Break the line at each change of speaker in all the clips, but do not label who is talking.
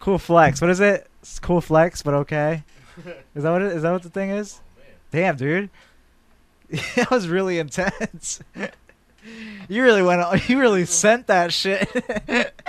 Cool flex. What is it? It's cool flex, but okay. Is that what it, is that what the thing is? Damn, dude. that was really intense. you really went. all- You really sent that shit.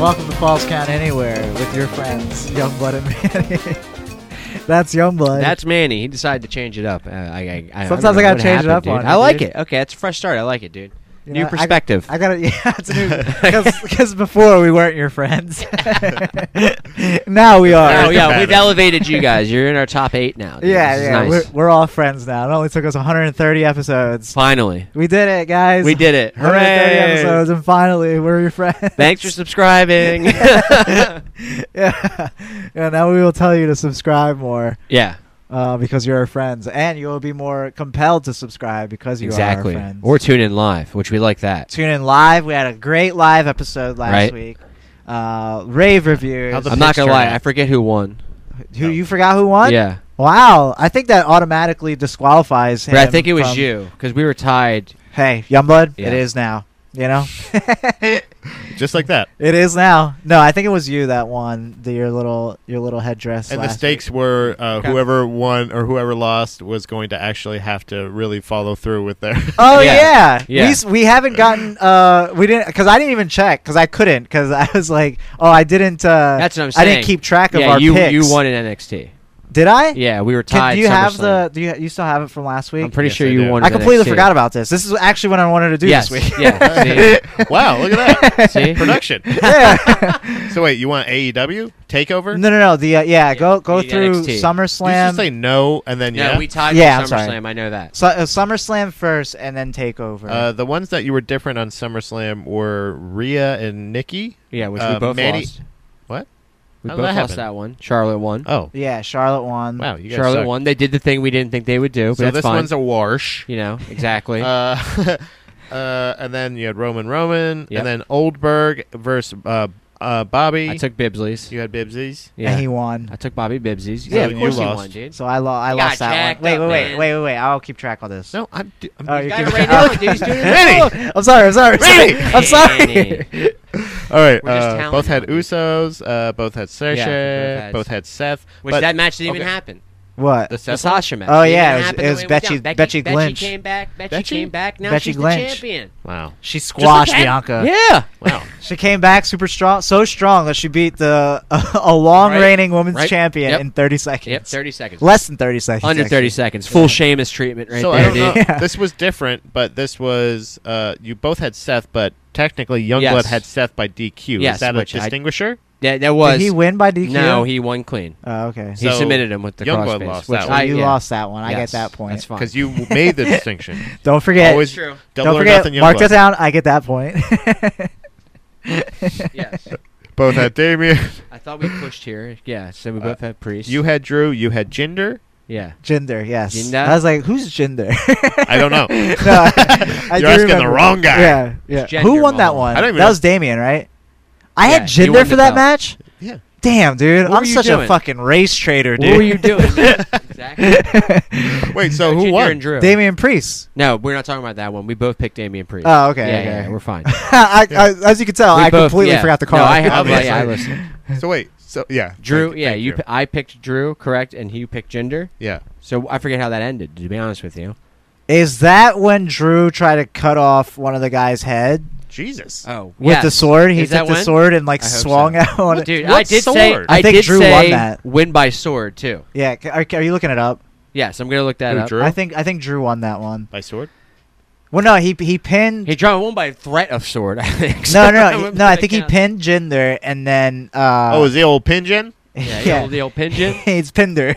Welcome to Falls Count Anywhere with your friends, Youngblood and Manny. That's Youngblood.
That's Manny. He decided to change it up. Uh, I, I, I,
Sometimes
don't know
I gotta
what
change it
happened,
up
dude.
on it,
I like
dude.
it. Okay, it's a fresh start. I like it, dude.
You
New
know, I-
perspective.
I gotta, yeah, it's a new because before we weren't your friends. now we are.
oh yeah,
Better.
we've elevated you guys. You're in our top eight now. dude.
yeah,
This is
yeah.
nice.
We're, we're all friends now. It only took us 130 episodes.
Finally,
We did it, guys.
we did it.
130
Hooray!
episodes, and finally we're your friends.
Thanks for subscribing.
yeah, yeah. Now we will tell you to subscribe more
yeah,
uh, because you're our friends, and you will be more compelled to subscribe because you
exactly.
are our friends.
Or tune in live, which we like that.
tune in live. We had a great live episode last
Right.
week. Uh, rave reviews.
How'd The
I'm not gonna
picture
lie.
app.
I forget who won.
Who you forgot who won?
Yeah,
Wow, I think that automatically disqualifies him.
but I think it was
from-
you because we were tied.
Hey, Youngblood,
Yeah.
it is now. You know,
Just like that.
it is now. No, I think it was you that won the, your little your little headdress.
And the
last
stakes were uh,
Okay.
whoever won or whoever lost was going to actually have to really follow through with their.
Oh
Yeah.
yeah,
Yeah.
We, s- we haven't gotten uh we didn't because I didn't even check because I couldn't because I was like oh I didn't uh
That's what I'm
I
saying.
didn't keep track of
yeah,
our
you
picks.
you won in NXT.
Did I?
Yeah, we were
Can-
tied.
do you have
SummerSlam.
the do you you still have it from last week?
I'm pretty
Yes,
sure
I
you
do.
won.
I
in
completely
NXT.
forgot about this. This is actually what I wanted to do
Yes.
this week.
yeah. see?
wow, look at that
See?
production.
yeah.
So wait, you want AEW takeover?
No, no, no. The uh, yeah, go go
the
through
NXT.
You just say
SummerSlam.
no, and then
No,
yeah.
we tied
Yeah, I'm
with
sorry.
SummerSlam. I know that.
Su- uh, SummerSlam first, and then Takeover.
uh, the ones that you were different on SummerSlam were Rhea and Nikki.
Yeah, which we
Uh,
both
Manny-
lost.
What?
We
How did
both
that
lost
happen?
Oh, that one. Charlotte won.
Oh,
yeah, Charlotte won.
wow, you guys
Charlotte
suck.
won. They did the thing we didn't think they would do, but
So
that's
this
fine.
one's a wash.
you know exactly.
Uh, uh, and then you had Roman Roman,
Yep.
and then Oldberg versus uh, uh, Bobby.
I took Bibsley's.
you had Bibsies.
Yeah,
And he won.
I took Bobby Bibsley's.
Yeah,
Yeah, of
you
course
lost.
he won, dude.
So I, lo- I
He
lost
got
that
jacked
one. Wait,
up,
wait, wait,
man.
wait, wait, wait. I'll keep track of this.
No, I'm. d- I'm
Oh,
You
you're
got it
keeping-
right now, dude. He's doing it
Manny!
now.
Oh, I'm sorry. I'm sorry.
Manny!
I'm sorry.
Manny.
All right,
We're just
uh,
talent
both had
now, dude.
Usos, uh, both had Sasha,
Yeah, both had-
both had Seth.
Which
but
that match didn't even
okay.
happen.
What?
the
The
Seth
Sasha match.
Oh,
didn't
yeah,
even
it was-
happen
it
the
was
way it went
Betchy-
down.
Betchy Lynch.
came back. Betchy,
Betchy?
came back. Now
Betchy
she's the
Lynch.
champion.
Wow,
She squashed
Just like that.
Bianca.
Yeah.
wow.
She came back super strong, so strong that she beat the a long
Right.
reigning women's
Right.
champion
Yep.
in 30 seconds.
Yep. Thirty seconds.
Less than 30 seconds.
Under
actually.
thirty seconds. Full Sheamus treatment right
so
there,
I don't
dude.
know.
Yeah.
This was different, but this was uh, you both had Seth, but technically Youngblood
Yes.
had Seth by DQ.
Yes,
Is that a
which I-
distinguisher?
That, that was.
Did he win by DQ?
No, he won clean.
Oh, okay.
He
So,
submitted him with the
Youngblood
crossface,
lost
which
that
So
one.
I,
you
yeah.
lost that one. I get
Yes,
that point.
That's fine.
Because you made the distinction.
Don't forget.
Always
True.
double
don't
or
forget.
nothing.
mark
Youngblood.
that down. I get that point.
yes.
Both had Damien.
I thought we pushed here. Yeah. So we
Uh,
both have priest.
You had Drew. You had Jinder.
Yeah.
Gender, yes.
Jinder?
I was like, who's gender?
I don't know.
I do
You're asking the
remember.
wrong guy.
Yeah, yeah.
It's Jinder
Who won that
Mahal.
one?
I don't even
that
know.
was Damien, right? I
Yeah,
had
he won
gender
the
for that
belt.
match.
Yeah.
Damn, dude,
What
I'm
were you
such a
doing?
fucking race trader, dude.
What were you doing? man? exactly.
Wait. So
Ginger
who
And
won?
Drew.
Damian Priest.
No, we're not talking about that one. We both picked Damian Priest.
Oh, okay,
Yeah,
okay.
yeah, yeah, we're fine.
I, I, as you can tell,
We
I
both-
completely
yeah.
forgot the
No,
call.
I have.
Obviously.
yeah, I listened.
So wait. So yeah.
Drew.
Thank-
yeah,
thank
you. p- I picked Drew, correct, and you picked Gender.
Yeah.
So I forget how that ended. To be honest with you.
Is that when Drew tried to cut off one of the guy's head
Jesus.
Oh,
with the sword? He
Is that
took the
when?
sword and like
I hope
swung
so.
out on it.
Dude,
What
I did
sword?
say
I
I,
think
did
Drew won
say
that.
win by sword too.
Yeah, c- are, are you looking it up?
Yes, I'm gonna look that
Who,
up.
Drew?
I think I think Drew won that one.
By sword.
Well, no, he he pinned.
He dropped one by threat of sword. I think.
no,
So
no,
don't
no,
know
no. I
if that
think he
counts.
pinned Jinder and then. Uh,
oh, is the old Pinjin?
Yeah,
yeah.
The old pigeon.
it's Pinder.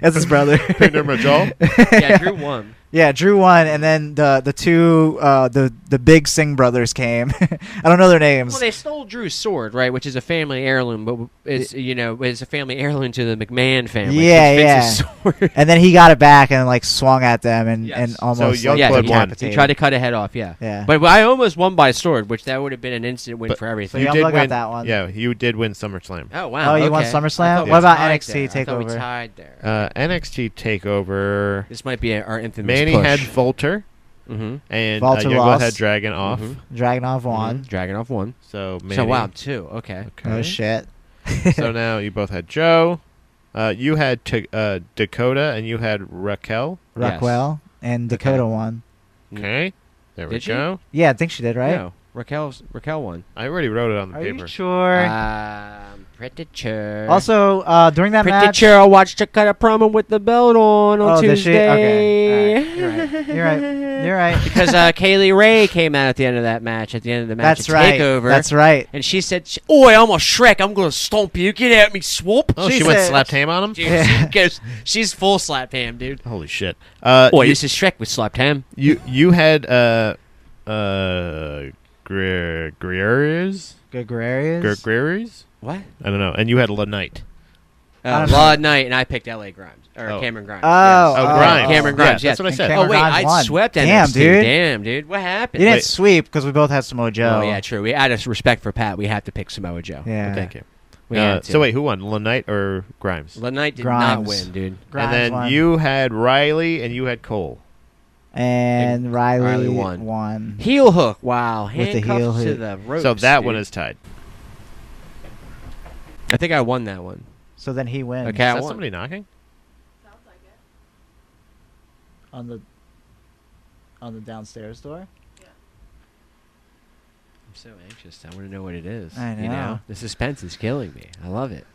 That's his brother.
Pinder Majal?
Yeah, Drew won.
Yeah, Drew won, and then the the two uh, the the big Singh brothers came. I don't know their names.
Well, they stole Drew's sword, right? Which is a family heirloom, but it's you know it's a family heirloom to the McMahon family.
Yeah,
it's Vince's Sword.
and then he got it back and like swung at them and,
Yes.
and
So
almost
Young
like,
Blood won. he
decapitated.
tried to cut a head off. Yeah,
yeah.
but I almost won by a sword, which that would have been an instant win
But
for
So
everything.
you
you
all
did
got
win-
that one.
Yeah, you did win SummerSlam.
Oh wow!
Oh, you
okay.
won SummerSlam?
I thought we
What about
tied
NXT
there. I thought we
TakeOver?
tied there.
Uh, NXT Takeover.
this might be our infamous
Manny
push.
had Volter
mm-hmm.
and
Volter
uh, Youngblad
lost. Mm-hmm.
had Dragon off.
Mhm.
Dragonov won.
Dragon off one.
So Mm-hmm. Manny.
So wow, two. Mm-hmm. Okay.
Oh
Okay.
shit.
so now you both had Joe. Uh, you had t- uh, Dakota and you had Raquel.
Yes.
Rockwell and Dakota won.
Mm.
Okay. There we
Did she?
go.
Yeah, I think she did, right?
No, Raquel's Raquel won.
I already wrote it on the
Are
paper.
you sure?
Um, pretty sure.
Uh, also, uh, during that
pretty
match,
sure I watched her cut a promo with the belt on on
Oh, did she?
Tuesday.
Okay. Alright. You're right. You're right. You're right.
because uh, Kaylee Ray came out at the end of that match. At the end of the match,
that's
at
right.
Takeover.
That's right.
and she said, sh- "Oi, I'm a Shrek. I'm gonna stomp you. Get at me, swamp."
Oh,
She
she, went
said-
slapped ham on him.
Dude,
Yeah.
she goes, she's full slap ham, dude.
Holy shit! Uh,
Boy,
you,
this is Shrek with slapped ham.
you you had uh uh Greer Greer's
Gregarious.
Gre- Greer's
What?
I don't know, and you had La Knight.
I
Uh,
don't
Law Knight, and I picked L.A. Grimes or
Oh.
Cameron Grimes.
Oh,
yes.
Oh,
oh,
Grimes.
Cameron
Yeah,
Grimes. yes.
that's what I said.
Cameron
Oh wait,
Grimes
I
won.
swept NXT.
Damn, dude.
Damn, dude. What
You
happened?
didn't
Wait.
sweep because we both had Samoa Joe.
Oh yeah, true. We out of respect for Pat, we have to pick Samoa Joe.
Yeah.
Thank you.
We
Uh,
had to.
so wait, who won, La Knight or Grimes?
La Knight did not
Grimes.
win, dude.
Grimes
and then
won.
you had Riley and you had Cole.
and Riley,
Riley
won.
won. Heel hook. Wow.
With the
Handcuffed
heel
to
hook.
the ropes.
so that
dude.
one is tied.
I think I won that one.
So then he wins.
Okay. Yeah,
is that
one.
somebody knocking?
On the on the downstairs door.
I'm so anxious. I want to know what it is.
I know.
You know, the suspense is killing me. I love it.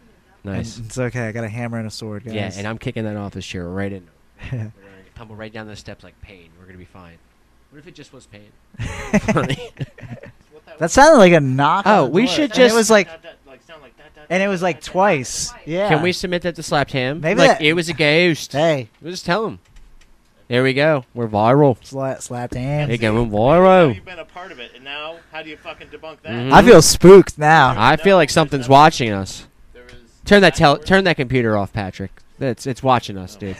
Nice.
And it's okay. I got a hammer and a sword, guys.
yeah, and I'm kicking that office chair right in. We're gonna tumble right down the steps like pain. We're gonna be fine. What if it just was pain? Funny.
that sounded like a knock.
Oh,
on the
we
door.
should
And it
just-
was like, and it was like twice. Yeah.
Can we submit that to slapped ham?
Maybe
like
that-
it was a ghost.
Hey,
We'll just tell him. There we go. We're viral.
slap, slapped hand.
It going viral.
been a part of it, and now how do you fucking debunk that?
Mhm.
I feel spooked now.
I feel like something's watching us.
There is
Turn that tel- turn that computer off, Patrick. That's it's watching us, dude.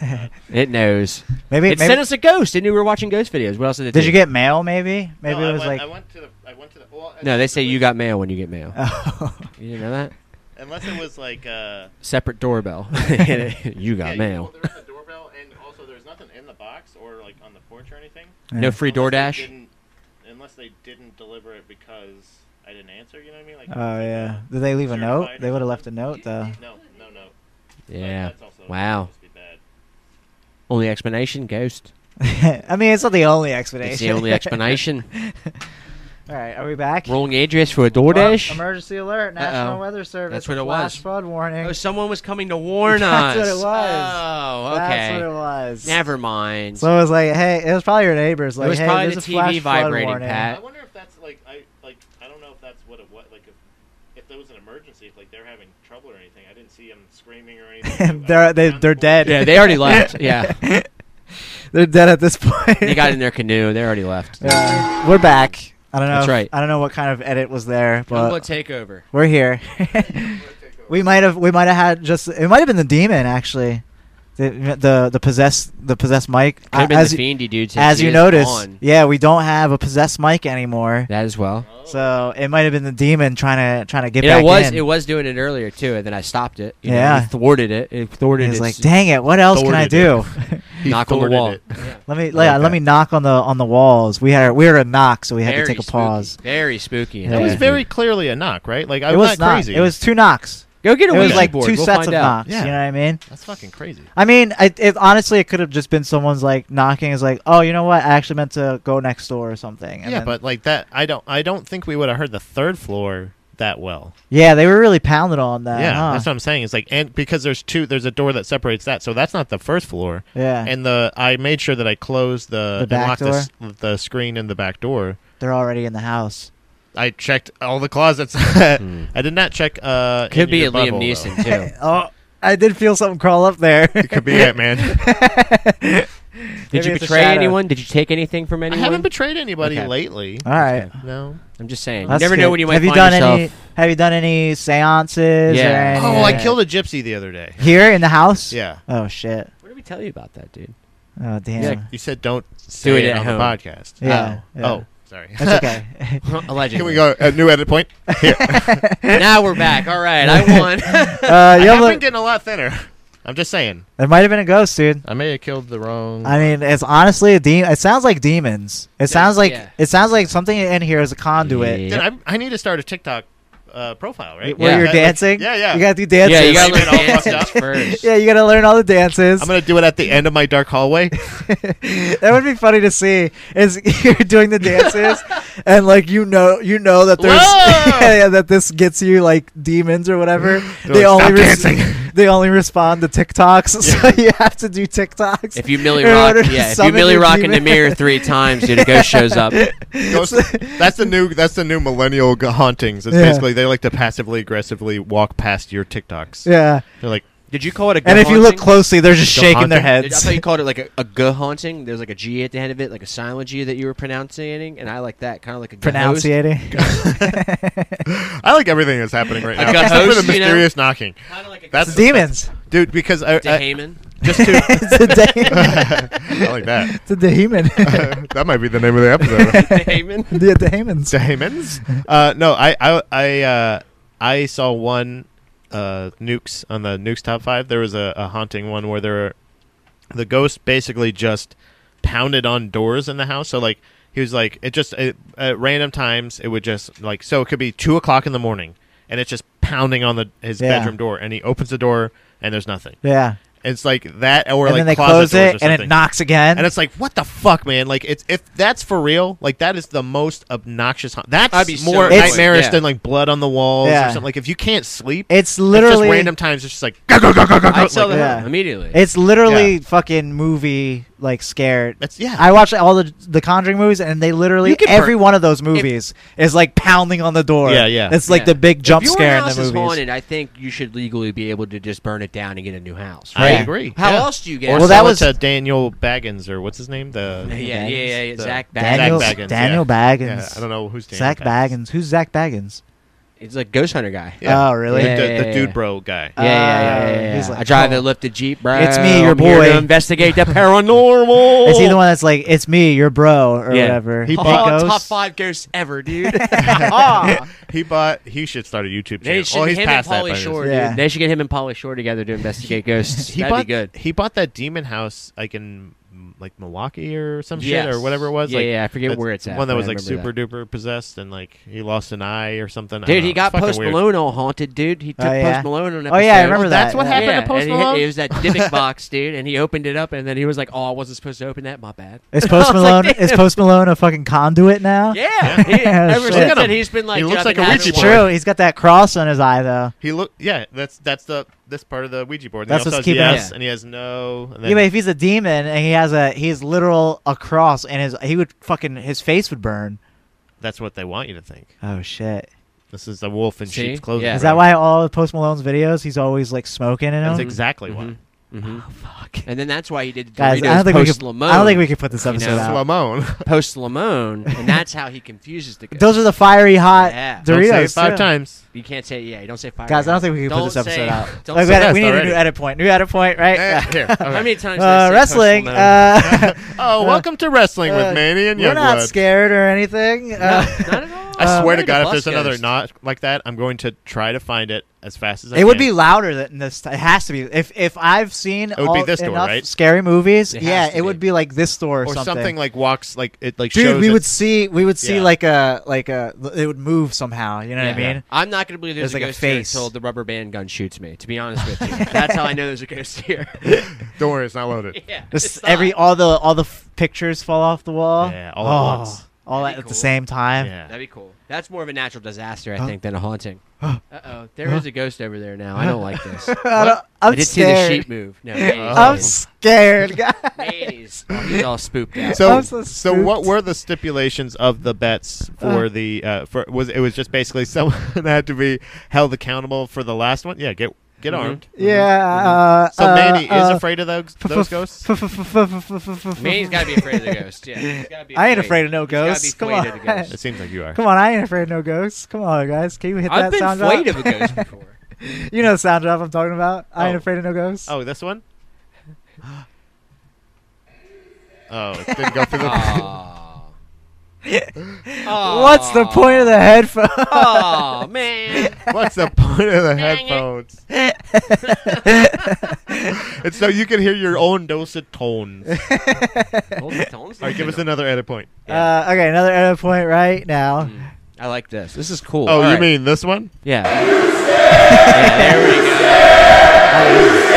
It knows.
Maybe,
It
maybe
sent us a ghost. It knew we were watching ghost videos. What else did it
did
do?
you get mail? Maybe, maybe
no,
it was
I went, I
like.
went to the. I went to the. Well,
No, they say you got mail when you get mail.
Oh.
You didn't know that?
Unless it was like. Uh,
Separate doorbell. you
yeah,
got
you-
mail.
well, there was a doorbell, and also there's nothing in the box or like on the porch or anything.
No free
Unless they
DoorDash.
didn't- Unless they didn't deliver it because I didn't answer. You know what I mean? Like.
Oh yeah. Did they leave a note? They would have left a note though.
No, no, no. But
Yeah.
That's also
Wow.
must be bad.
Only explanation, ghost.
I mean, it's not the only explanation.
It's the only explanation.
All right, are we back?
Wrong address for a
Oh,
DoorDash.
emergency alert! National
Uh-oh.
Weather Service.
That's what it
flash
was.
Flood warning.
Oh, someone was coming to warn
That's what
us.
it was.
Oh,
That's what
okay.
it was.
Never mind.
So it was like, hey, it was probably your neighbors. Like,
was
hey,
probably
there's
the
a flash
TV
flood
vibrating,
warning.
Pat.
I wonder if that's like I like I don't know if that's what it was like if if there was an emergency if like they're having trouble or anything I didn't see them screaming or anything.
They're- they- they're dead.
yeah, they already left. Yeah,
They're dead at this point.
they got in their canoe. They already left.
Yeah. We're back. I don't know.
That's
if-
right.
I don't know what kind of edit was there, but
takeover.
we're here. we might have we might have had just it might have been the demon actually, the the the possessed the possessed mic.
Could have been
as
the
you-
fiendy dude. since
as
he
you
is
notice,
gone.
yeah, we don't have a possessed mic anymore.
that as well.
Oh.
So it might have been the demon trying to trying to get
Yeah,
back
it was
in.
it was doing it earlier too, and then I stopped it. You know,
Yeah.
he thwarted it. It thwarted
He's
it.
like, dang it! What else can I do?
Thwarted
knock on the
Forwarded
wall.
it.
let me
like
yeah, let
that.
me knock on the on the walls. We had we were a knock, so we had
Very
to take a
spooky.
pause.
Very spooky.
Yeah.
It was
Dude.
very clearly a knock, right? Like I
it
was,
was
not crazy.
It was two knocks.
Go get a
It was
Ouija
like
board.
two
we'll
sets
find
of
out.
knocks.
Yeah.
You know what I mean?
that's fucking crazy.
I mean, I, it, honestly, it could have just been someone's like knocking. Is like, oh, you know what? I actually meant to go next door or something. And
yeah,
then-
but like that, I don't. I don't think we would have heard the third floor that well.
yeah, they were really pounded on that.
yeah,
huh?
that's what I'm saying. It's like and because there's two, there's a door that separates that, so that's not the first floor.
yeah.
And the I made sure that I closed the,
The
and
back
locked The, s- the screen in the back door.
They're already in the house.
I checked all the closets. I did not check. Uh,
Hmm.
in
Could be
your
a Liam
bubble, though.
Neeson too.
oh, I did feel something crawl up there.
It could be it, man.
Did
Maybe
you
it's a
betray
shout out.
anyone? Did you take anything from
I
anyone?
haven't betrayed anybody
Okay.
lately.
All right.
No.
I'm just saying.
That's
you never know
good.
when you might
have you
find
done
yourself.
any? Have you done any seances?
Yeah.
Or any,
Oh, I
uh,
killed a gypsy the other day.
here in the house.
Yeah.
Oh shit.
What did we tell you about that, dude?
Oh damn.
Yeah.
You said don't say
it
it,
at
on
home.
the podcast.
Yeah,
Oh.
yeah.
Oh, sorry.
That's okay.
Allegedly.
Can we go a new edit point? Here.
now we're back. All right, I won.
uh,
I
you
have
ever-
been getting a lot thinner. I'm just saying.
it might have been a ghost, dude.
I may have killed the wrong.
I mean, it's honestly a demon. It sounds like demons. It sounds like
yeah.
it sounds like something in here is a conduit.
Yeah.
Dude, I, I need to start a TikTok uh, profile, right?
Where
Yeah.
you're
That-
dancing.
Yeah, yeah.
You gotta do dances.
yeah, you gotta
Leave
learn
it all fucked
dances
up.
first.
Yeah, you gotta learn all the dances.
I'm gonna do it at the end of my dark hallway.
that would be funny to see. Is you're doing the dances, and like you know, you know that there's
Whoa!
yeah, yeah, that this gets you like demons or whatever.
like, "Stop
res-
dancing."
They only respond to TikToks, so you have to do TikToks.
If you Millie
in
Rock,
order to
yeah, if you
summon
Millie
your
Rock in
demon.
the mirror three times, dude, a ghost shows up.
Ghost- that's the new. That's the new millennial g- hauntings. It's
Yeah.
basically they like to passively aggressively walk past your TikToks.
yeah,
They're like,
Did you call it a
and if you look
haunting?
closely, they're just
The
shaking their
haunting?
Did- I
heads.
thought you called it like a, a g haunting. There's like a G at the end of it, like a silent G that you were pronouncing, and I like that kind of like a ghost.
Pronunciating.
I like everything that's happening right now,
Like a
except for
host,
the
you know?
mysterious knocking,
Kind of like a
That's-
It's demons.
dude. Because I, I
Daemon.
just to,
it's a demon.
I like that.
it's a demon.
that might be the name of the episode.
Daemon.
the demons.
Diamonds. Uh, no, I, I, I, uh, I saw one uh, nukes on the nukes top five. There was a, a haunting one where there, the ghost basically just pounded on doors in the house. So like he was like it just it, at random times it would just like so it could be two o'clock in the morning and it's just pounding on the his
Yeah.
bedroom door and he opens the door and there's nothing.
Yeah,
It's like that or
and
like
then they
closet
close
doors
it,
or
and it
something.
knocks again.
And it's like, what the fuck, man? Like, it's if that's for real, like that is the most obnoxious. Haunt. That's
I'd be so
more
annoyed,
nightmarish
yeah.
than like blood on the walls
Yeah.
or something. Like, if you can't sleep,
It's
it's
literally
just random times. It's just like, go, go, go, go, go, go.
I'd sell
like,
the
Yeah.
home immediately.
It's literally fucking movie like scared.
that's yeah.
I watch all the the Conjuring movies, and they literally
You can
every
per-
one of those movies is like pounding on the door.
Yeah, yeah.
It's like
Yeah.
the big jump
if your
scare in
house
the
is
movies.
haunted, I think you should legally be able to just burn it down and get a new house.
I
Right?
Yeah.
agree.
How
yeah.
else do you get?
Or
Well,
well,
that
that
was-
was to Daniel Baggins or what's his name? The
yeah, yeah, yeah, yeah.
The-
Zach Baggins.
Daniel
Zach Baggins,
Daniel Baggins.
yeah, I don't know who's Daniel
Zach Baggins. Who's Zach Baggins?
He's like Ghost Hunter guy.
Yeah.
Oh, really?
The,
Yeah,
the-
yeah,
the
yeah, yeah.
dude bro guy.
Yeah, yeah, yeah, yeah, yeah.
Uh, He's like,
I drive
"Come
a
on."
lifted Jeep, bro.
It's me, your
I'm here to
boy.
investigate the paranormal.
Is he the one that's like, it's me, your bro, or
Yeah.
whatever?
He
Big
bought-
Ghost?
top five ghosts ever, dude. Ah.
He bought. He should start a YouTube
They
channel.
should
Oh,
get
he's
him and
past that.
Polly
by this
Shore,
this. Yeah.
dude. They should get him and Polly Shore together to investigate ghosts.
he
That'd
bought
be good.
he bought that demon house like in mm, like Milwaukee or some shit
Yes.
or whatever it was.
Yeah,
like,
yeah, I forget
that's
where it's at,
One that
but I
was like super
remember
duper possessed and like he lost an eye or something. I don't
Dude,
know.
he
It's
got
fucking
Post
weird.
Malone all haunted, dude. He took
Oh, yeah.
Post Malone on an
Oh, yeah, I
episode.
remember
Oh, that's
that.
what
yeah.
happened
yeah,
to Post
and
Malone?
It, it was that Dybbuk box, dude, and he opened it up, and then he was like, "Oh, I wasn't supposed to open that. My bad."
Is Post
I was like,
Malone is
"Damn."
Post Malone a fucking conduit now?
Yeah, he-
Yeah, Oh,
ever
shit.
since
Look at
then,
him.
he's been like,
He
dude,
looks
I've
like
been
a
having
Ouija
It's
board.
one.
true. He's got that cross on his eye though.
He look. Yeah, that's that's the this part of the Ouija board. And
That's
he also
what's
has
keeping
yes,
us-
and he has no. And then,
Yeah, but if he's a demon and he has a he's literal a cross and his he would fucking his face would burn.
that's what they want you to think.
Oh shit!
This is the wolf in
See?
sheep's clothing.
Yeah.
Is that why all of Post Malone's videos he's always like smoking and
That's
all?
exactly why.
Mhm.
oh, fuck,
And then that's why he did the
guys! I
Doritos
don't think we
Post
could.
Lamone.
I don't think we could put this episode
know.
out.
Slamone.
Post Lamone, and that's how he confuses the ghosts.
Those are the fiery hot
Yeah.
Doritos.
Don't
Don't say it five
too.
times.
You can't say yeah. You don't say fire.
guys. I don't think we can put
Don't
this episode
say-
out.
don't
Like, we,
say
gotta-
that.
we need a new
Already.
edit point. New edit point, right?
Eh, here, okay.
How many times? did I
Uh,
say
wrestling.
Post
Uh,
Malone?
Oh, welcome to wrestling
uh,
with Manny and
we're not
Youngblood.
scared or anything. Uh,
no, not at all.
I
Uh,
swear
Where
to
did
God,
the
if
bus
there's another
goes?
knot like that, I'm going to try to find it as fast as I
It would
can.
be louder than this. It has to be. If if I've seen
would
all,
be this door,
enough
right?
scary movies,
It has
yeah,
to
it would be like this door or,
or something. like walks like it like
Dude,
shows
we
it.
would see we would see
Yeah.
like a like a it would move somehow. You know what
Yeah.
I mean?
I'm not going to believe there's,
There's
a
like a
ghost here
face.
until the rubber band gun shoots me. To be honest with you, that's how I know there's a ghost here.
Don't worry, it's not loaded.
yeah,
Just
it's not.
every all the all the f- pictures fall off the wall.
Yeah, all at
Oh,
once.
all at,
That'd be
at the
cool.
same time.
Yeah.
That'd be cool. That's more of a natural disaster, I
Huh?
think, than a haunting.
Huh?
Uh oh, there is a ghost over there now. I don't like this.
I don't-
I
I'm
did see the
scared.
sheep move. No,
Oh.
I'm
Manny's-
scared, guys.
Mm-hmm.
Manny's oh, he's all spooked out.
So,
I'm so
so, what
spooked.
were the stipulations of the bets for
Uh.
the uh, for was it was just basically someone had to be held accountable for the last one? Yeah, get get
Mhm.
armed.
Yeah. Uh,
Mm-hmm. So
uh,
Manny is
uh,
afraid of those,
f-
those
f-
ghosts.
Manny's got to be afraid of the ghost. Yeah, he's gotta be
I ain't afraid of
afraid
no
He's gotta be
ghosts. Come
afraid
on.
of the ghost.
It seems like you are.
Come on, I ain't afraid of no ghosts. Come on, guys. Can you hit
I've
that
been
sound
afraid
drop?
of a ghost before.
you know the sound drop I'm talking about. I ain't
Oh.
afraid of no ghosts.
Oh, this one. Oh, it didn't go through the.
Aw.
What's the
Ah.
point of the headphone?
Oh man!
What's the point of the
Dang it.
headphones? It's so you can hear your own dulcet tones. All right, give us another edit point.
uh, okay, another edit point right now.
Mm. I like this. This is cool.
Oh,
All
you
right.
mean this one?
yeah. Yeah, There we go.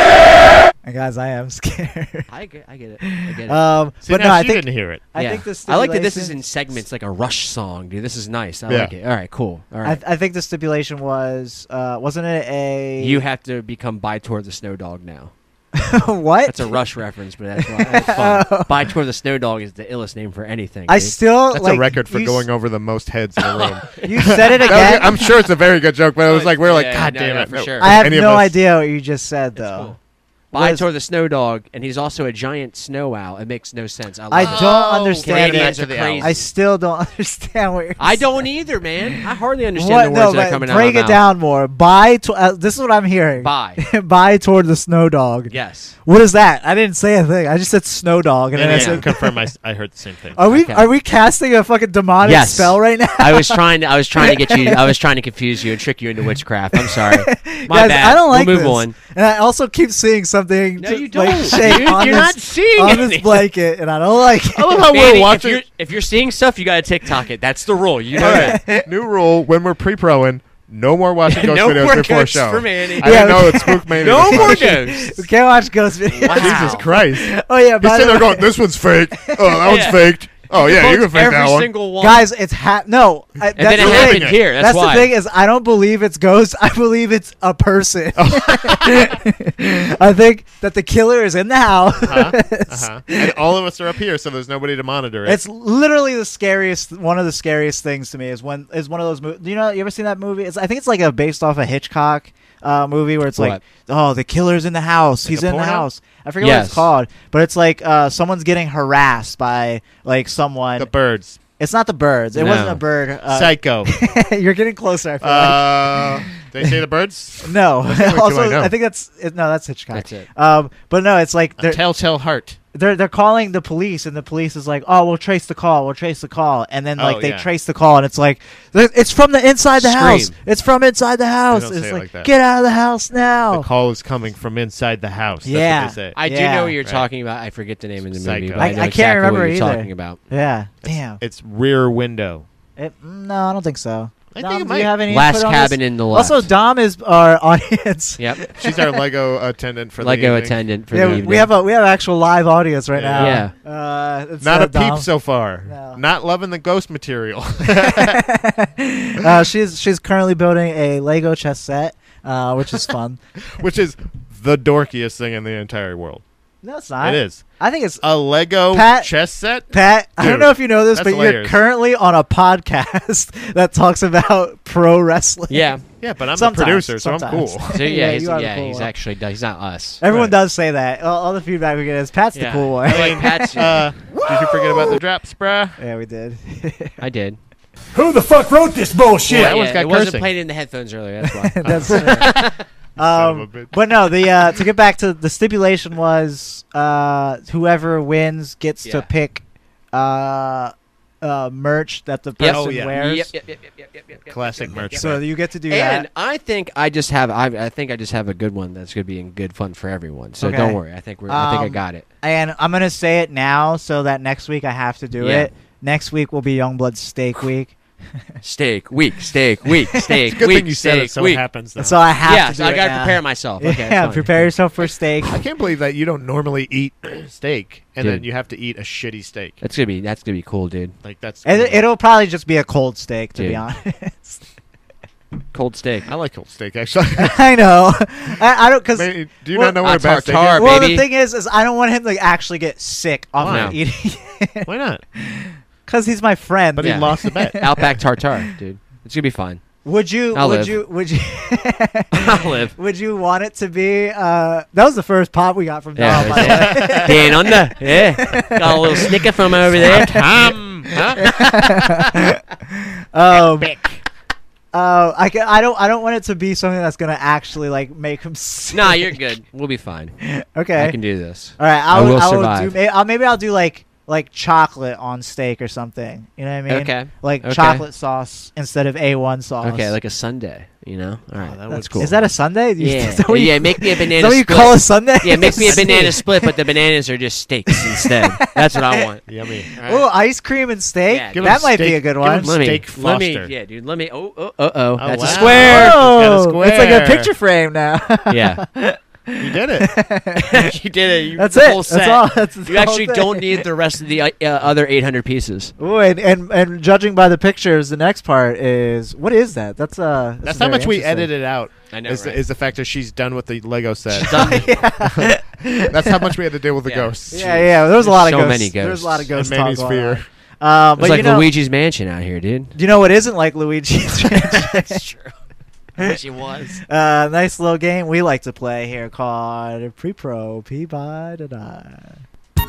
And guys, I am scared.
I get, I get it. I get it.
Um,
See,
but
now
no, I
she
think
didn't hear it.
I
Yeah.
think this.
I like that this is in segments, like a Rush song, dude. This is nice. I
Yeah.
like it. All right, cool. All
I,
right.
I think the stipulation was uh, wasn't it a
you have to become by toward the snow dog now.
what?
That's a Rush reference, but that's, why, that's fun.
Oh.
By toward the snow dog is the illest name for anything.
I
dude.
still
That's
like,
a record for
you s-
going over the most heads in the room.
You said it
That was-
again.
I'm sure it's a very good joke, but it was like we're like,
Yeah,
God
no,
damn
no,
it,
for
no."
sure.
I have
Any of
no
us-
idea what you just said
It's
though.
cool. By
is-
toward the snow dog, and he's also a giant snow owl. It makes no sense. I, love
I
it.
don't understand
Canadians
it.
are crazy.
I still don't understand what you're
I
saying.
don't either, man. I hardly understand
What?
the
No,
words that
but
are coming out. of
break
my
it
mouth.
down more. By to- uh, this is what I'm hearing.
By
By toward the snow dog.
yes.
What is that? I didn't say a thing. I just said snow dog, and then
And
I
I
Yeah.
said,
can confirm I, s- I heard the same thing.
"Are we
Okay.
are we casting a fucking demonic
Yes.
spell right now?"
I was trying to. I was trying to get you. I was trying to confuse you and trick you into witchcraft. I'm sorry. My
Guys,
bad.
I don't like
we'll move
this.
on.
And I also keep seeing something.
No,
just,
you don't.
Like, shake
dude.
on
You're
this,
not seeing
on
anything.
this blanket, and I don't like it.
I love how
Manny,
we're
If you're,
watching.
if you're seeing stuff, you got to TikTok it. That's the rule. You know
All
that.
right, new rule: when we're pre-proing, no more watching ghost
no
videos
more
before
ghosts
show.
for Manny.
I
Yeah,
didn't know
we-
it's spook mania.
no
this
more
time.
We
ghosts.
can't watch ghost videos.
Wow.
Jesus Christ!
Oh yeah, by
He's
the
sitting there
way-
going, "This one's fake. Oh, that one's
Yeah.
faked. Oh yeah, you can fake
every
that one."
single one.
guys, it's ha- no. I,
and then
that's
it
the thing.
happened
thing.
here. That's,
That's,
why.
the thing is, I don't believe it's ghosts. I believe it's a person.
Oh.
I think that the killer is in the house.
Huh? Uh-huh. And all of us are up here, so there's nobody to monitor it.
It's literally the scariest. One of the scariest things to me is when is one of those movies. You know, you ever seen that movie? It's I think it's like a based off a Hitchcock uh, movie where it's like,
What?
oh, the killer's in the house.
Like
He's
a
in the
porno?
house. I forget what
Yes.
it's called, but it's like uh, someone's getting harassed by like someone.
the birds.
it's not the birds. It
No.
wasn't a bird. Uh,
Psycho.
you're getting closer. I feel like.
uh, did I say the birds?
No.
only two
also,
I
I,
know.
think that's it, no, that's Hitchcock.
That's it.
Um, but no, it's like
A
they're,
telltale heart.
they're they're calling the police, and the police is like, "Oh, we'll trace the call. We'll trace the call." And then like
Oh,
they
yeah.
trace the call, and it's like, "Th- "It's from the inside the house.
Scream.
It's from inside the house."
don't
It's
say it
like,
like that.
"Get out of the house now."
The call is coming from inside the house. That's
Oh. Yeah.
What they say.
I
Yeah.
do know what you're
Right.
talking about. I forget the name of the movie,
Psycho.
but I,
I- I
know
can't
exactly
remember
what you're
either.
talking about.
yeah. Damn.
It's rear window.
It, no, I don't think so.
I
Dom,
think it
do
might-
you have any
Last
input on
cabin
this?
in the left.
Also, Dom is our audience.
yep.
She's our Lego attendant for the
Lego
evening.
attendant for
Yeah,
the
we-
evening.
we have a we have actual live audience right
Yeah.
now. Yeah. Uh, it's,
Not
uh,
a peep
Dom.
so far.
No.
Not loving the ghost material.
uh, she's she's currently building a Lego chess set, uh, which is fun.
which is the dorkiest thing in the entire world.
no, it's not.
it is
I think it's
a Lego
Pat-
chess set.
Pat. I don't
Dude,
know if you know this,
that's
but you're
layers.
currently on a podcast that talks about pro wrestling.
yeah.
Yeah, but I'm
Sometimes,
the producer, so I'm
sometimes.
cool.
So yeah,
Yeah,
he's,
you are the
yeah,
cool
he's
one.
actually he's not us.
Everyone
Right.
does say that. All, all the feedback we get is Pat's the
Yeah.
cool one.
I like Pat's-
Uh, did you forget about the drops, bruh?
yeah, we did.
I did.
Who the fuck wrote this bullshit?
yeah,
that one's got
it wasn't
cursing.
played in the headphones earlier. That's why.
That's
of a
um,
bitch.
but no, the uh, to get back to the stipulation was uh, whoever wins gets
Yeah.
to pick uh, uh, merch that the
Yep.
person
Oh, yeah.
wears.
Yep, yep, yep, yep, yep, yep, yep, yep,
Classic
yep,
merch.
yep,
So you get to do
And
that.
I think I just have I, I think I just have a good one that's gonna be in good fun for everyone. So
Okay.
don't worry. I think we're I think I
Um,
got it.
And I'm gonna say it now so that next week I have to do
Yeah.
it. Next week will be Youngblood Steak Week,
Steak week, steak week, steak
Good
week,
thing you
steak
said it, so
week.
it happens. Now.
so I have
yeah,
to.
so
do
I
it
gotta
now.
prepare myself. Okay,
yeah,
fine.
prepare yourself for steak.
I can't believe that you don't normally eat steak, and then
Dude.
you have to eat a shitty steak.
That's gonna be that's gonna be cool, dude.
Like that's.
And it, it'll probably just be a cold steak, to be
Dude.
honest.
Cold steak.
I like cold steak actually.
I know. I, I don't because
Man, do you
Well,
not know what a
a
bad steak
tartare,
is?
Well,
baby.
the thing is, is I don't want him to actually get sick off
Why?
of eating
Why not?
because he's my friend.
But
Yeah.
he lost the bet.
Outback tartar, dude. It's gonna be fine.
Would you?
I'll
would
live.
you? Would you?
I'll live.
Would you want it to be? Uh, that was the first pop we got from
Yeah,
Dom.
it
by
was
the way.
it. Dan under. Yeah. Got a little snicker from over there. Tom. Huh?
um, uh, I ca- I don't. I don't want it to be something that's gonna actually like make him. Sick.
Nah, you're good. We'll be fine.
okay.
I can do this.
All right.
I
I'll, I
will
will
survive.
do. Maybe I'll, maybe I'll do like like chocolate on steak or something. You know what I mean?
Okay.
Like
Okay.
chocolate sauce instead of a one sauce.
Okay, like a Sunday, you know? All right.
Oh, that
that's
would-
cool.
Uh, Is that a Sunday? You-
yeah.
Is that what you,
yeah, make me a
is
banana
that what you
split.
call a Sunday?
yeah, make me a banana split, but the bananas are just steaks instead. That's what I want.
Yummy.
Oh, ice cream and steak.
Yeah, Give
that
him
might
steak-
be a good
give
one.
him
Let me,
Steak
let me,
Foster.
yeah, dude, let me. Oh, oh, oh, oh, that's a
wow.
square.
Got a
Whoa, it's like a
square.
picture frame now.
Yeah,
You did it.
you did it. You
That's
the
it.
Whole
That's
set.
all. That's the
You
whole
actually
thing.
don't need the rest of the uh, uh, other 800 pieces.
Ooh, and, and and judging by the pictures, the next part is what is that? That's uh.
That's how much we edited out.
I know,
Is,
right?
is the fact that she's done with the Lego set.
Done.
That's how much we had to deal with the
Yeah.
ghosts.
Yeah, yeah. There was a lot of
So
ghosts.
many
There was a lot of
And
ghosts. talk
Manny's
going
fear.
on. Uh,
It's
but
like
you know,
Luigi's Mansion out here, dude.
you know what isn't like Luigi's?
That's true. I wish it was.
uh, nice little game we like to play here called Pre Pro P by da da.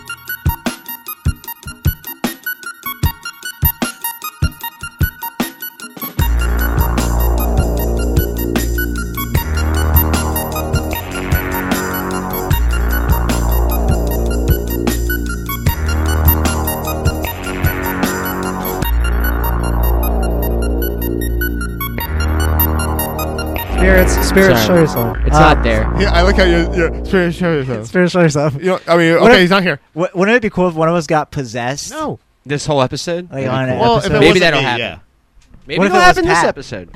Spirits, spirits,
Sorry.
show yourself.
It's
Uh,
not there.
Yeah, I like how you're. you're sure, sure, yourself.
Spirits, show yourself.
You know, I mean,
What
okay,
if-
he's not here.
W- wouldn't it be cool if one of us got possessed?
This whole episode.
Like on an
Well, if it
episode.
wasn't
Maybe that'll
me,
happen.
yeah.
Maybe
What if
it'll
it was
happen this
Pat?
episode.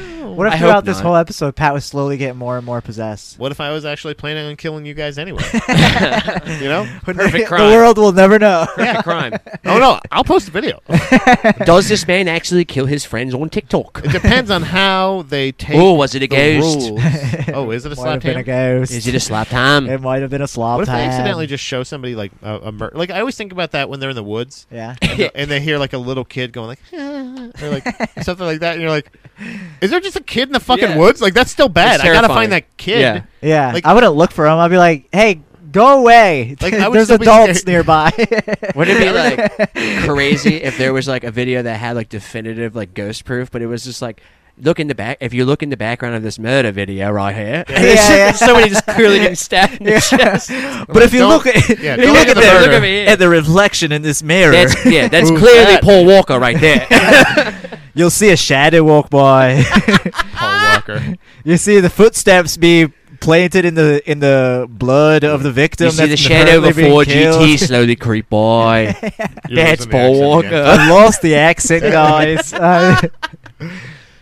Oh.
What if
I hope
throughout this
not.
whole episode, Pat was slowly getting more and more possessed?
What if I was actually planning on killing you guys anyway? you know?
Perfect
the
crime.
world will never know.
Yeah, crime.
Oh no, I'll post a video.
Does this man actually kill his friends on TikTok?
It depends on how they take.
Oh, was it a
the
ghost?
rules. Oh, is it a
might have
slap
been a
hand?
ghost.
Is it a slap time?
It might have been a slob
What if they
time.
accidentally just show somebody like a, a mur- like I always think about that when they're in the woods
Yeah.
and they hear like a little kid going like "Ah," or like something like that and you're like, is there just a kid in the fucking
Yeah.
woods? Like that's still bad.
It's
I gotta
terrifying.
find that kid.
Yeah.
Yeah.
Like-
I wouldn't look for him. I'd be like, hey, go away.
Like, I would
There's
still be
adults
scared.
nearby.
Would it be like crazy if there was like a video that had like definitive like ghost proof, but it was just like look in the back if you look in the background of this murder video right here. and it's
Yeah, yeah.
just somebody just clearly getting stabbed in the chest.
but if you
Don't-
look at
yeah,
you
don't
look at
look at the
the,
murder. Look over here.
at the reflection in this mirror,
That's yeah, that's clearly Paul Walker right there.
you'll see a shadow walk by.
Paul Walker.
you see the footsteps be planted in the in the blood of the victim.
you see the
that's
shadow
currently being
before
killed.
GT slowly creep by.
You're
that's
losing the
Paul
accent again.
Walker.
I lost the accent, guys. Uh,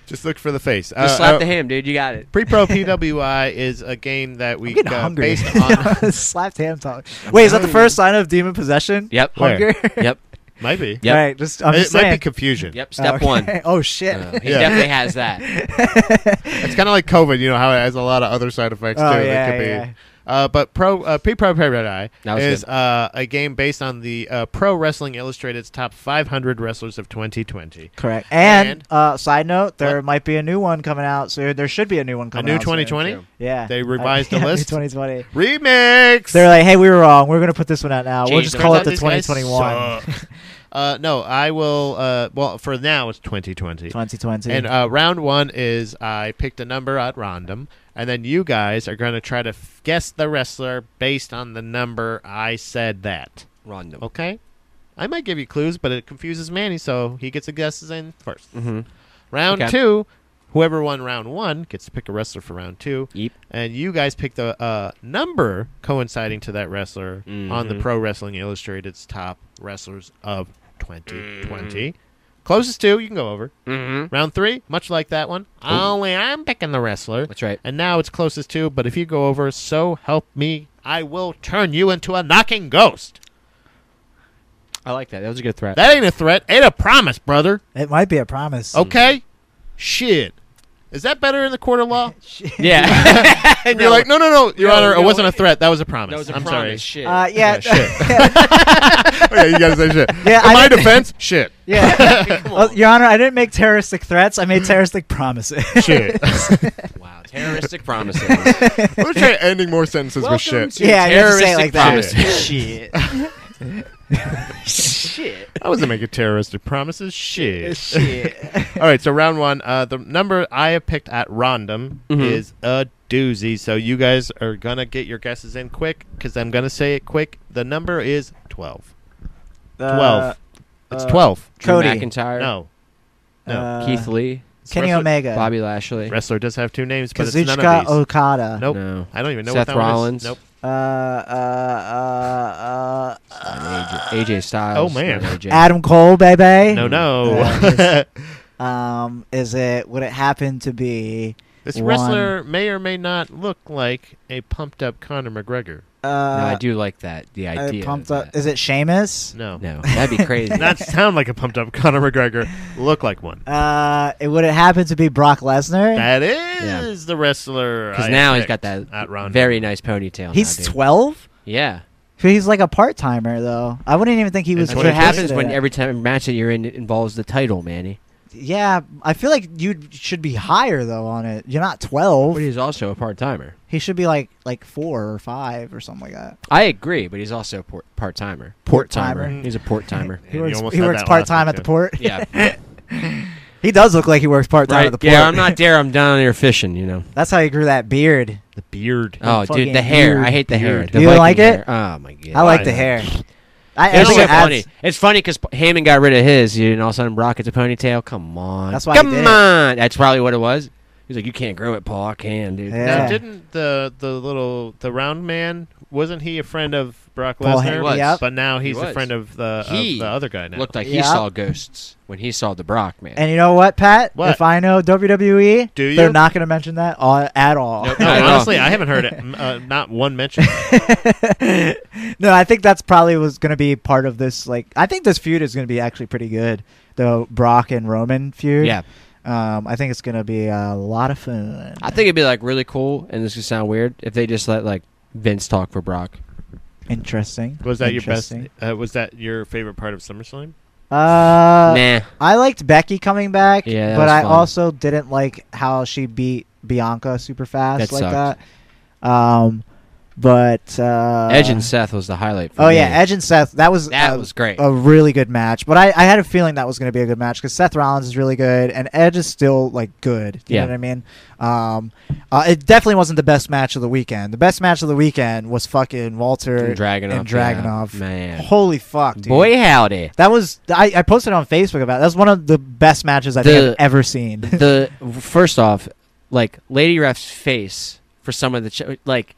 Just look for the face. Uh,
Just slap the ham, dude. You got it.
Pre-Pro PWI is a game that we
I'm getting
uh,
hungry.
based on
Slapped ham talk. Wait, is that the first sign of demon possession?
Yep.
Hunger.
Yep.
might be.
Yep.
All right, just I'm
it
just
might
saying.
be confusion.
Yep.
Oh,
Step
okay.
one. Uh,
Oh shit.
he
Yeah.
definitely has that.
It's kind of like COVID, you know how it has a lot of other side effects
Oh,
too.
yeah,
that could
yeah.
be. Uh, but pro uh, Pre-Pro PWI
That was
is
good.
uh, a game based on the uh, Pro Wrestling Illustrated's top 500 wrestlers of 2020.
Correct. And,
And-
uh, side note, there
What?
might be a new one coming out soon. There should be a new one
A
coming
new
out. soon.
2020
True.
Yeah.
They revised the
Yeah, new
list?
2020.
remix.
They're like, hey, we were wrong. We're gonna put this one out now. we'll
Jeez,
just
turns
call
out
it the
these guys
2021.
suck. uh, no, I will. Uh, well, for now it's 2020.
2020.
And uh, round one is I picked a number at random, and then you guys are going to try to f- guess the wrestler based on the number I said that.
Random.
Okay? I might give you clues, but it confuses Manny, so he gets the guesses in first.
Mm-hmm.
Round
Okay.
two, whoever won round one gets to pick a wrestler for round two,
Yep.
and you guys pick the uh, number coinciding to that wrestler on the
Mhm.
Pro Wrestling Illustrated's top wrestlers of
Mm.
2020. Closest two, you can go over.
Mm-hmm.
Round three, much like that one, only I'm picking the wrestler.
Oh. That's right.
And now it's closest to, but if you go over, so help me, I will turn you into a knocking ghost.
I like that. That was a good threat.
That ain't a threat, ain't a promise, brother.
Mm.
it might be a promise.
Okay? Shit. Is that better in the court of law?
Yeah.
And you're like, no, no, no, Your
No,
Honor,
no,
it wasn't a
it-
threat. That was a promise.
that was a
I'm
promise.
sorry.
Shit.
Uh,
Oh,
yeah,
okay, you gotta say shit.
Yeah,
In
I
my
didn't-
defense, shit.
yeah.
Come
Uh,
on.
Your Honor, I didn't make terroristic threats. I made terroristic promises.
Shit.
Wow. Terroristic promises. Welcome
I'm gonna try ending more sentences with shit.
to
yeah, you have to
terroristic
say it like
promises.
that.
Shit. Shit.
I wasn't making terroristic promises. Shit.
Shit.
All right, so round one. Uh, the number I have picked at random
Mhm.
is a doozy. So you guys are gonna get your guesses in quick because I'm gonna say it quick. The number is twelve.
Uh,
Twelve. it's
uh,
twelve.
Drew
Cody.
McIntyre.
No, no.
uh,
Keith Lee.
It's
Kenny
wrestler-
Omega.
Bobby Lashley.
Wrestler does have two names, but it's none
Kazuchika
of these.
Okada.
nope.
No.
I don't even know
Seth
what that
Rollins.
one is. Nope.
Uh, uh, uh, uh,
AJ, AJ Styles.
Oh, man.
Not AJ.
Adam Cole, baby.
No, no.
Uh, Um, is it? Would it happen to be?
this
one.
wrestler may or may not look like a pumped up Conor McGregor.
Uh,
no, I do like that. The
I
idea.
pumped
of
up.
that.
Is it Sheamus?
No.
No, that'd be crazy.
not sound like a pumped up Conor McGregor. Look like one.
Uh, it would it happen to be Brock Lesnar?
That is the wrestler.
Because
I
now he's got
picked
that
at Ron.
very nice ponytail.
He's
now, dude.
twelve.
Yeah.
He's like a part timer though. I wouldn't even think he was.
That's
It's
what
what he
happens
interested
when
in it.
every time match that you're in involves the title, Manny.
Yeah, I feel like you should be higher though on it. You're not twelve.
But he's also a part timer.
He should be like like four or five or something like that.
I agree, but he's also a part timer. Port timer.
Port-timer.
He's a port timer.
Man,
He
you
works,
almost
he
had
works
that
part
last
time
one,
at the
too.
port.
yeah.
He does look like he works part time
Right.
at the port.
Yeah, I'm not there. I'm down there fishing. You know.
That's how he grew that beard.
The beard.
Oh,
fucking
dude, the hair.
beard.
I hate the hair.
Beard.
The
You don't like
Viking
it?
hair. Oh my god.
I like
Why?
the hair. I, I
It's
think
so
it adds-
funny. It's funny because Heyman got rid of his, you know, and all of a sudden Brock gets a ponytail. Come on.
That's why he
Come
did it.
on. That's probably what it was. He's like, you can't grow it, Paul. I can, dude.
Yeah.
Now, didn't the the little the round man wasn't he a friend of Brock
Paul
Lesnar?
Heyman, He was. yep.
But now he's
He
a
was.
friend of the of
He
the other guy now.
Looked like
Yeah.
he saw ghosts when he saw the Brock man.
And you know what, Pat?
What?
If I know WWE,
Do
they're
you?
not going to mention that all, at all.
Nope.
no,
Not at all.
honestly, I haven't heard it. m- Uh, not one mention.
no, I think that's probably was going to be part of this. Like, I think this feud is going to be actually pretty good. The Brock and Roman feud.
yeah,
Um, I think it's going to be a lot of fun.
I think it'd be like really cool, and this could sound weird if they just let like Vince talk for Brock.
Interesting.
Was that your best?
Interesting.
Uh, was that your favorite part of SummerSlam?
Uh,
nah,
I liked Becky coming back,
Yeah, that
but
was
I
fun.
also didn't like how she beat Bianca super fast
That
like
sucked.
that. Um, but uh,
Edge and Seth was the highlight. For
oh
me.
yeah, Edge and Seth. That was
that
a,
was great.
a really good match. But I, I had a feeling that was going to be a good match because Seth Rollins is really good and Edge is still like good. You
Yeah.
know what I mean? Um, uh, it definitely wasn't the best match of the weekend. The best match of the weekend was fucking Walter
and Dragon
and Dragonoff.
man,
Holy fuck, dude!
boy howdy.
That was I, I posted on Facebook about. It. That's one of the best matches I think I've
The-
ever seen.
the first off, like Lady Ref's face for some of the ch- like,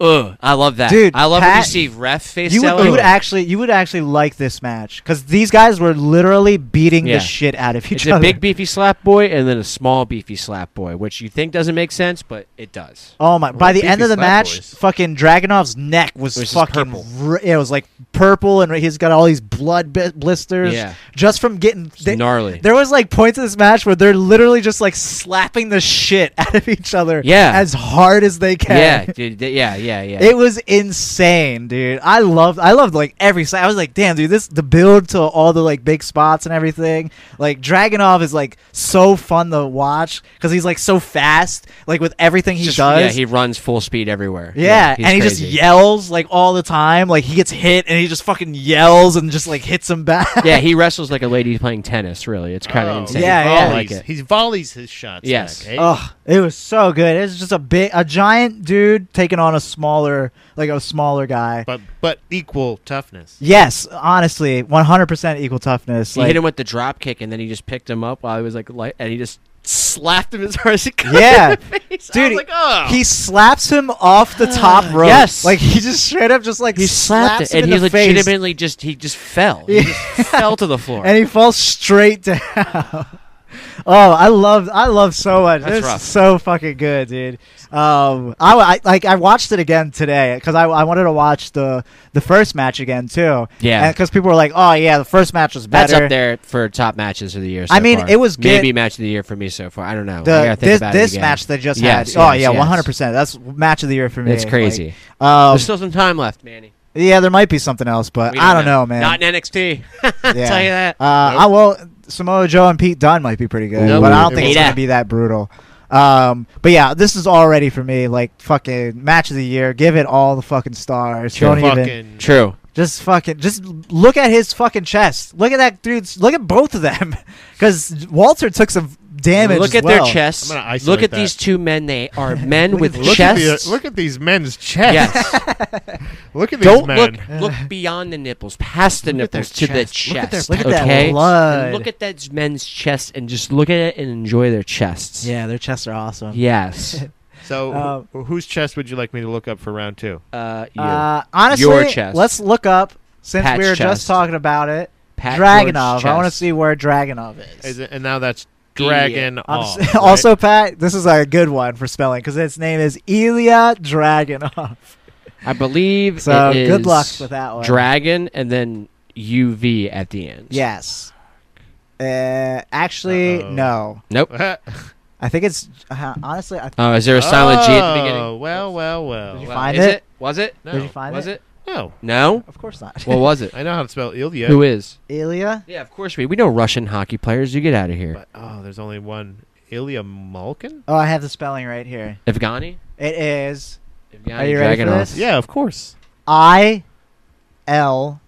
ugh, I love that,
Dude,
I love when you
Pat-
see Ref face
you would,
selling.
you would actually you would actually like this match because these guys were literally beating
Yeah.
the shit out of each
it's
other.
a big beefy slap boy and then a small beefy slap boy, which you think doesn't make sense, but it does.
Oh my! By the
beefy
end of the
slap
match,
boys.
fucking Dragonov's neck was
It was just
fucking.
purple.
r- it was like purple, and he's got all these blood bi- blisters
Yeah.
just from getting.
It's
They,
gnarly.
there was like points of this match where they're literally just like slapping the shit out of each other,
Yeah.
as hard as they can.
Yeah, dude. th- Yeah, yeah, yeah.
It was insane, dude. I loved I loved like every side. I was like, damn, dude, this the build to all the like big spots and everything. Like Dragonov is like so fun to watch because he's like so fast, like with everything he
Just-
does.
Yeah, he runs full speed everywhere.
Yeah,
he's
and he just
crazy.
yells like all the time. Like he gets hit and he just fucking yells and just like hits him back.
Yeah, he wrestles like a lady playing tennis. Really, it's kind of
Oh,
insane.
Yeah,
he
yeah.
I
Volleys,
like it.
He volleys his shots.
Yes.
Back, eh?
Ugh, it was so good. It was just a big, a giant dude taking on a smaller, like a smaller guy.
But but equal toughness.
Yes, honestly, one hundred percent equal toughness.
He
like-
hit him with the drop kick, and then he just picked him up while he was like, light, and he just slapped him as hard as he could.
Yeah.
in the face. I
Dude,
was like, oh.
He slaps him off the top rope.
Yes.
like he just straight up just like
He slapped
slaps
it, and
him
he
in the face,
legitimately just he just fell. He just fell to the floor.
and he falls straight down. Oh, I love I love so much.
That's
It's
rough.
so fucking good, dude. Um, I, I like I watched it again today because I, I wanted to watch the the first match again too.
Yeah.
because people were like, oh yeah, the first match was better.
That's up there for top matches of the year. So
I mean,
far.
it was good-
maybe match of the year for me so far. I don't know. I
The,
gotta think
this
about it
this
again.
match they just
Yes,
had. Oh
yes,
yeah,
yes.
one hundred percent. That's match of the year for me.
It's crazy.
Like, um,
There's still some time left, Manny.
yeah, there might be something else, but
We
I don't know, man.
Not in NXT. I'll
Yeah.
tell you that.
Uh, I will. Samoa Joe and Pete Dunne might be pretty good,
Nope.
but I don't think it's
Made
gonna
up.
be that brutal. Um, but yeah, this is already for me like fucking match of the year. Give it all the fucking stars.
True.
Don't
fucking
even
True.
just fucking just look at his fucking chest. Look at that dude's. Look at both of them because Walter took some damage.
Look
as
at
well.
their chests.
I'm gonna
Look
isolate
at
that.
these two men. They are men
Look
with
at
look At
chests.
the, look at these men's chests.
yes.
Look at these
Don't
men.
look. Look beyond the nipples, past the
Look at their
nipples to the
chest. Look at their
chest.
Look at that
okay.
blood.
And look at that men's chest and just look at it and enjoy their chests.
yeah, their chests are awesome.
Yes.
So,
Um,
wh- whose chest would you like me to look up for round two?
Uh, you.
Uh, honestly,
Your chest.
let's look up since
Pat's
we were
chest.
just talking about it.
Pat
Dragonov.
George's
I want to
chest.
see where Dragonov is.
Is it, oh, and now that's Dragon.
Honestly-
Off, right?
Also, Pat, this is a good one for spelling because its name is Ilya Dragunov.
I believe.
So
it
good
is
luck with that one.
Dragon and then UV at the end.
yes. Uh, actually,
Uh-oh.
no.
Nope.
I think it's uh, honestly. I,
Oh, is there a silent G at the
Oh,
beginning?
Well, well, well.
Did you
Wow,
find
is
it?
Was it?
no.
Did you find
Was
it?
it?
No,
No.
Of course not.
What was it?
I know how to spell Ilya.
Who is?
Ilya.
Yeah, of course we. We know Russian hockey players. You get out of here.
But, oh, there's only one Ilya Malkin.
Oh, I have the spelling right here.
Evgeny.
It is
Evgeny
Are you ready for
Dragunov.
this?
Yeah, of course.
I L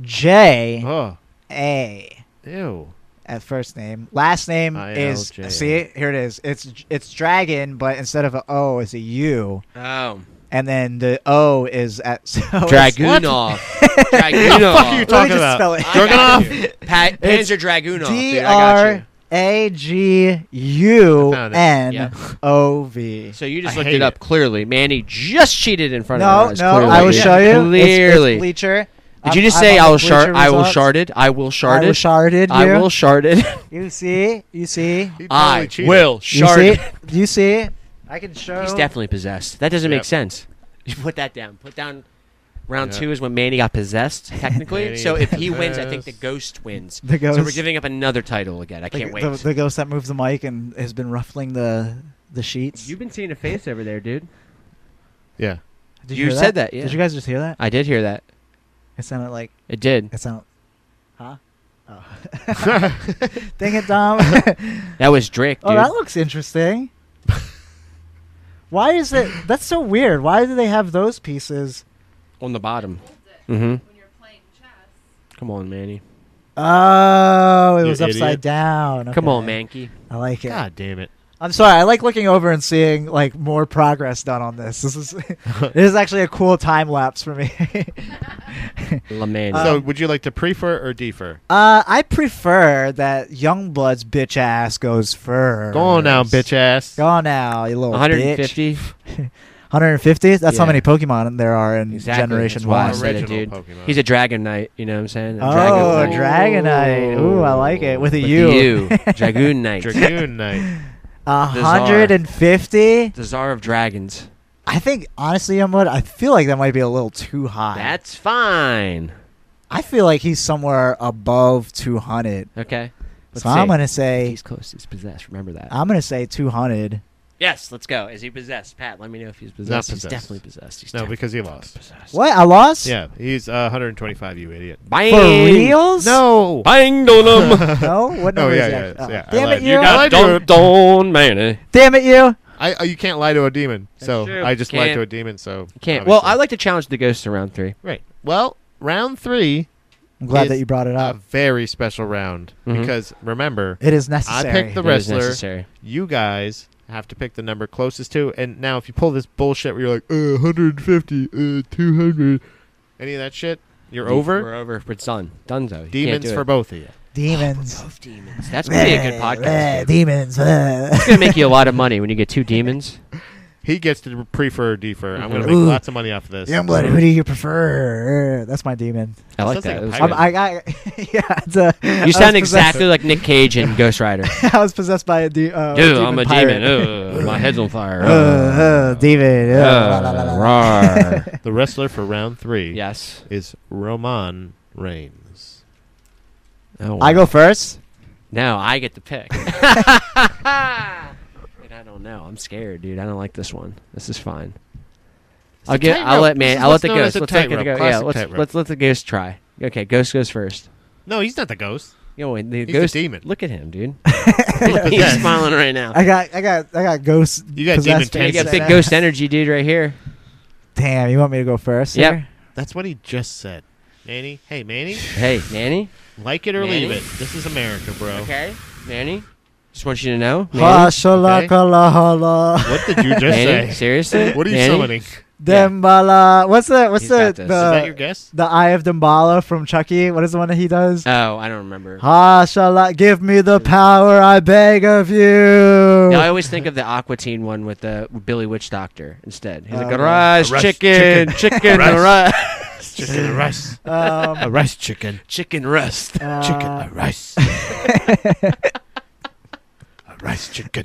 J
Oh,
A
ew.
at first name. Last name is
ILJ.
see here it is. It's it's Dragon, but instead of a O, it's a U.
Oh,
and then the O is at so Oh, it's-
Dragunov.
What the fuck are you
Dragunov.
Let me
talking
just
about?
spell it.
Dragunov?
Pa-
It's
Panzer Dragunov.
D
dude, I got
R A G U N O V.
you. So you just
I
looked
hate
it up
it.
clearly. Manny just cheated in front
No,
of us.
no, I will show you. It's-
Clearly.
it's bleacher.
Did
I'm-
you just
I'm
say
on
I
the
will shard?
bleacher
I will
results.
sharded. I will
I will
sharded.
sharded you.
I will sharded.
You see? You see?
He totally
I
cheated.
will
You
sharded.
see? You see? I can show.
He's definitely possessed. That doesn't
Yep.
make sense. You put that down. Put down. Round
Yeah.
two is when Manny got possessed, technically.
Manny
so if he wins, I think the
possessed.
ghost wins.
The ghost.
So we're giving up another title again. I
the,
can't wait.
The, the ghost that moves the mic and has been ruffling the the sheets.
You've been seeing a face over there, dude.
Yeah.
Did
you
hear
said that, yeah.
Did you guys just hear that?
I did hear that.
It sounded like
It did.
it sounded. Huh? Oh. Dang it, Dom.
That was Drake, dude.
Oh, that looks interesting. Why is it? That's so weird. Why do they have those pieces?
on the bottom. Mm-hmm.
when you're playing chess.
Come on, Manny.
Oh, it
You
was upside
idiot.
down.
Come
Okay.
on, Mankey.
I like it.
God damn it.
I'm sorry. I like looking over and seeing like more progress done on this. This is this is actually a cool time lapse for me.
La Manny.
Um,
so, would you like to prefer or defer?
uh, I prefer that Youngblood's bitch ass goes first.
Go on now, bitch ass.
Go on now, you little bitch.
150.
150. That's how
Yeah.
many Pokemon there are in
Exactly.
Generation
That's why I
One.
Wild.
said it,
Original
dude.
Pokemon.
He's a Dragon Knight. You know what I'm saying? A
Oh,
Dragon Knight.
Dragonite. Ooh, I like it. With a
With
U.
the U. Dragoon Knight.
Dragoon Knight.
A
Bizarre.
hundred and fifty.
the Czar of Dragons.
I think honestly, Youngblood. I feel like that might be a little too high.
That's fine.
I feel like he's somewhere above two hundred.
Okay. Let's
So I'm
see.
gonna say.
He's close. He's possessed. Remember that.
I'm gonna say two hundred.
yes, let's go. Is he possessed? Pat, let me know if he's possessed. He's
possessed.
definitely possessed. He's
No,
definitely
because he lost.
possessed.
What? I lost.
Yeah, he's uh, 125, you idiot.
Bang.
For reals?
No!
Bang on him.
No. What
Oh,
number
yeah,
is
yeah,
that?
yeah,
Oh,
yeah, I
Damn
lied.
it,
You
you!
got- I do.
Don, Don Manny.
Damn it, you!
I, uh, you can't lie to a demon. so
true.
I just lied
Can't.
to a demon. So
Can't. Well, I
obviously.
like to challenge the ghosts in round three.
right. Well, round three,
I'm glad
It's
that you brought it
Uh,
a
up.
very special round
Mhm.
because remember,
It is
I
necessary.
picked the
That is
wrestler.
necessary.
You guys have to pick the number closest to. And now, if you pull this bullshit where you're like uh, 150, uh, 200, any of that shit, you're over.
We're over. It's done. Done though. You can't
Demons
do
for
it.
both of you.
demons.
Both demons. That's gonna be a good
Bleh, bleh,
podcast. dude.
demons. bleh.
It's gonna make you a lot of money when you get two demons.
He gets to prefer or defer. I'm going
Mhm.
to make
Ooh.
lots of money off of this.
Youngblood, who do you prefer? That's my demon.
I like
Sounds
that.
like a
It was
pirate.
I'm,
good.
I, I, yeah, it's a, I
you
was
sound
possessed-
exactly like Nick Cage in Ghost Rider.
I was possessed by a, de- uh,
Dude,
demon
I'm a
pirate.
demon. Ugh, my head's on fire.
Uh, uh, demon. Uh, la, la, la, la, la.
Rawr.
The wrestler for round three
yes.
is Roman Reigns.
Oh,
I go first.
No, I get to pick. and I don't know. I'm scared, dude. I don't like this one. This is fine. I'll get. I'll let man. I'll let the ghost. Let's take it a go. Yeah. Let's let's let the ghost try. Okay, ghost goes first.
No, he's not the ghost.
You know, the
He's a
ghost.
demon.
Look at him, dude. He's
possessed.
smiling right now.
I got, I got, I got ghost.
You got demon
possessed
tendencies.
You
me.
got big ghost energy, dude, right here.
Damn, you want me to go first?
Yep.
here?
That's what he just said. Manny, hey Manny,
Hey, Nanny.
like it or leave
Manny?
it. This is America, bro.
Okay, Nanny. Just want you to know, Nanny.
Hashalakalahala.
What did you just
Nanny?
say?
Seriously?
What are you
Nanny?
summoning?
Dembala. What's the what's
He's
the uh,
got this. Is
is
the,
that your guess?
the eye of Dembala from Chucky? What is the one that he does?
Oh, I don't remember.
Hashala, give me the power, I beg of you.
Yeah, I always think of the Aqua Teen one with the Billy Witch Doctor instead. He's like,
Oh.
rice,
Rice,
chicken,
chicken,
chicken,
rice."
rice,
Chicken and rice.
Um,
rice chicken.
chicken rest.
uh,
rice. a rice chicken.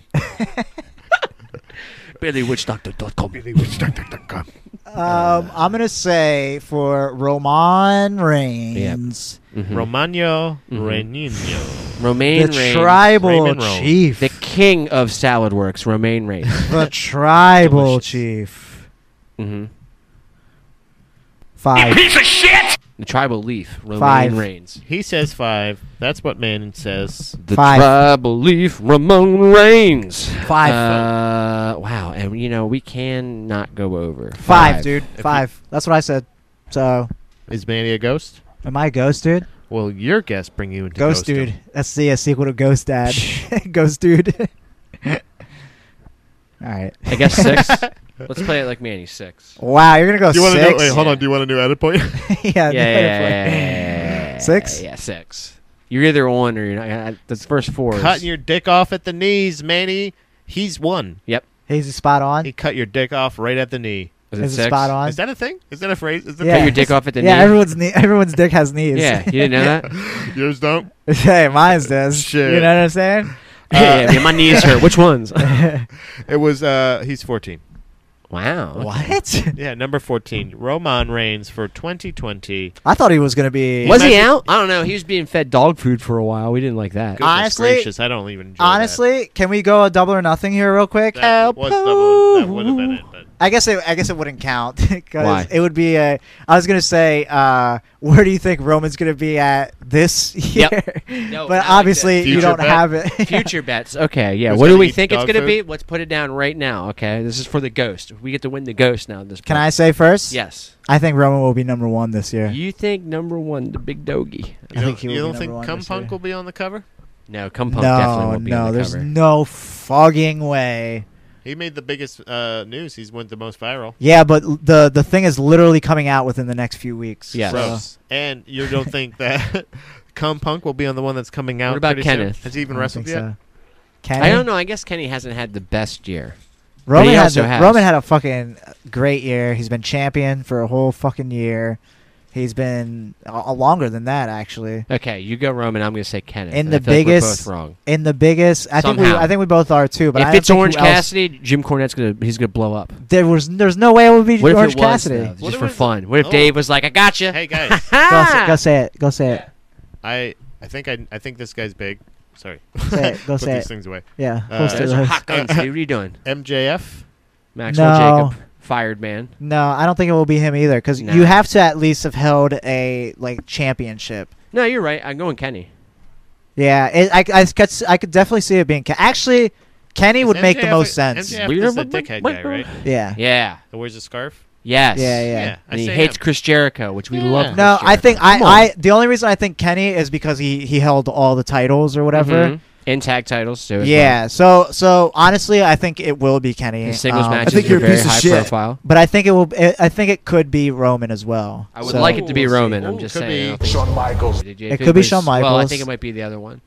BillyWitchdoctor.com.
um, I'm gonna say for Roman Reigns,
Romagno
Mhm.
Renino.
Mm-hmm. Romaine
the
Reigns.
tribal
Raymond Rome.
chief,
the king of salad works, Romaine Reigns.
the tribal
Delicious.
chief.
hmm
Five.
The tribal leaf, Romaine
Five.
Reigns.
He says five. That's what Manning says.
The
Five.
tribal leaf, Ramon Reigns.
Five.
Uh, wow, and you know, we can not go over.
Five, dude. Five. That's what I said. So,
Is Manny a ghost?
am I a ghost dude?
Well, your guess bring you into
Ghost, dude. That's the uh, sequel to Ghost Dad. ghost dude. All right.
I guess six. Let's play it like Manny, six.
Wow, you're gonna go
Do you want to
six.
know? Wait, hold
Yeah.
on. Do you want a new edit point?
yeah,
yeah,
no,
yeah, yeah,
definitely.
yeah, yeah, yeah, yeah.
Six?
Yeah, six. You're either one or you're not. I- That's the first four. is-
Cutting your dick off at the knees, Manny. He's one.
He's spot on.
He cut your dick off right at the knee.
is it
He's
six?
spot on.
Is that a thing? Is that a phrase? Is that
Yeah.
Cut your dick off at the
yeah,
knee.
everyone's knee, everyone's dick has knees.
yeah, you didn't know that?
Yours don't.
hey, mine's does.
Shit.
You know what I'm saying?
yeah, yeah, my knees hurt. Which ones?
It was. uh He's fourteen.
wow.
What?
Yeah, number fourteen. Roman Reigns for 2020.
I thought he was gonna be.
Was he
Imagine-
out? I don't know. He was being fed dog food for a while. We didn't like that.
Goodness
Honestly-
gracious, I don't even. Enjoy that.
Honestly, can we go a double or nothing here, real quick?
that was double. That would have been it, but
I guess it, I guess it wouldn't count because
Why?
it would be a. I was gonna say, uh, where do you think Roman's gonna be at this year?
Yep. No,
but
not like
obviously,
that.
you
Future
don't
bet?
have it.
Future bets. Okay, yeah.
Who's
what do
gonna
we
eat
think it's
dog
going to
food?
be? Let's put it down right now, okay? This is for the ghost. We get to win the ghost now. At this
Can I
point.
say first?
Yes.
I think Roman will be number one this year.
You think number one, the big doggy?
I
you don't
think he
you
will be
don't think
number one this
Cumpunk
year.
will be on the cover?
No, Cum Punk definitely
no,
won't be
no,
on the
there's
cover.
no fogging way.
He made the biggest uh, news. He's went the most viral.
Yeah, but l- the the thing is literally coming out within the next few weeks.
Yes.
so-
Gross. And you don't think that Cumpunk will be on the one that's coming out?
What about
pretty soon?
Kenneth?
Has he even
I don't
wrestled
think
yet?
so. Kenny?
I don't know. I guess Kenny hasn't had the best year. But
Roman
he
had
also
the-
has.
Roman had a fucking great year. He's been champion for a whole fucking year. He's been uh, longer than that actually.
Okay, you go Roman. I'm going to say Kenneth.
In
and I
the
feel like
biggest-
we're both wrong.
In the biggest, I think we
Somehow.
I think we both are too. But I
if
don't
it's
think
Orange
who else-
Cassidy, Jim Cornette's going to he's going to blow up.
there was there's no way it would be
What
Orange
if it was
Cassidy.
though,
What
just
if
for
it-
fun? What if
oh.
Dave was like, "I got you."
Hey guys,
Go, s- go say it. Go say it.
I I think I I think this guy's big. Sorry.
Say it. Go
Put
say
these
it.
things away.
Yeah.
Uh,
close to
Those
Those
are
those.
hot guns, dude. What are you doing,
MJF.
Maxwell
No.
Jacob? Fired man.
No, I don't think it will be him either because
Nah.
you have to at least have held a like championship.
No, you're right. I'm going Kenny.
Yeah, it, I, I, could, s- I could definitely see it being Ken. actually Kenny would
Is
make the
MJF
most sense.
MJF
Weird.
is the dickhead guy, right?
Yeah.
Yeah.
That wears a scarf.
Yes.
Yeah, yeah.
I
And he
say
hates
him.
Chris Jericho, which we
Yeah.
love.
No,
Chris
I think I,
Come on.
I the only reason I think Kenny is because he he held all the titles or
Jericho.
whatever.
Mhm. in tag titles too. as well.
Yeah. So so honestly, I think it will be Kenny.
His singles
Um,
matches
think
are
you're a
very
piece of
high
shit.
profile.
But I think it will. I I think it could be Roman as well.
I would
So-
like it to be
Ooh,
Roman.
see.
I'm
Ooh,
just
could
saying. I don't
be.
think-
Shawn Michaels.
It
could be
was-
Shawn
Well, I
Michaels.
think it might be the other one.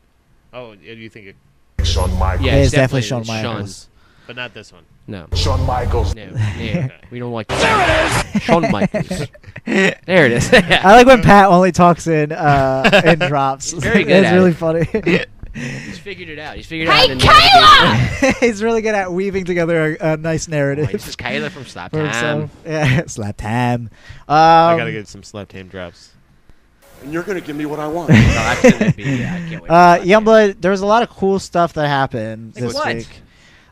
Oh, yeah, you think it?
Shawn Michaels.
Yeah,
It
it's
is definitely
definitely
Shawn Michaels.
Shawn.
but not this one.
No.
Shawn Michaels.
No. no. We don't like that. There it is! Shawn Michaels. there it is.
I like when Pat only talks in uh, in drops.
He's very good
It's
at
really
it.
funny.
He's figured it out. He's figured
Hey,
out.
Kayla!
He's really good at weaving together a, a
Oh,
nice narrative.
This is Kayla from Slap
for
Time.
himself. Yeah, slap time. Um,
I gotta get some slap ham drops.
And you're gonna give me what I want.
No, I've seen that beat. Yeah, I can't wait. for
Uh,
that.
Youngblood, there was a lot of cool stuff that happened
Like
this
what?
week.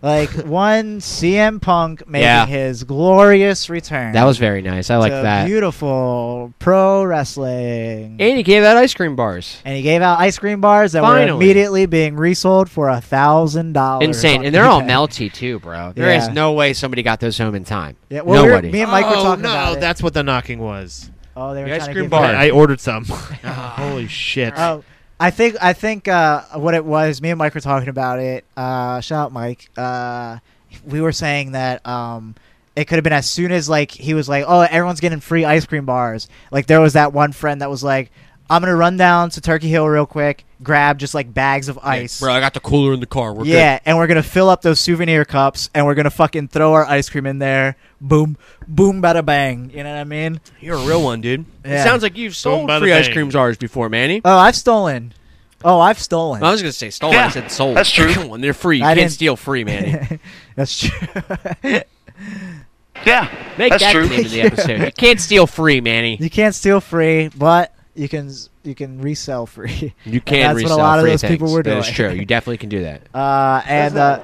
Like one CM Punk making
Yeah.
his glorious return.
That was very nice. I like
to
that.
Beautiful pro wrestling.
And he gave out ice cream bars.
and he gave out ice cream bars that were
Finally.
immediately being resold for a thousand dollars.
Insane.
on
And they're all
eBay.
melty, too, bro. There is
Yeah.
no way somebody got those home in time.
Yeah, well, we were-
Nobody.
me and Mike were
oh
talking
no,
about it.
that's what the knocking was. Ah.
Oh, they were
The ice
trying to
cream
give
bar.
me-
I, I ordered some. Holy shit!
Oh, I think I think uh, what it was. Me and Mike were talking about it. Uh, shout out, Mike. Uh, we were saying that um, it could have been as soon as like he was like, "Oh, everyone's getting free ice cream bars." Like there was that one friend that was like, "I'm gonna run down to Turkey Hill real quick, grab just like bags of ice."
I got the cooler in the car. We're
yeah, and we're gonna fill up those souvenir cups, and we're gonna fucking throw our ice cream in there. Boom, boom, bada bang. You know what I mean?
You're a real one, dude.
Yeah.
It sounds like you've sold
bada
free ice
bang.
cream bars before, Manny.
Oh, I've stolen. Oh, I've stolen.
I was going to say stolen. I said sold. That's true. Come on, they're free. You
I
can't
didn't-
steal free, Manny.
That's true.
Make that the name of the episode. You can't steal free, Manny.
You can't steal free, but you can you can resell free.
You
That's what a
can resell
lot of
free
those
things.
people were
That is
doing.
true. You definitely can do that.
Uh, and uh,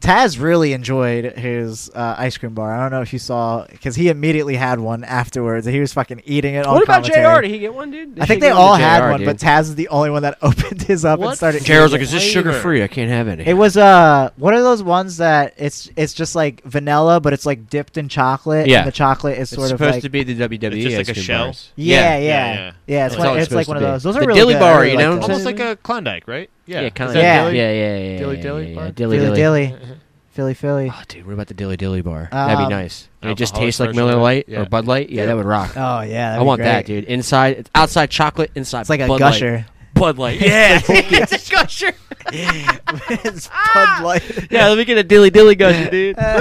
Taz really enjoyed his uh, ice cream bar. I don't know if you saw because he immediately had one afterwards. and He was fucking eating it. on
What about
commentary.
JR? Did he get one, dude?
I think they all had one, but Taz is the only one that opened his up and
What?
started.
JR was
eating
like,
it.
"Is this
flavor?
sugar free? I can't have any."
It was uh, what are those ones that it's it's just like vanilla, but it's like dipped in chocolate.
Yeah.
and the chocolate is
It's
sort of
supposed
like
to be the WWE.
It's just like
ice
a
cream
shell.
bars.
yeah, yeah,
yeah,
yeah,
yeah.
it's,
That's
one,
all it's
it's like
supposed
one of
to be.
those. Those are
The
really
dilly
good. I
bar,
really
you
like
know?
those.
Almost like a Klondike, right? Yeah,
Yeah,
Is
kind of.
that
Yeah.
Yeah,
Dilly?
yeah, yeah, yeah.
Dilly
yeah,
Dilly
yeah,
bar?
yeah, Dilly
Dilly
dilly.
Dilly. Philly Philly.
Oh, dude, what about the dilly dilly bar? That'd
Um,
be nice. Did it just
Alcoholic
taste like
version
Miller
of it?
Lite
Yeah.
or Bud Light? Yeah, that would rock.
Oh yeah,
I want that, dude. Inside, it's outside chocolate, inside
It's like a
Bud Light.
gusher.
Bud Light. Yeah, it's a gusher.
it's Bud Light.
Yeah, let me get a dilly dilly gusher, dude.
Uh,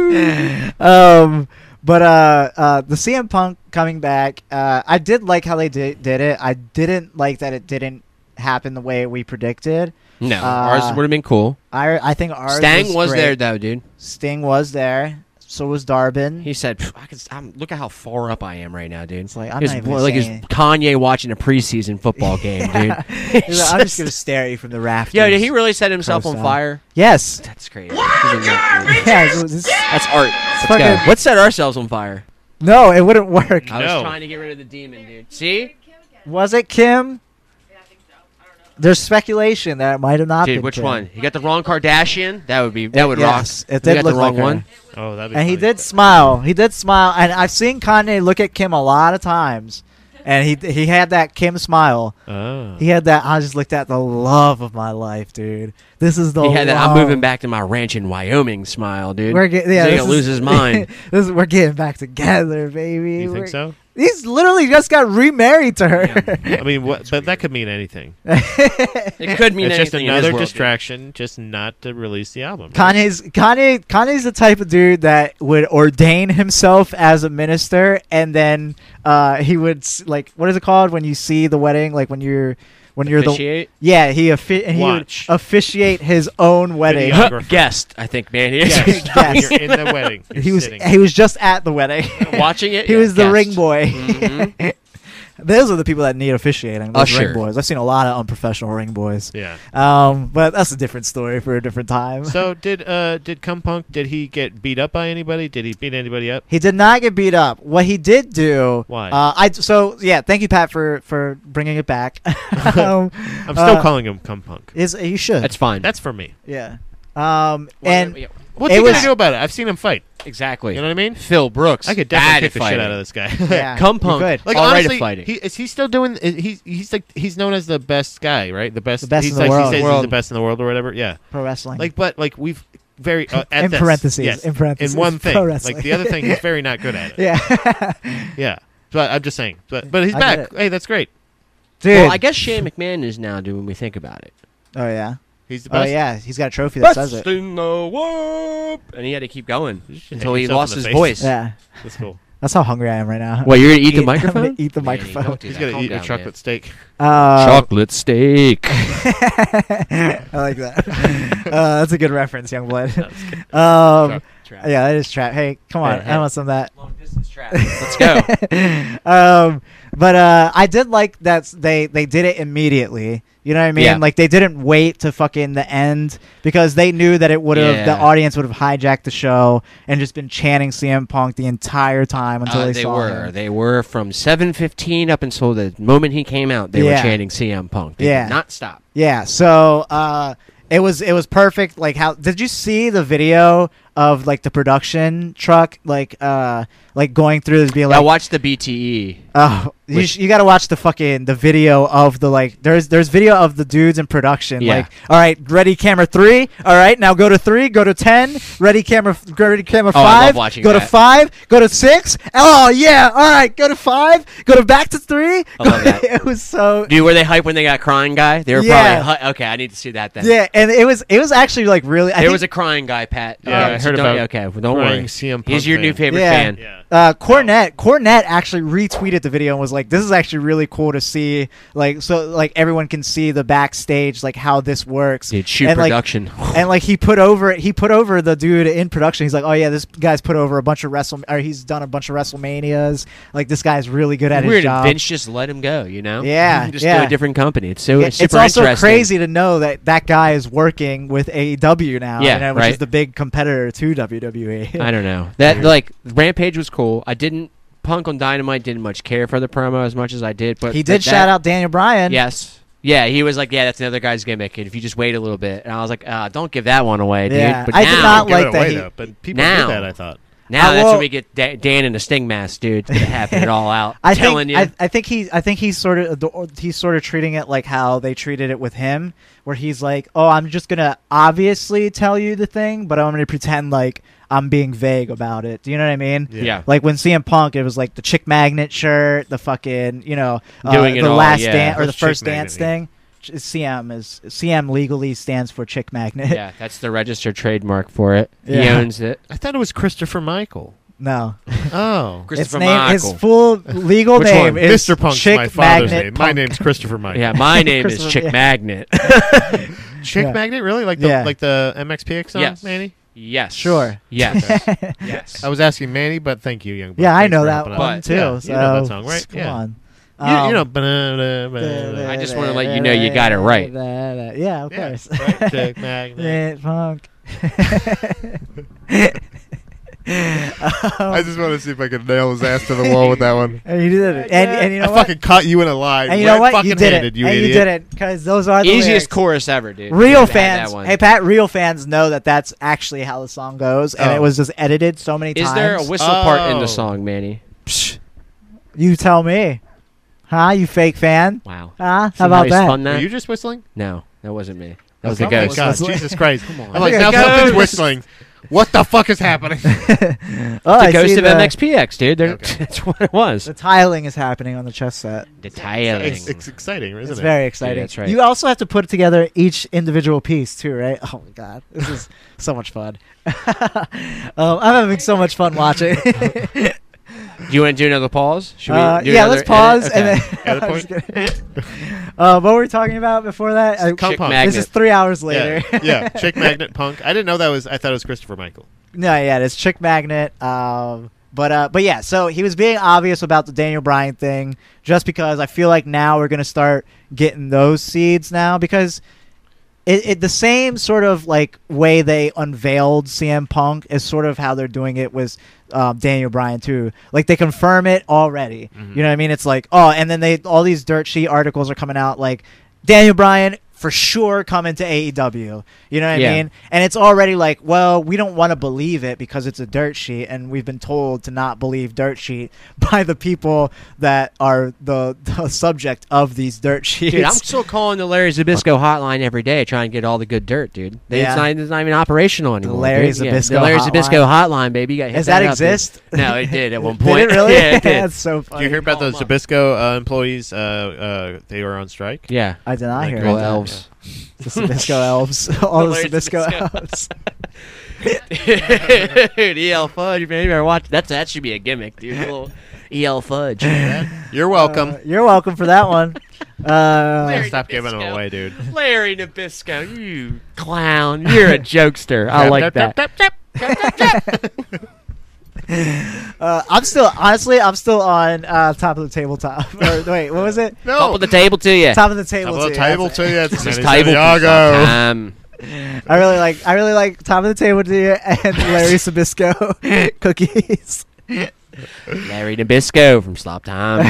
um, but uh, uh, the CM Punk coming back, uh, I did like how they did, did it. I didn't like that it didn't happen the way we predicted.
No,
Uh,
ours would have been cool.
I I think ours
Stang was
great.
there though, dude.
Sting was there. So was Darbin.
He said, "Pff, "I can. I'm, look at how far up I am right now, dude.
It's like, I'm
It's
not even
like it's
saying-
Kanye watching a preseason football game, dude.
He's like, I'm just gonna stare at you from the rafters.
Yo, did he really set himself
Pro
on
style.
fire?
Yes.
That's crazy. That's
Yeah, it was- it's-
art. Let's go.
fucking-
Let's set ourselves on fire.
no, it wouldn't work.
I was
No.
trying to get rid of the demon, dude. See,
Was it Kim? There's speculation that it might have not been.
dude, which
Kim.
one? You got the wrong Kardashian? That would be that would
yes,
rock.
it
We
did
got
look
the wrong
like her.
one.
Oh, that'd be
And he
funny.
did smile. He did smile, and I've seen Kanye look at Kim a lot of times, and he he had that Kim smile.
Oh.
He had that. I just looked at the love of my life, dude. This is the.
He had that. I'm
love."
moving back to my ranch in Wyoming. Smile, dude.
We're get, yeah,
He's
this
gonna
is-
lose his mind.
this is, we're getting back together, baby.
You
We're-
think so?
He's literally just got remarried to her.
I mean, what, but that could mean anything.
It could mean
it's just
anything in this
another
world, dude.
distraction, just not to release the album. right?
Kanye's Kanye Kanye's the type of dude that would ordain himself as a minister, and then uh, he would s- like what is it called when you see the wedding? Like when you're when you're the
Officiate?
yeah he offi- and he would
Watch.
officiate his own wedding.
Video.
guest, I think, man. He
Yes,
is.
Yes.
you're in the wedding. You're
he was
sitting.
he was just at the wedding.
watching it.
he
yeah,
was the
guest.
ring boy.
Mhm.
Those are the people that need officiating. Those
Usher.
ring boys. I've seen a lot of unprofessional ring boys.
yeah.
Um, but that's a different story for a different time.
So did uh did Cum Punk? Did he get beat up by anybody? Did he beat anybody up?
He did not get beat up. What he did do,
Why?
Uh, I so yeah. Thank you, Pat, for for bringing it back. um,
I'm still
uh,
calling him Cum Punk.
Is you should
That's fine.
That's for me.
yeah. Um, and
yeah,
What's
It
he
was-
gonna do about it? I've seen him fight.
exactly.
You know what I mean?
Phil Brooks.
I could
bad
definitely kick the
fighting.
shit out of this guy.
yeah,
Cum
you
Punk.
could.
Like
All right
honestly,
at fighting.
He, is he still doing? is- He's he's like he's known as the best guy, right? The best.
The best
he's
in the
like,
world.
He says he's
World.
the best in the world or whatever. Yeah.
pro wrestling.
Like, but like we've very uh, at
In
this,
parentheses,
yes,
in parentheses,
in one
pro
thing.
wrestling.
Like the other thing, he's very not good at it.
yeah,
Yeah. But I'm just saying. But but he's
I get
back. Hey, that's great.
dude.
Well, I guess Shane McMahon is now doing. When we think about it,
oh yeah,
He's the
Oh
best.
yeah, he's got a trophy that says
Best
it.
in the world. And he had to keep going until
hit
he
yourself
lost
in the
his
face.
voice.
Yeah,
That's cool.
that's how hungry I am right now.
Well, you're gonna eat the
I'm gonna
microphone?
Eat the
Man,
microphone.
don't do
He's
that.
gonna
Calm
eat
down,
a
man.
chocolate steak.
Uh,
chocolate steak.
I like that. Uh, that's a good reference, young blood. Um, yeah, that is trap. Hey, come on,
Hey, hey.
I want some of that.
Long distance trap. Let's go. Uh,
um, but uh, I did like that s- they they did it immediately. You know what I mean?
Yeah.
Like they didn't wait to fucking the end because they knew that it would have the
Yeah.
audience would have hijacked the show and just been chanting CM Punk the entire time until
Uh,
they,
they
saw
were.
him.
They were from 7:15 up until the moment he came out. They
Yeah.
were chanting CM Punk. They did
Yeah.
not stop.
Yeah. So uh, it was it was perfect. Like how did you see the video of like the production truck like uh like going through this being
I
like
watched the E. BTE.
Oh, you,
Which-
sh- you got to watch the fucking the video of the like. There's there's video of the dudes in production.
Yeah.
Like, all right, ready camera three. All right, now go to three. Go to ten. Ready camera. f- go- Ready camera
Oh, I love
five.
watching
go to
that.
five. Go to six. Oh yeah. All right, go to five. Go to back to three.
I love that.
it was so.
Dude, were they hype when they got crying guy? They were
Yeah.
probably hi- okay. I need to see that then.
Yeah, and it was it was actually like really. I
there
think,
was a crying guy, Pat.
Yeah,
Okay,
I
so
heard
don't-
about
Okay, well, don't
crying
worry.
CM Punk
He's your new
fan.
favorite
Yeah.
fan.
Yeah.
uh, Cornette, Cornette actually retweeted the video and was like, "This is actually really cool to see. Like, so like everyone can see the backstage, like how this works.
Dude, shoot
And, like,
production.
and like he put over he put over the dude in production. He's like, oh yeah, this guy's put over a bunch of wrestle or he's done a bunch of WrestleManias. Like this guy's really good at his
Weird.
job.
And Vince just let him go. You know.
Yeah,
Just
yeah.
to a different company. It's so
Yeah,
it's super
it's also
interesting.
crazy to know that that guy is working with AEW now,
Yeah,
you know, which is
right.
the big competitor to E. WWE.
I don't know. That like Rampage was cool. I didn't Punk on Dynamite didn't much care for the promo as much as I did, but
he did shout out Daniel Bryan.
Yes. Yeah, he was like, yeah, that's another guy's gimmick. And if you just wait a little bit, and I was like, uh, don't give that one away, dude.
Yeah,
But
I
now,
did not
Give it
like that
away,
he-
though, but people did
Now.
that. I thought.
now
I
that's
will-
when we get da- Dan in a sting mask, dude, to happen it all out.
I
telling
think
you,
I, I think he I think he's sort of he's sort of treating it like how they treated it with him, where he's like, "Oh, I'm just gonna obviously tell you the thing, but I'm gonna pretend like I'm being vague about it." Do you know what I mean?
Yeah.
Like when CM Punk, it was like the chick magnet shirt, the fucking you know, uh,
Doing it
the
all,
last
yeah.
dance or the
What's chick
first dance thing.
magnet
Ch- CM is CM legally stands for chick magnet.
yeah, that's the registered trademark for it. He
Yeah.
owns it.
I thought it was Christopher Michael.
no,
Oh.
its
Christopher
name
Michael.
his full legal
Which
name
one?
is
Mr. Punk's
chick
my father's
magnet
name. My
Punk.
name's Christopher Michael.
yeah, my name is
Christopher-
Chick
yeah.
Magnet.
Chick
Yeah.
Magnet, really? Like the
Yeah.
like the MXPX song,
Yes.
Manny?
yes.
Sure.
Yes. yes.
I was asking Manny, but thank you, young.
Yeah,
buck.
I
Thanks
know
for
that
helping out.
one
But-
too.
Yeah, you
so
know that song, right?
Come
Yeah.
on.
You- you,
Um,
know, banana, banana.
I just wanna let you know you got it right.
Yeah, of
Yeah,
course.
right, Chick Magnet.
Lit funk.
I just want to see if I could nail his ass to the wall with that one.
Um, and you did it. And, and you know
I
what?
fucking caught you in a lie.
And you know what? You did
handed,
it.
You
and
idiot.
you did it because those are the
Easiest
lyrics.
chorus ever, dude.
Real
We've had
fans,
that one.
hey Pat, real fans know that that's actually how the song goes, and
Oh.
it was just edited so many
is
times.
there a whistle part in
Oh.
the song, Manny?
you tell me, huh? You fake fan,
Wow.
huh?
See
How about
you
that?
spun
Were you just whistling?
No, that wasn't me. That was
Oh
the
my
ghost.
God,
That's-
Jesus Christ! Come
on.
I'm like
Okay,
now something's
ghost.
whistling. What the fuck is happening?
oh,
the
I
ghost
see
of
the,
MXPX, dude. They're-
Okay.
That's what it was.
The tiling is happening on the chess set.
The tiling.
it's, it's exciting, isn't
it's
it?
very exciting.
that's right.
You also have to put together each individual piece too, right? Oh my god, this is so much fun. um, I'm having so much fun watching.
Do you want to do another pause? Should we
Uh,
do
yeah,
another
let's pause
edit? Okay.
and then.
Edit
I'm just kidding. uh, what were we talking about before that? I-
Chick
Chick
Punk.
this
magnet.
is three hours
Yeah,
later.
yeah, Chick Magnet Punk. I didn't know that was. I thought it was Christopher Michael.
No, yeah, it's Chick Magnet. Um, but uh, but yeah, so he was being obvious about the Daniel Bryan thing, just because I feel like now we're gonna start getting those seeds now because it, it the same sort of like way they unveiled CM Punk is sort of how they're doing it with um, Daniel Bryan too. Like they confirm it already. You know what I mean? It's like oh, and then they all these dirt sheet articles are coming out like Daniel Bryan for sure coming to AEW. You know what I
Yeah.
mean? And it's already like, well, we don't want to believe it because it's a dirt sheet, and we've been told to not believe dirt sheet by the people that are the, the subject of these dirt sheets.
Dude, I'm still calling the Larry Zabisco hotline every day trying to get all the good dirt, dude. They,
Yeah.
it's, not, it's not even operational anymore.
Larry
dude. Yeah,
Zbyszko
the Larry
hotline.
Zabisco hotline, baby. You gotta hit
Does that
up, dude.
exist?
No, it did at one
Did
point.
it really?
yeah, it did.
That's so
Do
funny.
you hear about
call
those
them up.
Zabisco uh, employees? Uh, uh, they were on strike.
yeah.
I did not
Like
hear
Little
about that.
elves.
The Sabisco elves. All the
Larry
Sabisco
Sabisco.
elves.
dude, EL E Fudge, man. You better watch. That's, that should be a gimmick, dude. Little EL Fudge.
You're welcome.
Uh, you're welcome for that one. Uh,
Larry
Stop giving them
Nabisco.
away, dude.
Larry Nabisco, you clown. You're a jokester. I like that.
uh, I'm still, honestly, I'm still on uh, top of the tabletop. or, wait, what was it?
No.
Top of the table to you.
Top of the table.
Top of
too,
the
yeah,
table
that's it.
too. That's
This
Manny
table.
Santiago.
Um,
I really like, I really like top of the table to you and Larry Sabisco cookies.
Larry Nabisco from Slop Time.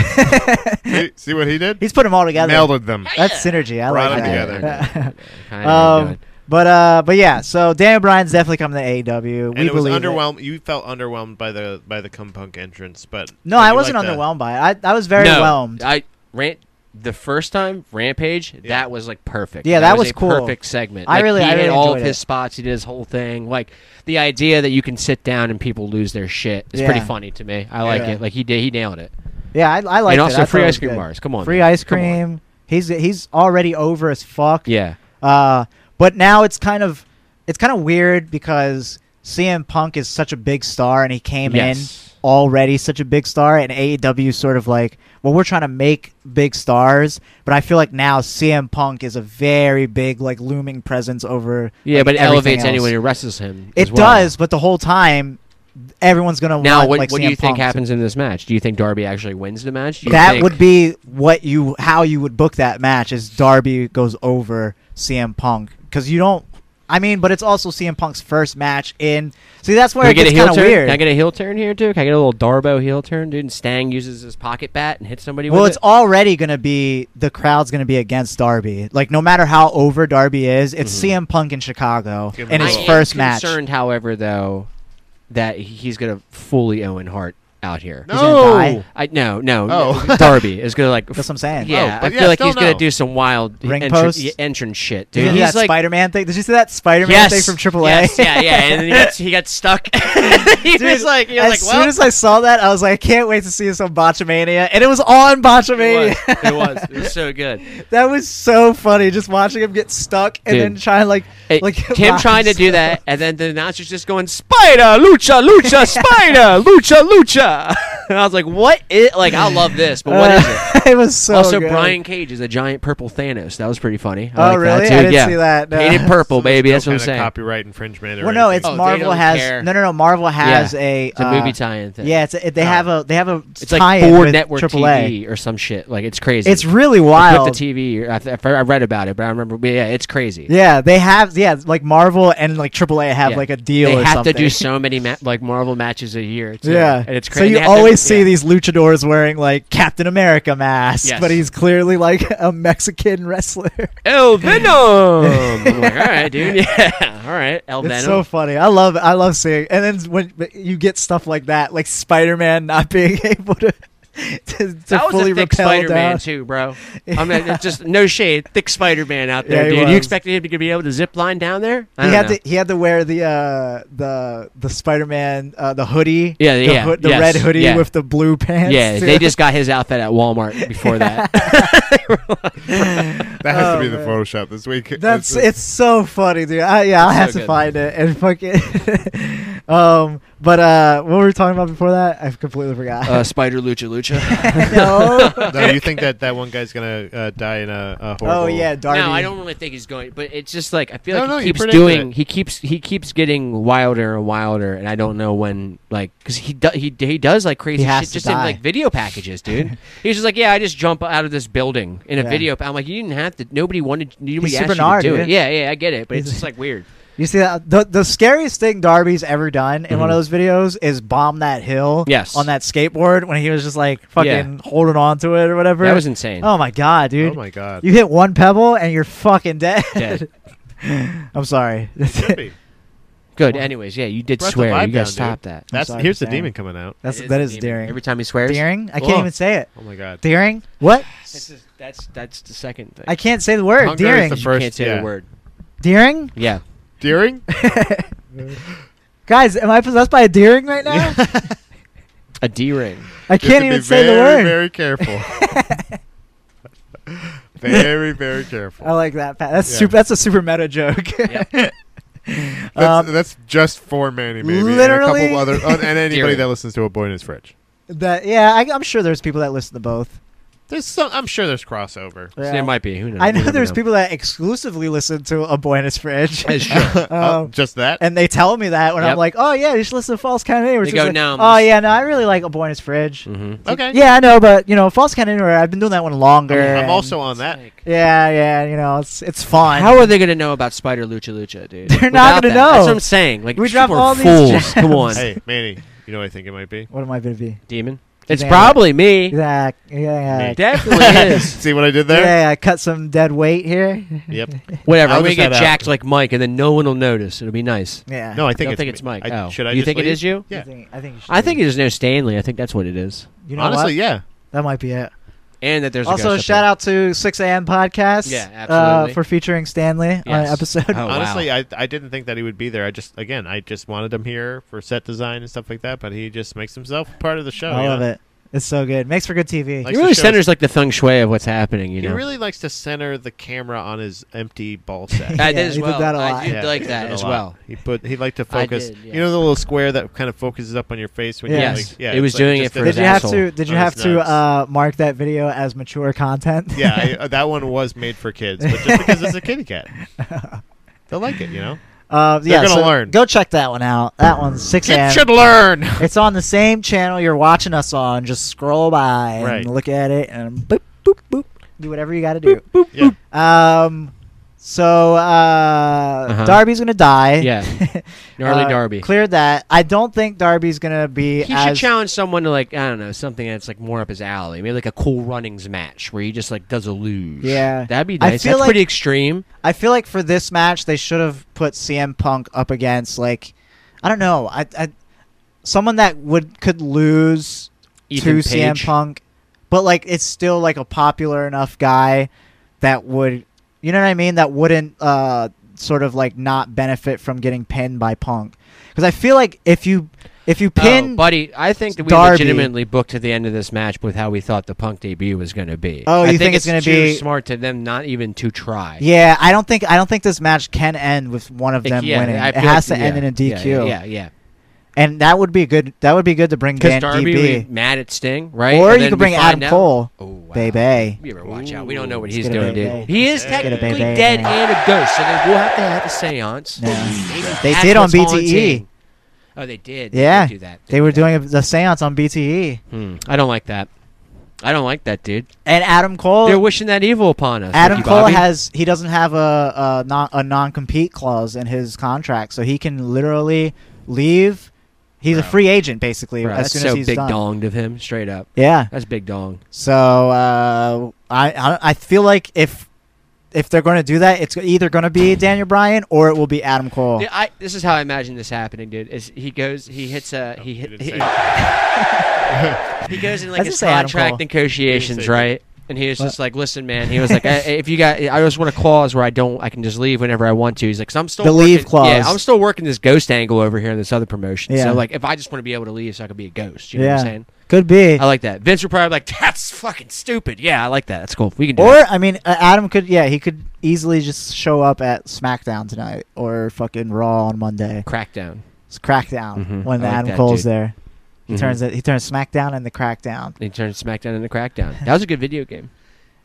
see, see what he did?
He's put them all together.
Melded them.
That's synergy. I
Brought
like
them
that.
Kinda
um,
doing-
but uh, but yeah. So Daniel Bryan's definitely coming to AEW. We
And it was
believe it.
underwhelmed. You felt underwhelmed by the by the cum punk entrance, but
No,
but
I
you
wasn't
liked the-
underwhelmed by it. I, I was very
No,
whelmed.
I rant the first time Rampage. That was like perfect.
Yeah, that was
a
cool.
Perfect segment.
I
Like,
really-
he
I
did
really
all
enjoyed
of his
it.
spots. He did his whole thing. Like the idea that you can sit down and people lose their shit is
Yeah.
pretty funny to me. I like
Yeah.
it. Like he did. He nailed it.
yeah, I, I liked it.
and also
I thought
free
it
ice
was
cream
good.
bars. Come on,
Free
man.
ice
Come on.
cream. He's he's already over as fuck.
Yeah.
Uh, but now it's kind of it's kind of weird because CM Punk is such a big star and he came in
Yes.
already such a big star and AEW is sort of like well we're trying to make big stars but I feel like now CM Punk is a very big like looming presence over
Yeah,
like,
but it
everything
elevates
else.
anyone who wrestles him.
It
as well.
does, but the whole time everyone's gonna
Now,
want,
what,
like,
what do
CM
you think
Punk to-
happens in this match? Do you think Darby actually wins the match? Do you
that
think-
would be what you how you would book that match is Darby goes over CM Punk because you don't. I mean, but it's also CM Punk's first match in. See, that's where
Can I
it
get a
gets
heel
kind
turn?
of weird.
Can I get a heel turn here too? Can I get a little Darbo heel turn, dude? And Stang uses his pocket bat and hits somebody.
well,
with
it's
it?
already going to be the crowd's going to be against Darby. Like no matter how over Darby is, it's
Mm-hmm.
CM Punk in Chicago
Give
in
him
his
a-
first
am
match.
Concerned, however, though, that he's gonna fully Owen Hart out here.
He's gonna
No.
die.
I no no.
Oh.
Darby is gonna like.
That's what I'm saying.
Yeah,
Oh,
I
but
feel
yeah,
like
still
he's gonna
no.
do some wild
Ring
entran-
post?
yeah, entrance shit,
Did
dude.
you see
He's
that
like.
Spider-Man thing? Did you see that Spider-Man
Yes,
thing from AAA?
Yes, yeah, yeah, and then he got, he got stuck. he
Dude,
was like, he was
as
like,
soon
well,
as I saw that, I was like, I can't wait to see this on Botchamania, and it was on Botchamania.
it was, it was, it was so good.
That was so funny, just watching him get stuck and
Dude.
then trying like
Hey,
like
him trying to do that, and then the announcer's just going Spider Lucha Lucha Spider Lucha Lucha, and I was like, "What is like? I love this, but what is it?"
it? it was so.
also,
good.
Brian Cage is a giant purple Thanos. That was pretty funny. I
Oh,
like
really?
That too.
I didn't
yeah.
see that, no.
Painted purple,
So there's
baby.
no
That's what I'm
kinda
saying.
Copyright infringement. Or
Well, no, it's
anything.
Oh, they
Marvel
don't
has
care.
no, no, no. Marvel has
Yeah.
a
It's a
uh,
movie tie-in thing.
Yeah, it's a, it, they
Oh.
have a they have a
It's like
tie-in
four
with
network
AAA.
TV or some shit. Like it's crazy.
It's really
Like,
wild.
with the TV. I, th- I read about it, but I remember. but Yeah, it's crazy.
yeah, they have yeah like Marvel and like AAA have
Yeah.
like a deal.
They
or
have
something.
to do so many ma- like Marvel matches a year. Too.
Yeah,
and it's crazy.
So
They
you
have to-
always see
yeah.
these luchadors wearing like Captain America masks,
Yes.
but he's clearly like a Mexican wrestler.
El Venom. I'm like, all right, dude. Yeah, all right. El
It's so
Venom.
funny. I love I love seeing. And then when but you get stuff like that, like Spider Man not being able to to, to
that was
fully
a thick
repel
Spider-Man
down.
too, bro. I mean, it's just no shade, thick Spider-Man out
Yeah,
there,
he
dude. You
was.
expected him to be able to zip line down there? I
He
don't
had
know.
to he had to wear the uh, the the Spider Man uh, the hoodie.
Yeah,
the,
yeah,
hood- the
yes,
red hoodie
yeah.
with the blue pants.
yeah,
too.
they just got his outfit at Walmart before that.
that has
Oh,
to be the
man.
Photoshop this week.
That's
It's-
it's so funny, dude. I, yeah, I'll
It's
have
so
to
good.
find it and fucking. um, but uh, what were we talking about before that? I completely forgot.
Uh, Spider Lucha Lucha.
no.
No, you think that that one guy's gonna uh, die in a, a horrible?
Oh yeah, Darby.
No, I don't really think he's going, but it's just like I feel
No,
like
no,
he
you
keeps
predicted
doing.
it.
He keeps he keeps getting wilder and wilder, and I don't know when like because he do, he he does like crazy
He has
shit
to
just in
die.
like video packages, dude. he's just like, yeah, I just jump out of this building in a
Yeah.
video. pa- I'm like, you didn't have to. Nobody wanted. Nobody
He's
asked
Super
you to
Nard,
do it.
dude.
Yeah, yeah, I get it, but it's
He's-
just like weird.
You see that the the scariest thing Darby's ever done in one of those videos is bomb that hill.
Mhm. Yes.
On that skateboard when he was just like fucking holding on to it or whatever.
That was insane.
Oh my god, dude.
Oh my god.
You hit one pebble and you're fucking dead.
Dead.
I'm sorry.
Should be.
Good. Anyways, yeah, you did
Brought the
swear.
vibe
You gotta
down,
stop
dude.
that.
That's
sorry,
here's the
Sam.
demon coming out.
That's
It
that
a
is
demon.
daring.
Every time he swears,
Daring? I
Whoa.
can't even say it.
Oh my god.
Daring? What?
That's just- that's that's the second thing.
I can't say the word.
Hunger is
Daring.
the
you
First,
can't say
yeah.
the word.
Daring?
Yeah.
Deering?
Guys, am I possessed by a Deering right now?
A D ring.
I
You have
can't
to
even
be
say the
very,
word.
Very careful. very, very careful.
I like that. Pat. That's
Yeah.
super. That's a super meta joke.
Yep.
That's,
um,
that's just for Manny, maybe,
literally-
and a couple other, uh, and anybody
Dear.
that listens to a boy in his fridge.
that yeah, I, I'm sure there's people that listen to both.
There's some. I'm sure there's crossover.
So
Yeah.
There might be. Who knows?
I
You
know
never
there's people that exclusively listen to a boy in his fridge.
That's true.
Uh,
Um,
just that.
and they tell me that when I'm
Yep.
like, oh yeah, you should listen to False Count Anywhere.
They
So it's
go
like,
numb.
Oh yeah, no, I really like a boy in his fridge.
Mhm.
okay.
Yeah, I know, but you know, False Count Anywhere. I've been doing that one longer.
I'm
and-
also on that.
Yeah, yeah, you know, it's it's fun.
How are they going to know about Spider Lucha Lucha, dude?
They're not
Without
gonna
that.
know.
That's what I'm saying. Like
We
people
drop
are
all these
fools.
gems.
Come on,
Hey, Manny, you know what I think it might be?
What am I gonna be?
demon. It's
Yeah.
probably me.
Yeah, yeah, yeah.
Me.
It definitely is.
See what I did there?
Yeah, I cut some dead weight here.
Yep.
Whatever.
I'll
I'm gonna
just head
get
out.
jacked like Mike, and then no one will notice. It'll be nice.
Yeah.
No, I
I
think
don't
it's
think it's Mike.
I-
oh,
Should I?
you
just
think
leave?
it is you?
I
Yeah.
think I think you should
I think
leave.
you just know Stanley. I think that's what it is.
you know
Honestly,
what?
yeah.
that might be it.
And that there's
Also,
a
shout out to 6 a.m. podcast.
Yeah,
uh,
absolutely.
for featuring Stanley on an
Yes.
episode.
Oh,
Honestly,
wow.
I I didn't think that he would be there. I just again, I just wanted him here for set design and stuff like that. But he just makes himself part of the show.
I
you
love
know?
it. It's so good. Makes for good TV.
Like-
He
to
really
show us-
centers like the feng shui of what's happening. You
He
know.
really likes to center the camera on his empty ball set.
Yeah,
I did as
he did
well.
that a
I
lot.
did
Yeah,
like
he
that
did a
as
lot.
well.
He put he liked to
I
focus.
did,
You know the little square that kind of focuses up on your face when
Yes.
you like, yeah.
It
it's
was
like
doing
just
it for
a-
did
his
you have
asshole.
to? Did you
Oh,
have
it's
to
nice.
uh, mark that video as mature content?
yeah, I, uh, that one was made for kids, but just because it's a kitty cat, they'll like it. You know,
Uh, yeah,
uh, gonna
so
learn.
Go check that one out. That one's 6 a.m.
kids should learn.
It's on the same channel you're watching us on. Just scroll by and
Right.
look at it and boop boop boop. Do whatever you got to do.
yeah.
Um, so uh, Darby's gonna die.
Uh-huh. Yeah. Gnarly
Uh,
Darby.
Cleared that. I don't think Darby's gonna be.
He should
as,
challenge someone to like I don't know something that's like more up his alley. Maybe like a cool runnings match where he just like does a luge.
Yeah.
that'd be
I
nice.
feel
that's
like-
pretty extreme.
I feel like for this match they should have put CM Punk up against like, I don't know, I, I someone that would could lose
Ethan
to
Page.
CM Punk, but like it's still like a popular enough guy that would, you know what I mean? That wouldn't uh sort of like not benefit from getting pinned by Punk because I feel like if you if you
Oh,
pin
buddy. I think that we
Darby.
legitimately booked to the end of this match with how we thought the Punk debut was going to be.
Oh,
I
you
think,
think it's
it's
gonna
too
be-
smart to them not even to try.
Yeah, I don't think I don't think this match can end with one of
Like,
them
yeah,
winning.
I
It
feel
has
like-
to end in
yeah,
a DQ,
Yeah, yeah, yeah.
and that would be good. That would be good to bring
Because
Dan
Darby would
DB,
be mad at Sting, right?
or
And
you
then
could
we
bring
find
Adam
out-
Cole,
Oh, wow.
baby.
You better watch out. We don't know what
Ooh.
he's
Let's get a
doing,
baby.
dude. He is
Let's get a
technically
baby.
dead and a ghost, so then we'll have to have a seance.
Yeah.
Maybe
They
that's
did on
what's
BTE.
haunting. Oh, they did. They
Yeah.
did do that.
They were doing a, the seance on E. BTE,
Hmm. I don't like that. I don't like that, dude.
and Adam
They're
Cole.
wishing that evil upon us.
Adam
Ricky
Cole
Bobby.
has he doesn't have a a, non, a non-compete clause in his contract, so he can literally leave. He's a
Bro.
free agent basically
Bro,
as
that's
soon
so
as he's
big
done.
donged of him, straight up.
Yeah.
That's big dong.
So uh, I, I I feel like if if they're going to do that, it's either going to be Daniel Bryan or it will be Adam Cole.
Yeah, I, this is how I imagine this happening, dude. Is he goes, he hits a, he
he
hit,
didn't
he,
say
he goes in like
Let's
his
just say Adam
contract
Cole.
He didn't
negotiations,
say
right? And he was
What?
just like, "Listen, man." He was like, I, "If you got, I just want a clause where I don't, I can just leave whenever I want to." He's like, "So I'm still
The leave
working- Yeah,
clause.
I'm still working this ghost angle over here in this other promotion.
Yeah.
So like, if I just want to be able to leave, so I can be a ghost. You know what
Yeah.
I'm saying?
Could be.
I like that. Vince would probably be like, "That's fucking stupid." Yeah, I like that. That's cool. We can do
or
it.
I mean, uh, Adam could yeah he could easily just show up at SmackDown tonight or fucking Raw on Monday.
Crackdown.
It's Crackdown
Mhm.
when
I like
Adam
that,
Cole's
dude.
there. He
Mhm.
turns it. He turns SmackDown into Crackdown.
He turned SmackDown into Crackdown. That was a good video game.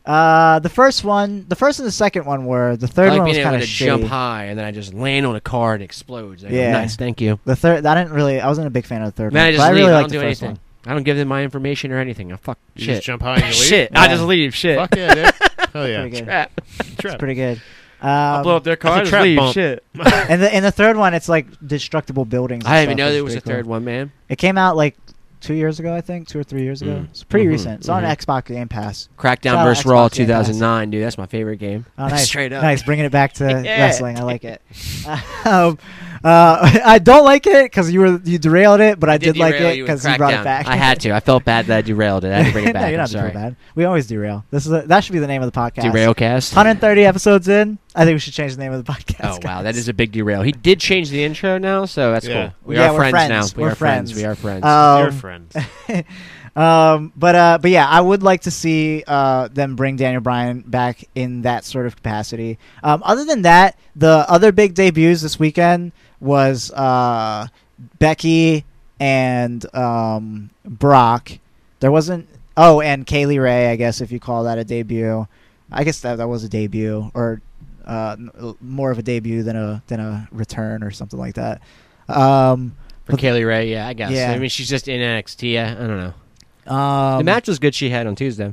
Uh, the first one, the first and the second one were. The third
I like
one was
being able
kind
to
of
jump high and then I just land on a car and it explodes. I go,
Yeah.
nice. Thank you.
The third, I didn't really. I wasn't a big fan of the third
Then
one.
I just
but I
leave.
really
I
like
don't
the
do
first
anything.
one.
I don't give them my information or anything. I fuck
You
shit.
just jump high and you leave.
Shit. I
Yeah.
just leave. Shit.
Fuck yeah, dude. Hell Oh, yeah.
Pretty good.
Crap.
It's
Trap.
pretty good. Um,
I'll blow up their
That's
car.
a
and
trap
leave.
bump.
Shit.
and the and the third one, it's like destructible buildings. and
I didn't even
stuff,
know
which
there
is
was a
pretty
third
cool.
one, man.
It came out like two years ago, I think, two or three years ago.
Mm.
It's pretty
Mhm,
recent. It's on
mhm.
Xbox Game Pass. Shout
Crackdown
out
vs.
Xbox
Raw
Game Pass.
2009, dude. That's my favorite game.
Oh, nice,
Straight up.
nice, bringing it back to
Yeah.
wrestling. I like it. um, uh, I don't like it because you were you derailed it, but I, did, like
derail
it
you with
because you brought it
Crackdown.
back.
I had to. I felt bad that I derailed it. I had to bring it back.
no, you're
I'm
not
sorry.
bad. We always derail. This is a, that should be the name of the podcast.
Derailcast.
130 episodes in. I think we should change the name of the podcast.
Oh wow, that
guys.
is a big derail. He did change the intro now, so that's
Yeah.
cool. We
Yeah,
are
we're
friends,
friends. Uh,
now. We
We're
are friends.
friends.
We are friends.
Um,
Dear friends.
Um, but uh, but yeah, I would like to see uh, them bring Daniel Bryan back in that sort of capacity. Um, other than that, the other big debuts this weekend was uh, Becky and um, Brock. There wasn't. Oh, and Kaylee Ray, I guess if you call that a debut. I guess that that was a debut, or uh, n- more of a debut than a than a return or something like that. Um,
For Kaylee Ray, yeah, I guess.
Yeah.
I mean, she's just in NXT. I, I don't know.
um,
the match was good she had on Tuesday.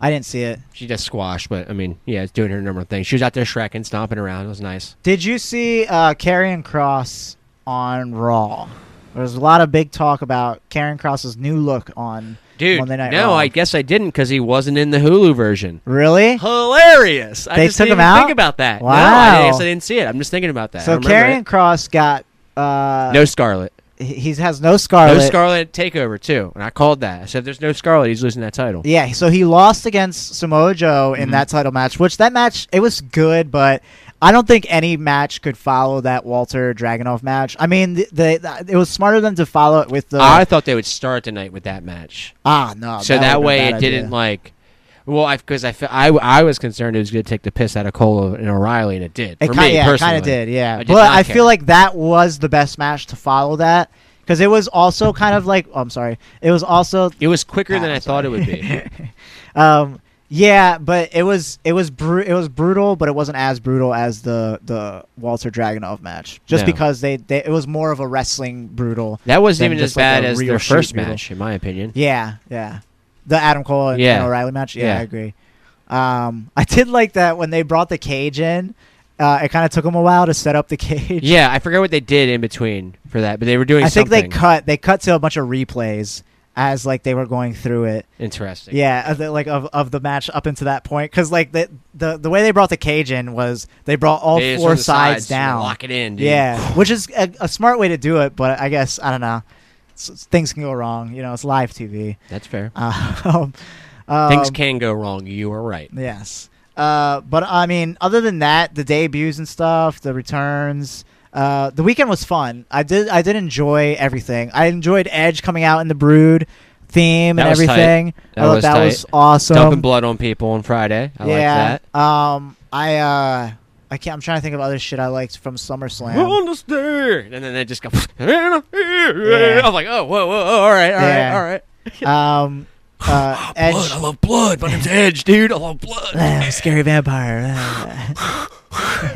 I didn't see it.
She just squashed, but I mean, yeah, it's doing her normal thing. She was out there shrekking, stomping around. It was nice.
Did you see uh, Karrion Cross on Raw? There was a lot of big talk about Karrion Cross's new look on
Dude,
Monday Night
no,
Raw.
I guess I didn't because he wasn't in the Hulu version.
Really?
Hilarious! I
They
just
took
didn't
him
even
out?
think about that. No,
Wow.
I guess I didn't see it. I'm just thinking about that. I
So
remember
Karrion Cross got uh,
it. no Scarlet.
he he has no Scarlet.
No Scarlet Takeover too, and I called that. I said, "There's no Scarlet. He's losing that title."
Yeah, so he lost against Samoa Joe
Mm-hmm.
in that title match, which that match it was good, but I don't think any match could follow that Walter Dragonoff match. I mean, the, the, it was smarter than to follow it with the
I thought they would start the night with that match,
ah no.
so
would've
that
been
way
a
it
bad
didn't
idea.
like. Well, I because I, fe- I I was concerned it was going to take the piss out of Cole and O'Reilly, and it did.
It
for
kind
me
yeah,
personally,
of did, yeah.
I did
but
not
I
care.
feel like that was the best match to follow that because it was also kind of like oh, I'm sorry, it was also
It was quicker than
Ah,
I
I'm
thought it
sorry.
would be.
um, yeah, but it was it was bru- it was brutal, but it wasn't as brutal as the the Walter Dragonov match. Just
No.
because they, they it was more of a wrestling brutal.
That
than
wasn't even as
just like
bad
a
as
real
their
shoot
first
brutal.
match, in my opinion.
Yeah, yeah. The Adam Cole and,
Yeah.
and O'Reilly match. Yeah,
Yeah.
I agree. Um, I did like that when they brought the cage in. Uh, it kind of took them a while to set up the cage.
Yeah, I forgot what they did in between for that, but they were doing
I think
something
they cut they cut to a bunch of replays as like they were going through it.
interesting.
Yeah, of the, like of, of the match up into that point because like the, the the way they brought the cage in was they brought all
They just
four
on the
sides,
just
down.
Lock it in, dude.
yeah, which is a, a smart way to do it, but I guess I don't know. S- s- things can go wrong, you know. It's live TV.
That's fair.
Um, um,
Things can go wrong. You are right.
Yes. Uh, but I mean, other than that, the debuts and stuff, the returns, uh, the weekend was fun. I did, I did enjoy everything. I enjoyed Edge coming out in the Brood theme
That
and
was tight.
everything.
That
I thought
was
that
tight.
was awesome.
Dumping blood on people on Friday. I like
yeah.
that.
Um, I, uh, I can't. I'm trying to think of other shit I liked from SummerSlam.
On the stair. And then they just go. I'm like, oh, whoa, whoa, oh, all right, all right,
Yeah.
all right.
um, uh,
Blood, I
Edge,
love blood. My name's Edge, dude. I love blood.
scary vampire.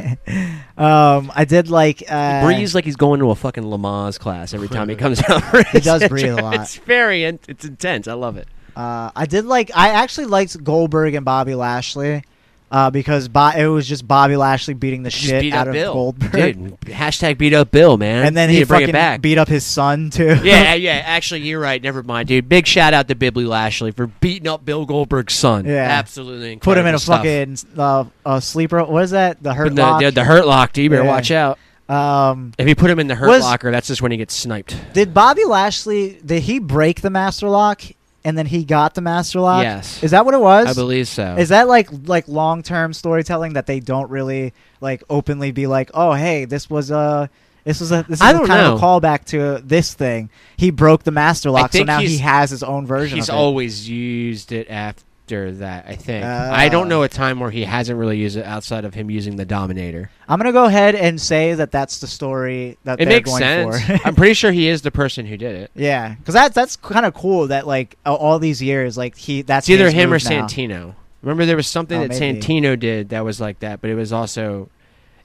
um, I did like uh,
breathes like he's going to a fucking Lamaze class every time he comes out.
He does breathe a lot.
It's very, in- it's intense. I love it.
Uh, I did like. I actually liked Goldberg and Bobby Lashley, uh, because Bo- it was just Bobby Lashley beating the shit out of Goldberg,
Dude, hashtag beat up Bill, man.
and then
Need
he
to bring
fucking
it back.
beat up his son too.
yeah, yeah. Actually, you're right. Never mind, dude. Big shout out to Bibley Lashley for beating up Bill Goldberg's son.
Yeah.
absolutely.
put him in a
incredible stuff.
fucking uh, a sleeper. What is that? The hurt
Put the,
lock.
The, the hurt lock, dude. You better
Yeah.
watch out.
um,
If you put him in the hurt
Was-
locker, that's just when he gets sniped.
did Bobby Lashley? Did he break the master lock, and then he got the master lock?
Yes.
Is that what it was?
I believe so.
Is that like like long term storytelling that they don't really like openly be like, oh hey, this was a this was a this is
I
a
don't
kind of
know.
a callback to this thing. He broke the master lock, so
think
now he
he's-
has his own version.
He's
of it.
always used it after that. I think. I
Ah.
don't know a time where he hasn't really used it outside of him using the Dominator.
I'm gonna go ahead and say that that's the story that
It
they're
makes
going
sense.
for.
I'm pretty sure he is the person who did it.
yeah, because that's that's kind of cool that like a- all these years, like he that's
It's either
his
him or
move now.
Santino. Remember, there was something
Oh,
that
maybe.
Santino did that was like that, but it was also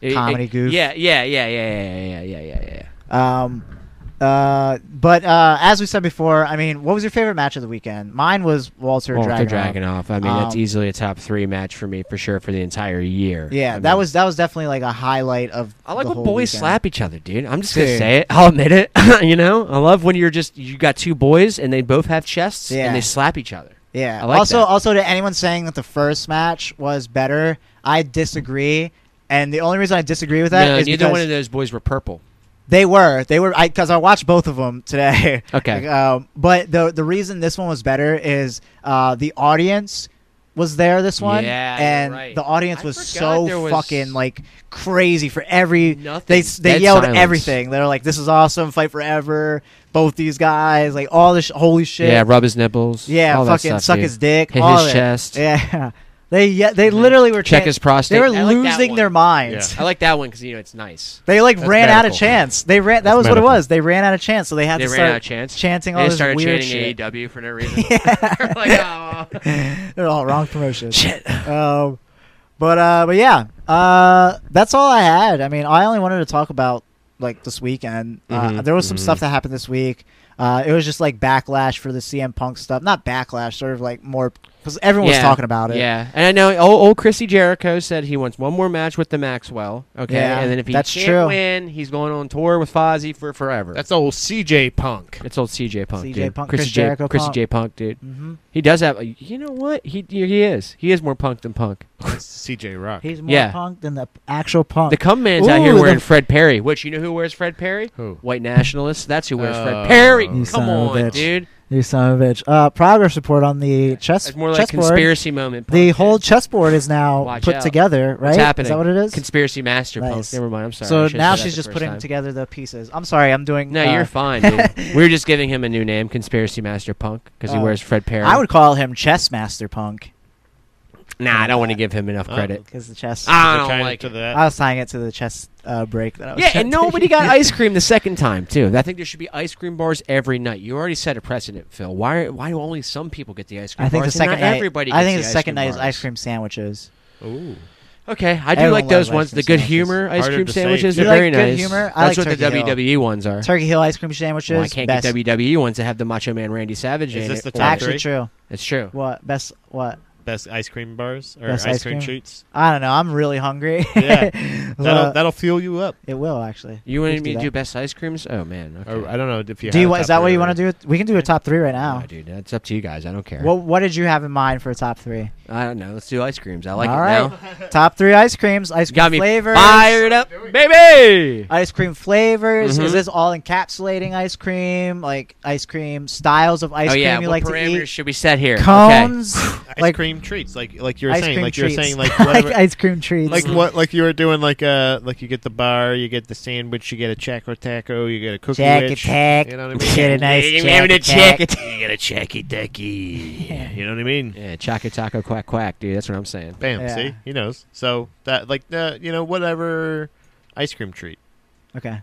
it-
Comedy
it-
goof.
Yeah, yeah, yeah, yeah, yeah, yeah, yeah, yeah, yeah. yeah.
Um, uh, but uh, as we said before, I mean, what was your favorite match of the weekend? Mine was Walter,
Well,
Dragonoff.
for Dragonoff, I mean, that's
Um,
easily a top three match for me for sure for the entire year.
Yeah,
I mean,
that was that was definitely like a highlight of.
I like
the
when
whole
boys
weekend.
slap each other, dude. I'm just gonna
Dude.
say it. I'll admit it. you know, I love when you're just you got two boys and they both have chests
Yeah.
and they slap each other.
Yeah.
I like
also,
that.
also to anyone saying that the first match was better, I disagree. And the only reason I disagree with that
no,
is
neither
because
one of those boys were purple.
they were they were I because I watched both of them today.
Okay.
Like, um, but the the reason this one was better is uh, the audience was there this one,
Yeah, you're
and
right.
the audience
I
was
forgot
so
there was
fucking like crazy for every.
Nothing.
They s- they
Dead
yelled
silence.
everything. They're like, "This is awesome! Fight forever!" Both these guys, like all this sh- holy shit.
Yeah, rub his nipples.
Yeah,
all that
fucking
stuff,
suck
dude.
his dick,
hit
all
his
that.
chest, Mm-hmm.
Yeah, they yeah, they literally were
check
chan-
his prostate.
They were
I like that
losing
one.
their minds.
I like that one because you know it's nice.
They like
That's
ran out of
medical.
chance. They ran. That
That's
was what
medical.
it was. They ran out of chance, so they had
they
to
ran
start
out of chance.
chanting
They
all
just
this
started
weird
chanting
shit.
AEW for no reason. like, "Oh." aw.
They're all wrong promotions.
Shit.
Um, but uh, but yeah, uh, that's all I had. I mean, I only wanted to talk about like this weekend. Uh,
Mm-hmm.
Mhm,
there was some
mhm.
stuff that happened this week. Uh, it was just like backlash for the CM Punk stuff. Not backlash, sort of like more because everyone was
Yeah,
talking about it.
Yeah, and I know old, old Chrissy Jericho said he wants one more match with the Maxwell. Okay,
Yeah,
and then if he
that's
can't
true.
win, he's going on tour with Fozzy for forever.
That's old CJ Punk.
it's old CJ Punk,
CJ
dude.
Punk,
Chrissy
Chris
J-
Jericho
Chrissy
Punk.
J Punk, dude.
hmm
He does have. A, you know what? He he is. He is more punk than punk.
CJ Rock.
He's more
Yeah.
punk than the actual punk.
The cum man's out here
Ooh, the-
wearing Fred Perry. Which you know who wears Fred Perry?
Who?
White nationalists. That's who wears
Oh.
Fred Perry.
You
Come
son of a
on,
bitch.
dude.
you son of a bitch. Uh, progress report on the chess.
It's more like
chessboard.
conspiracy moment. punk,
The
dude.
whole chessboard is now
Watch
put
out.
together, right?
It's happening.
Is that what it is?
conspiracy master. Punk.
Nice.
Never mind. I'm sorry. I
so
should've
now
said that
she's
the
just
first
putting
time.
together the pieces. I'm sorry, I'm doing.
No,
uh,
you're fine. Dude. We're just giving him a new name, conspiracy master punk, because he
Oh.
wears Fred Perry.
I would call him Chess Master Punk
Nah, I don't want to give him enough
Oh.
credit.
because the chess.
I
We're
don't
kinda
like
to
it.
that.
I was tying it to the chess uh, break that I was.
Yeah,
trying
and
to-
nobody got ice cream the second time too. I think there should be ice cream bars every night. You already set a precedent, Phil. Why? Why do only some people get the ice cream?
I think the
bars and
second
not
night.
Everybody.
I
gets
think
the
the
ice
second
cream
night is
bars.
ice cream sandwiches.
Ooh.
Okay, I do
Everyone
like those
loves ice
ones. The
cream
good
sandwiches.
humor ice
Harder
cream
to say.
sandwiches
You
are
like
very
good
nice.
humor? I
That's
like
what the
Turkey Hill.
WWE ones are.
Turkey Hill ice cream sandwiches.
Well, I can't
best.
get WWE E ones that have the Macho Man Randy Savage
Is
in
this
it.
the
for
top
it.
Actually,
three?
true.
It's true.
What best? What?
Best ice cream bars or
Best
ice,
ice
cream,
cream?
treats.
I don't know. I'm really hungry.
Yeah.
Well,
That'll that'll fuel you up.
it will actually.
You
We
wanted
can
me to
that.
do best ice creams? Oh man. Okay.
Or I don't know if you.
Do
had
you
a
want, is
top
that what
three
you want
already.
to do? We can do a top three right
No,
now.
dude, that's up to you guys. I don't care.
What What did you have in mind for top three?
I don't know. Let's do ice creams. I like
All
it
right.
now.
Top three ice creams, ice cream
Got me
flavors.
fired up, baby.
Ice cream flavors.
Mhm.
Is this all encapsulating ice cream? Like ice cream styles of ice
oh yeah.
cream you like
what parameters
to eat?
should we set here?
Cones.
Ice
like
cream treats, like like you were
ice
saying,
cream
like
treats.
you were saying, like
Like
whatever,
ice cream treats.
like what, like you were doing, like uh, like you get the bar, you get the sandwich, you get a Choco Taco, you get a cookie
Jack
witch,
attack.
You know what I mean?
Get a nice
Okay.
Jack attack.
you get a Checky Ducky. You know what I mean?
Yeah, choco taco quack quack, dude. That's what I'm saying.
Bam.
Yeah.
See, he knows. So that, like, uh, you know, whatever ice cream treat.
Okay.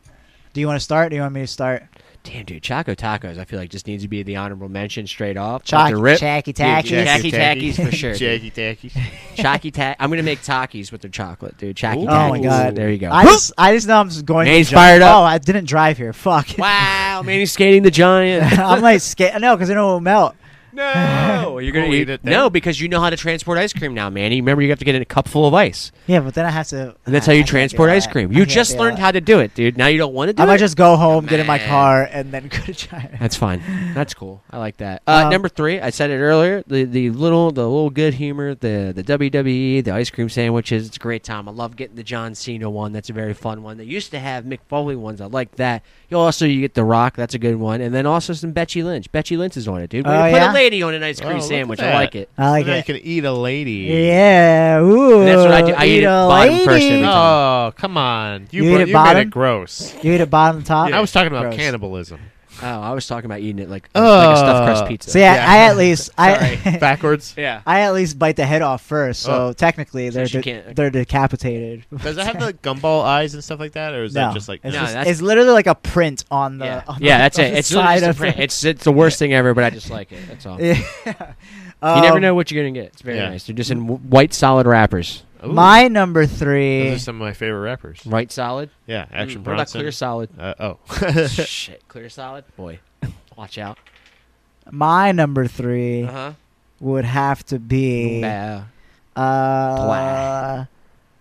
Do you want to start? Do you want me to start?
Damn, dude, choco tacos. I feel like just needs to be the honorable mention straight off. Off
Chocky
the rip.
Chacky
Dude,
Tacky.
Jacky Tackies for sure, dude.
Jacky Tackies.
Chocky ta- I'm gonna make Takis with their chocolate, dude. Chocky
Ooh.
Oh my
Takis.
God.
There you go.
I just, I just know I'm just going. to
Nate's
jump.
fired up.
Oh, I didn't drive here. Fuck.
wow, man, he's skating the giant.
I'm like scared. No, because it will melt. Oh,
No, you're gonna
We'll
eat
eat it then.
No, because you know how to transport ice cream now, man. You remember you have to get in a cup full of ice,
Yeah, but then I have to.
and that's
I-
how you
I can't do
transport
that.
ice cream.
I
You
can't
just
do
learned
that.
how to do it, dude. Now you don't want to do
I
it.
might just go home, get in my
Man.
car, and then go to China.
that's fine. That's cool. I like that. Uh,
Um,
number three, I said it earlier. The the little the little good humor, the the WWE, the ice cream sandwiches. It's a great time. I love getting the John Cena one. That's a very fun one. They used to have Mick Foley ones. I like that. You also you get the Rock. That's a good one. And then also some Betchy Lynch. Betchy Lynch is on it, dude. We're
Oh,
gonna put
yeah?
a lady on an ice
Oh,
cream
look at
sandwich. I
that.
like it.
I like
now you
it.
can eat a lady.
Yeah. Ooh.
That's what I do. I eat it
a
bottom first
lady.
every time.
Oh, come on. You,
You ate
bro-
a
you made
bottom?
it gross.
You eat it bottom top.
I was talking about
Gross.
cannibalism.
Oh, I was talking about eating it like, like a stuffed crust
Uh,
pizza.
So yeah,
Yeah.
I at least I.
Backwards.
yeah.
I at least bite the head off first, so technically they're
she
de-
can't-
they're decapitated.
Does it have the gumball eyes and stuff like that, or is
no,
that just like
it's,
No,
just-
that's-
it's literally like a print on the
Yeah,
on the-
yeah that's
on
it.
the
It's literally
side
just a
of
print.
it.
It's it's the worst thing ever, but I just like it. That's all.
Yeah.
you never
Um,
know what you're gonna get. It's very
Yeah.
nice. They're just in w- white solid wrappers.
Ooh,
My number three.
Those are some of my favorite rappers.
Right solid.
Yeah, Action
Mm, what about
Bronson.
clear solid?
Uh, oh,
Shit, clear solid. Boy, watch out.
My number 3
huh.
would have to be. Uh,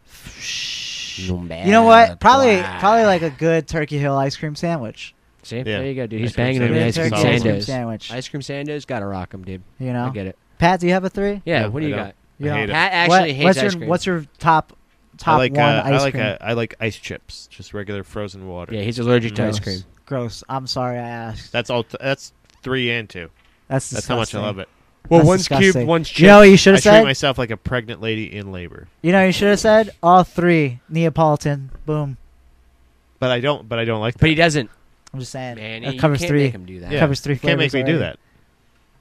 sh- you know what? Probably, probably like a good Turkey Hill ice cream sandwich.
See,
Yeah.
there you go, dude. He's
Ice cream
banging on the
Good
ice
sandwich.
cream
Turkey
Solid.
Hill ice cream
sandos.
sandwich.
Ice cream sandos, gotta rock 'em, dude.
You
I
know,
get it.
Pat, do you have a three?
Yeah.
No,
what
I
do you
don't.
got?
You
I
don't-
hate it.
Pat
What-
actually hates
what's
ice
your
cream.
what's your top top
I like
one
uh,
ice
I like
cream?
uh, I like ice chips, just regular frozen water.
yeah, he's allergic to
Gross.
ice cream.
Gross. I'm sorry I asked.
That's all. T- that's three and two.
That's
That's how much I
disgusting.
love it.
Well,
That's
one's
disgusting.
cubed, one's chipped.
You know what you should
I
have
treat
said?
myself like a pregnant lady in labor,
you know what you should have said? All three Neapolitan. Boom.
but I don't. But I don't like that.
But he doesn't.
I'm just saying.
Man,
that
you
covers
can't
three.
make him do that.
Yeah.
Covers three.
You can't make me
flavors
do
already.
that.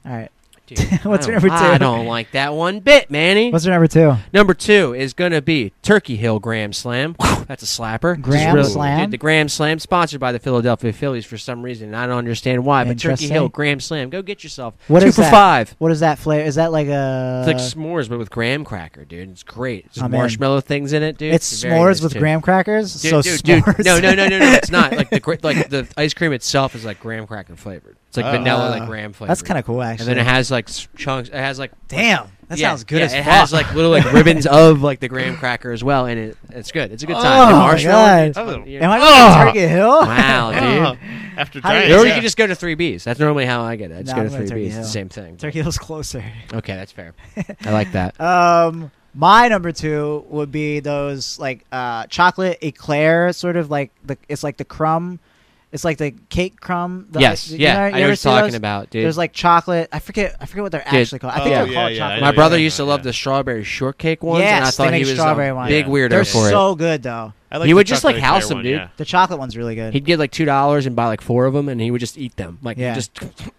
All right.
Dude,
What's
I
your number
don't- I
two?
don't like that one bit, Manny.
What's your number two?
Number two is going to be Turkey Hill Graham Slam. That's a slapper. Just
Graham
really-
Slam?
Dude, the Graham Slam, sponsored by the Philadelphia Phillies for some reason, and I don't understand why. But Turkey
Interesting.
Hill Graham Slam, go get yourself
What
two
is
for
that?
five.
What is that flavor? Is that like a?
It's like s'mores, but with graham cracker, dude. It's great. There's
I'm in.
marshmallow things in it, dude.
it's
very
s'mores
nice,
with
too.
graham crackers.
Dude,
so
dude, dude.
s'mores.
No, no, no, no, no. It's not like the gra- like the ice cream itself is like graham cracker flavored. It's like
Oh.
vanilla,
Uh,
like graham flavored.
That's kind of cool,
And
actually.
then it has like s- chunks. It has like
Damn, that
Yeah,
sounds good
yeah,
as
it
fuck.
has like little like ribbons of like the graham cracker as well, and it it's good. It's a good time.
Oh,
The
my God.
marshmallow. dude, it's-
Am I
Ugh.
going to Turkey Hill?
wow, dude.
Oh, after
How do you-
dying,
Yeah.
Or you can just go to three Bs. That's normally how I get it. I just
Nah,
go
I'm
to
going
three
Turkey
Bs. It's the
Hill.
same thing.
Turkey Hill's closer.
Okay, that's fair. I like that.
Um, my number two would be those like uh chocolate eclair, sort of like the it's like the crumb, it's like the cake crumb. The,
yes,
you
yeah,
know- you
I know what
ever
you're
see
talking
those?
about, dude.
There's like chocolate. I forget. I forget what they're
Dude.
actually called. I think
Oh,
they're
yeah,
called
yeah, I
chocolate.
know
My
what
brother
you're
used to
talking
love
about,
the strawberry shortcake ones, and I
Yes, they
thought
make
he was
strawberry
a
ones.
big
Yeah.
weirdo
They're
for
so good though.
I like
He
the
would just, like,
chocolate
house
clear
them,
one,
dude.
yeah.
The chocolate one's really
it.
good.
He'd get like two dollars and buy like four of them, and he would just eat them. Like
Yeah.
just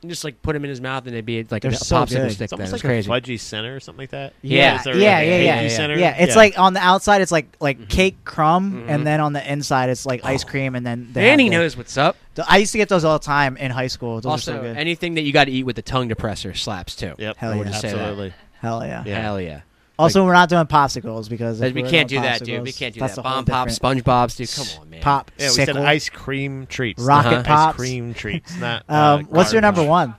just like put them in his mouth, and they'd be like
They're
a
so
popsicle
good.
stick.
It's almost
then.
like
It's crazy.
a fudgy center or something like that.
Yeah,
Is there,
yeah,
like, a
yeah, yeah,
cakey
yeah.
center? Mm-hmm.
yeah, it's like on the outside, it's like like cake crumb, and then on the inside, it's like
Oh.
ice cream, and then they have
and he
the-
knows what's up.
the- I used to get those all the time in high school. Those
also,
are so good.
anything that you got to eat with the tongue depressor slaps too.
Yep.
Hell I would yeah.
just say that.
Absolutely.
Hell yeah.
Yeah.
Hell yeah.
Also, we're not doing popsicles because if
we
we were
can't do
doing
that, dude. We
popsicles,
can't do
that's
that.
a whole
Bomb pop,
different-
SpongeBob's, dude. Come on, man.
pop,
Yeah, we said
sickle.
ice cream treats.
Rocket
not
Pops.
Ice cream treats. Not.
Um,
uh,
what's your
garbage.
number one?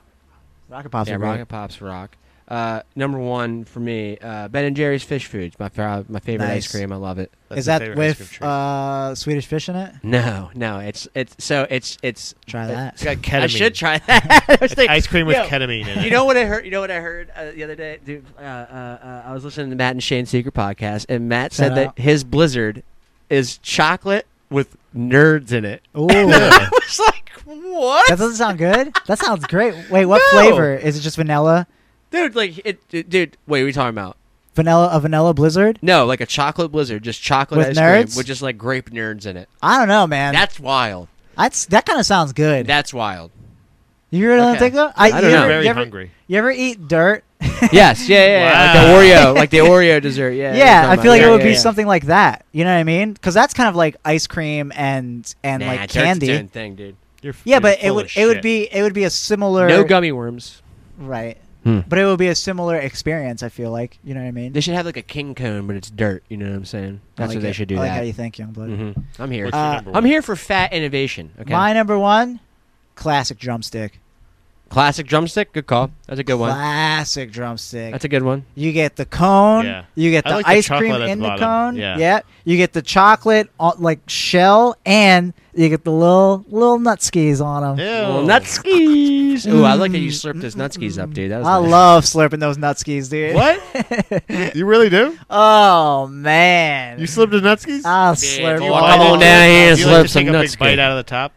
Rocket pops.
Yeah,
are great.
Rocket Pops rock. Uh, number one for me, uh, Ben and Jerry's fish foods. My fa- my favorite
Nice.
ice cream. I love it.
That's
Is
my
that
favorite ice cream
with
treat.
uh, Swedish fish in it?
No, no, it's it's so it's it's.
Try that.
it's got ketamine.
I should try that. I was
It's
like,
ice cream with
yo,
ketamine in it.
You know what I heard? You know what I heard uh, the other day, dude. Uh, uh, uh, I was listening to Matt and Shane Secret podcast, and Matt
Shout
said
out.
that his Blizzard is chocolate with nerds in it.
Ooh,
I
that
was like, what?
doesn't sound good. That sounds great. Wait, what
No.
flavor? Is it just vanilla?
dude, like, it, it- dude, wait, what are you talking about?
Vanilla a vanilla blizzard?
No, like a chocolate blizzard, just chocolate
With
ice
nerds?
cream with just like grape nerds in it.
I don't know, man.
That's wild.
That's that kind of sounds good.
That's wild.
you really don't
okay.
think so?
I
you
don't
I'm
know.
Ever,
very
you, ever,
hungry.
you ever eat dirt?
yes, yeah, yeah, yeah.
Wow.
Like the Oreo, like the Oreo dessert. Yeah,
yeah, I feel like
yeah,
it would
yeah,
be
yeah.
something like that. You know what I mean? Because that's kind of like ice cream and and
Nah,
like
dirt's
candy.
doing thing, dude.
You're,
Yeah,
you're
but it
full
would
of
it would
shit.
be it would be a similar
No gummy worms.
right,
Hmm.
but it would be a similar experience. I feel like you know what I mean.
They should have like a king cone, but it's dirt. You know what I'm saying?
I
That's
like
what they
it.
should do.
I like
that.
how you think, young blood.
Mhm. I'm here.
What's your
Uh,
number
I'm
one?
here for fat innovation. Okay.
My number one, classic drumstick.
Classic drumstick. Good call. That's a good one.
Classic drumstick.
That's a good one.
you get the cone.
Yeah.
You get
I
the
like the
ice
chocolate
cream
at the
in the,
bottom.
cone.
Yeah.
You get the chocolate uh, like shell, and you get the little little nut skis on them.
Ew.
Well, nutskis. Ooh, I like how you slurped those nutskis up, dude. That was
I
nice.
love slurping those nut skis, dude.
What? you really do?
Oh man.
You slipped a nutskis?
I'll
if
slurp.
you
all
want Oh, Come
of
on
it.
down here and
Do you like
slurp
to
some
take a
nuts,
big bite
kid.
out of the top?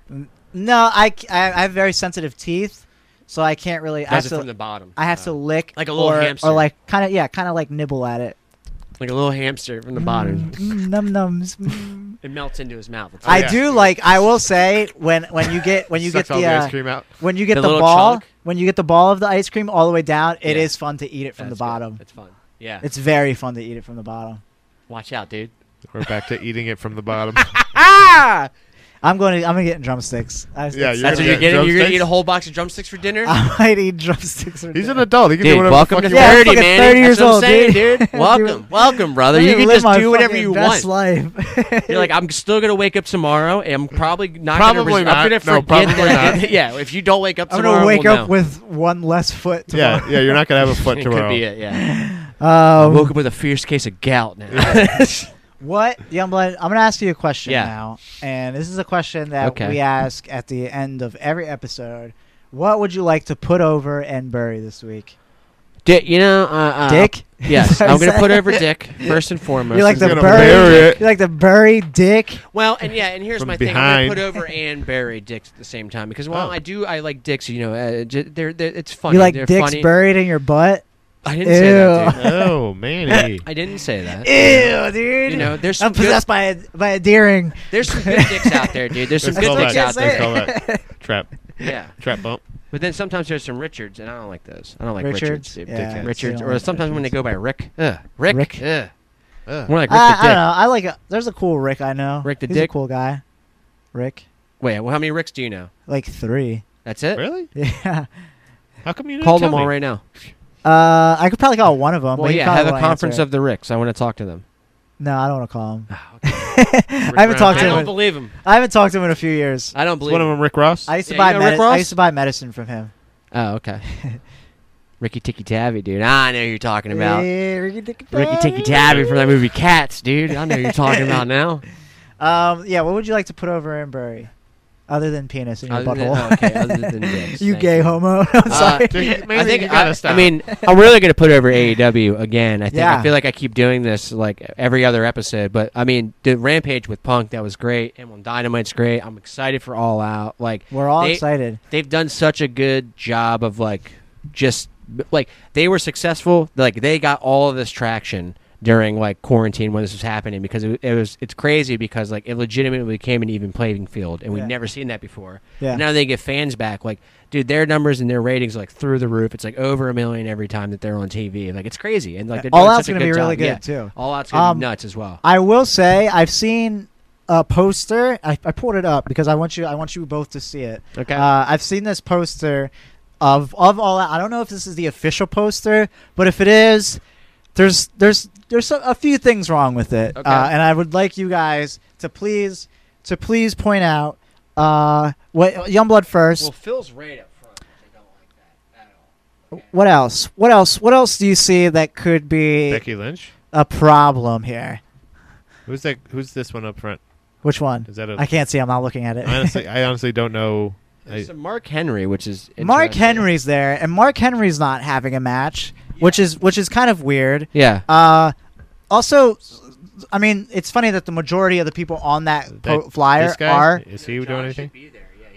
No, I, c- I- I have very sensitive teeth, so I can't really. I have
That's it
to,
from the bottom. Uh,
I have to lick
Like a little
or,
hamster.
or like kind of yeah, kind of like nibble at it.
Like a little hamster from the bottom.
Mm, num nums. mm.
It melts into his mouth. It's
I
Oh, yeah.
do like. I will say when when you get when you get
Sucked all
the,
the
uh,
ice cream out.
when you get
The
the,
little
ball
chunk?
when you get the ball of the ice cream all the way down, it is
Yeah.
fun to eat it from
That's
the bottom.
Good. It's fun. Yeah.
It's very fun to eat it from the bottom.
Watch out, dude.
We're back to eating it from the bottom.
Ah!
I'm going to I'm going to get drumsticks. I,
Yeah,
it's-
You're
That's what
gonna
you're
get
getting. You're gonna
drumsticks?
eat a whole box of drumsticks for dinner.
I might eat drumsticks. for
He's an
dinner.
adult. He can do
Dude,
whatever
welcome to
the fuck
Yeah, I'm
30,
fucking
man.
30 years
That's what I'm
old,
saying,
dude.
dude. Welcome, welcome, brother. You
I
can
live
just
my
do whatever
fucking
you want.
best Life.
You're like, I'm still gonna wake up tomorrow, and I'm probably not.
Probably
gonna res-
not.
I'm gonna
No,
forget
probably
that.
not.
yeah, if you don't wake up
I'm
tomorrow,
gonna wake
we'll
up
know.
with one less foot tomorrow.
Yeah, yeah, you're not gonna have a foot
it
tomorrow.
could be it. Yeah, I
Um,
woke up with a fierce case of gout now.
What, Youngblood? I'm gonna ask you a question
Yeah.
now, and this is a question that
Okay.
we ask at the end of every episode. What would you like to put over and bury this week?
Dick, you know, uh, uh,
Dick?
Yes,
Sorry,
I'm gonna
sorry.
put over Dick first and foremost.
You like
He's
the
gonna
bury?
bury it.
You like the bury dick?
Well, and yeah, and here's
From
my thing.
behind.
I'm gonna put over and bury dicks at the same time because while
Oh.
I do, I like dicks. You know, uh, j- they're, they're it's funny.
You like
they're
dicks
funny.
buried in your butt?
I didn't say that. Dude.
oh, Manny.
I didn't say that.
Ew, dude.
You know, there's
I'm
some good,
possessed by a by a deering.
there's some good dicks out there, dude. There's some
Let's
good
call
dicks
that-
out
let's
there.
call that trap
Yeah,
trap bump.
but then sometimes there's some Richards, and I don't like those. I don't like
Richards?
Richards. dude.
Yeah,
dickheads.
Richards,
you
or
don't like
sometimes when they
Richards.
go by Rick. Ugh, Rick.
Rick? Uh,
Ugh.
Ugh.
More like Rick
I,
the
I
Dick.
don't know. I like. A, there's a cool Rick I know.
Rick the
He's
Dick?
a cool guy. Rick,
Wait, well, how many Ricks do you know?
like three.
That's it.
Really?
Yeah.
How come you didn't
Call
tell
them all
me?
right now.
Uh, I could probably call one of them.
Well,
but he
yeah,
probably
have a
won't answer
conference
it.
of the Ricks. I want to talk to them. Oh,
No, I don't want to call him.
Rick
I haven't
Brown.
talked
I
to him.
don't
in-
believe him.
I haven't talked to him in a few years.
I don't
Is
believe
one of
him.
them Rick Ross?
I used to
Yeah,
buy.
you know Rick
medi-
Ross?
I used to buy medicine from him.
Oh, okay. Ricky Tikki Tavi, dude. I know who you're talking about.
Yeah, Ricky Tikki
Ricky Tikki Tavi from that movie Cats, dude. I know who you're talking about now.
Um, yeah. What would you like to put over in Bury, other than penis in your
Other than-
butthole?
okay, other than dicks,
you
thank
gay
you.
homo. I'm sorry.
Uh, I think
you gotta
I,
stop.
I mean, I'm really gonna put over AEW again. I think
Yeah.
I feel like I keep doing this like every other episode. But I mean, the Rampage with Punk that was great, and when Dynamite's great, I'm excited for All Out. Like
We're all
they-
excited.
they've done such a good job of like just like they were successful like they got all of this traction during like quarantine when this was happening because it, it was it's crazy because like it legitimately became an even playing field and we've
Yeah.
never seen that before
Yeah.
now they get fans back like dude their numbers and their ratings are, like through the roof it's like over a million every time that they're on tv like it's crazy and like they're
All
doing
Out's
such a
gonna be
good
really
job. Yeah.
good, too.
all out's gonna
Um,
be nuts as well
I will say I've seen a poster. I, I pulled it up because I want you. I want you both to see it.
okay
Uh, I've seen this poster of of all. Out. I don't know if this is the official poster, but if it is, there's there's there's a, a few things wrong with it,
Okay.
uh, and I would like you guys to please to please point out uh, what Youngblood first.
well phil's right up front which i don't like that at all
what else? What else? What else do you see that could be
Becky Lynch.
a problem here?
Who's that? Who's this one up front?
Which one?
Is that a?
I can't see. I'm not looking at it.
honestly, I honestly don't know. I,
There's a Mark Henry, which is
Mark
interesting.
Henry's there, and Mark Henry's not having a match, which is which is kind of weird.
Yeah,
Uh, also, I mean, it's funny that the majority of the people on that, po-
that-
flyer
this guy?
are.
Is he doing anything?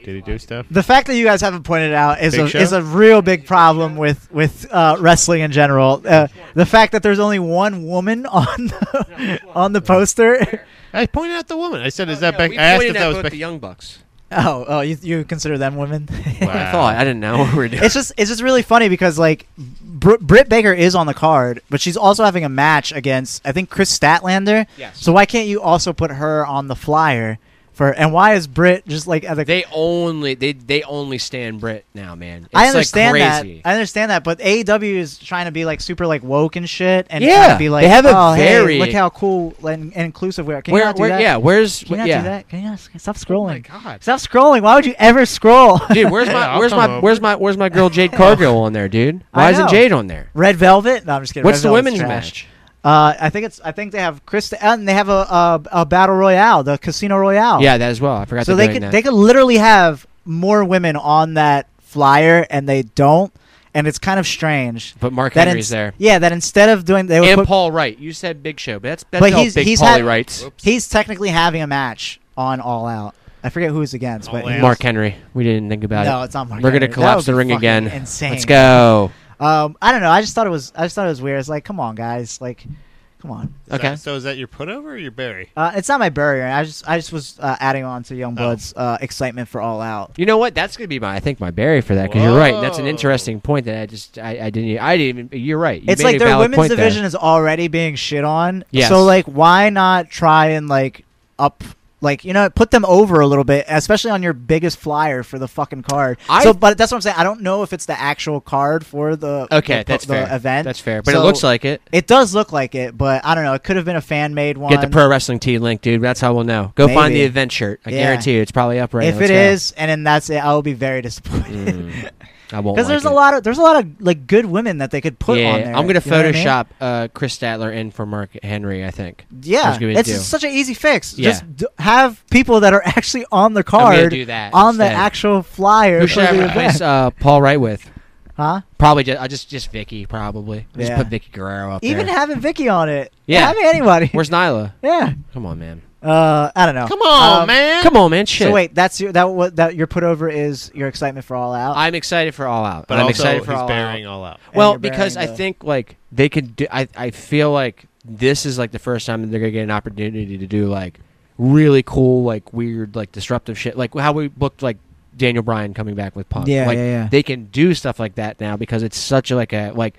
Did he do stuff?
The fact that you guys haven't pointed it out is
Big
a,
Show?
is a real big problem with with uh, wrestling in general. Uh, the fact that there's only one woman on the, on the poster.
I pointed out the woman. I said, "Is that
no,
Becky?"
Oh, we
I asked
pointed
if
out
that was
both the
Becky.
Young Bucks.
Oh, oh, you, you consider them women?
Ah.
I thought I didn't know what we were doing.
it's just it's just really funny because like Br- Britt Baker is on the card, but she's also having a match against I think Chris Statlander.
Yes.
So why can't you also put her on the flyer for? And why is Britt just like at the?
they only they they only stand Brit now, man. It's
I understand
like crazy.
that. I understand that, but AEW is trying to be like super like woke and shit, and
Yeah,
trying to be like,
they have a
oh, hey,
very-
look how cool and, and inclusive we are. Can you
where
not do
where
that?
yeah where's
Can you not do
yeah Oh
that? Can you not stop scrolling?
God.
Stop scrolling. Why would you ever scroll?
dude where's
Yeah,
my
I'll
where's
come
my
over.
where's my where's my girl Jade Cargill on there, dude?
I
Why isn't
know.
Jade on there?
Red Velvet? No, I'm just kidding.
What's
Red
the
Velvet's
women's
trash.
match?
Uh, I think it's. I think they have Chris uh, and they have a, a a battle royale, the Casino Royale.
Yeah, that as well. I forgot.
So
they're
they
doing
could
that.
they could literally have more women on that flyer, and they don't, and it's kind of strange.
But Mark
That
Henry's
ins-
there.
Yeah, that instead of doing they would
And
put-
Paul Wright. You said Big Show, but that's that's
But
all
he's-
Big
he's
Paulie
had-
Wrights.
he's technically having a match on All Out. I forget who it's against, but
All Out.
Mark Henry. We didn't think about
no,
it.
it's not Mark.
We're
Henry.
gonna
That
collapse
would
the
be
ring
fucking
again.
Insane.
Let's go.
Um, I don't know. I just thought it was. I just thought it was weird. It's like, come on, guys. Like, come on.
So-
Okay.
So is that your put over or your Barry?
Uh, it's not my barrier. I just I just was uh, adding on to
Oh.
Youngblood's uh, excitement for All Out.
You know what? That's gonna be my I think my barrier for that because you're right. That's an
Whoa.
interesting point that I just I, I didn't e, I didn't even you're right. You
it's
made
like
a
their
valid
women's
point there.
division is already being shit on.
Yes.
So like, why not try and like up, like you know, put them over a little bit, especially on your biggest flyer for the fucking card.
I-
so, but that's what I'm saying. I don't know if it's the actual card for the
Okay,
the,
that's
the
fair.
event.
That's fair, but
So
it looks like it.
it does look like it, but I don't know. It could have been a fan made one.
Get the pro wrestling tee link, dude. That's how we'll know. Go find the
Maybe.
event shirt. I
Yeah.
guarantee you, it's probably up right
if
now. Mm.
it
Let's
is,
go.
and then that's it, I will be very disappointed.
I won't.
Because
like
there's
it.
a lot of there's a lot of like good women that they could put
yeah,
on there.
I'm gonna
you know what I mean?
Photoshop uh, Chris Statler in for Mark Henry. I think.
Yeah,
That's gonna be
it's
do.
just such an easy fix.
Yeah.
Just d- have people that are actually on the
I'm gonna
card
do that
on the
instead.
actual flyer
Who
for
should I
the event.
replace uh, Paul Wright with?
huh?
Probably just I just just Vicky probably. Just
Yeah.
put Vicky Guerrero up
Even
there.
having Vicky on it.
Yeah.
having anybody.
Where's Nyla?
yeah.
Come on, man.
Uh, I don't know.
Come on,
Um,
man.
Come on, man. Shit.
So wait, that's your that what that your put over is your excitement for All Out.
I'm excited for All Out.
But
I'm
also,
excited for
he's
All
bearing
Out.
all out.
and uh,
Well,
you're bearing
because I
the-
think like they could do. I I feel like this is like the first time that they're gonna get an opportunity to do like really cool, like weird, like disruptive shit. Like how we booked like Daniel Bryan coming back with Punk.
Yeah,
like,
yeah, yeah.
They can do stuff like that now because it's such a like a like.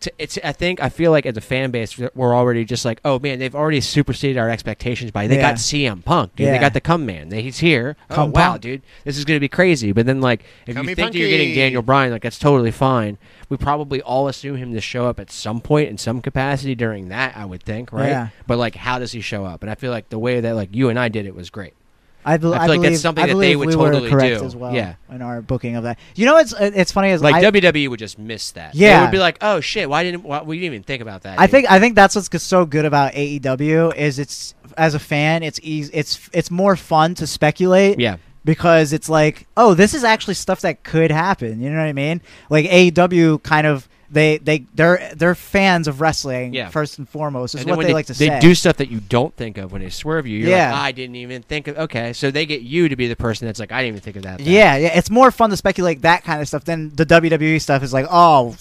t it's. I think I feel like as a fan base, we're already just like, oh man, they've already superseded our expectations. By they
Yeah.
got CM Punk, dude. They
Yeah.
got the Come Man. He's here. oh
Come
wow,
Punk.
dude, this is gonna be crazy. But then like, if
Come
you
me
think that you're getting
punky.
Daniel Bryan, like that's totally fine. We probably all assume him to show up at some point in some capacity during that, I would think, right?
Yeah.
But like, how does he show up? And I feel like the way that like you and I did it was great.
I, bel
I feel
I
like that's
believe
something
I
that they
believe
would
we
totally
were correct
do.
as well.
Yeah.
in our booking of that. You know, it's it's funny as
Like
I,
WWE would just miss that. they
Yeah.
would be like, oh shit, why didn't why, we didn't even think about that?
I
dude."
think I think that's what's g- so good about AEW is it's as a fan it's easy it's it's more fun to speculate
yeah,
because it's like oh this is actually stuff that could happen you know what I mean like AEW kind of they they they're they're fans of wrestling
Yeah.
first and foremost is
And then
what
when
they, like to
they
say
do stuff that you don't think of when they swerve you. You're
Yeah.
like, I didn't even think of. Okay, so they get you to be the person that's like, I didn't even think of that. then."
yeah yeah it's more fun to speculate that kind of stuff than the WWE stuff is like oh.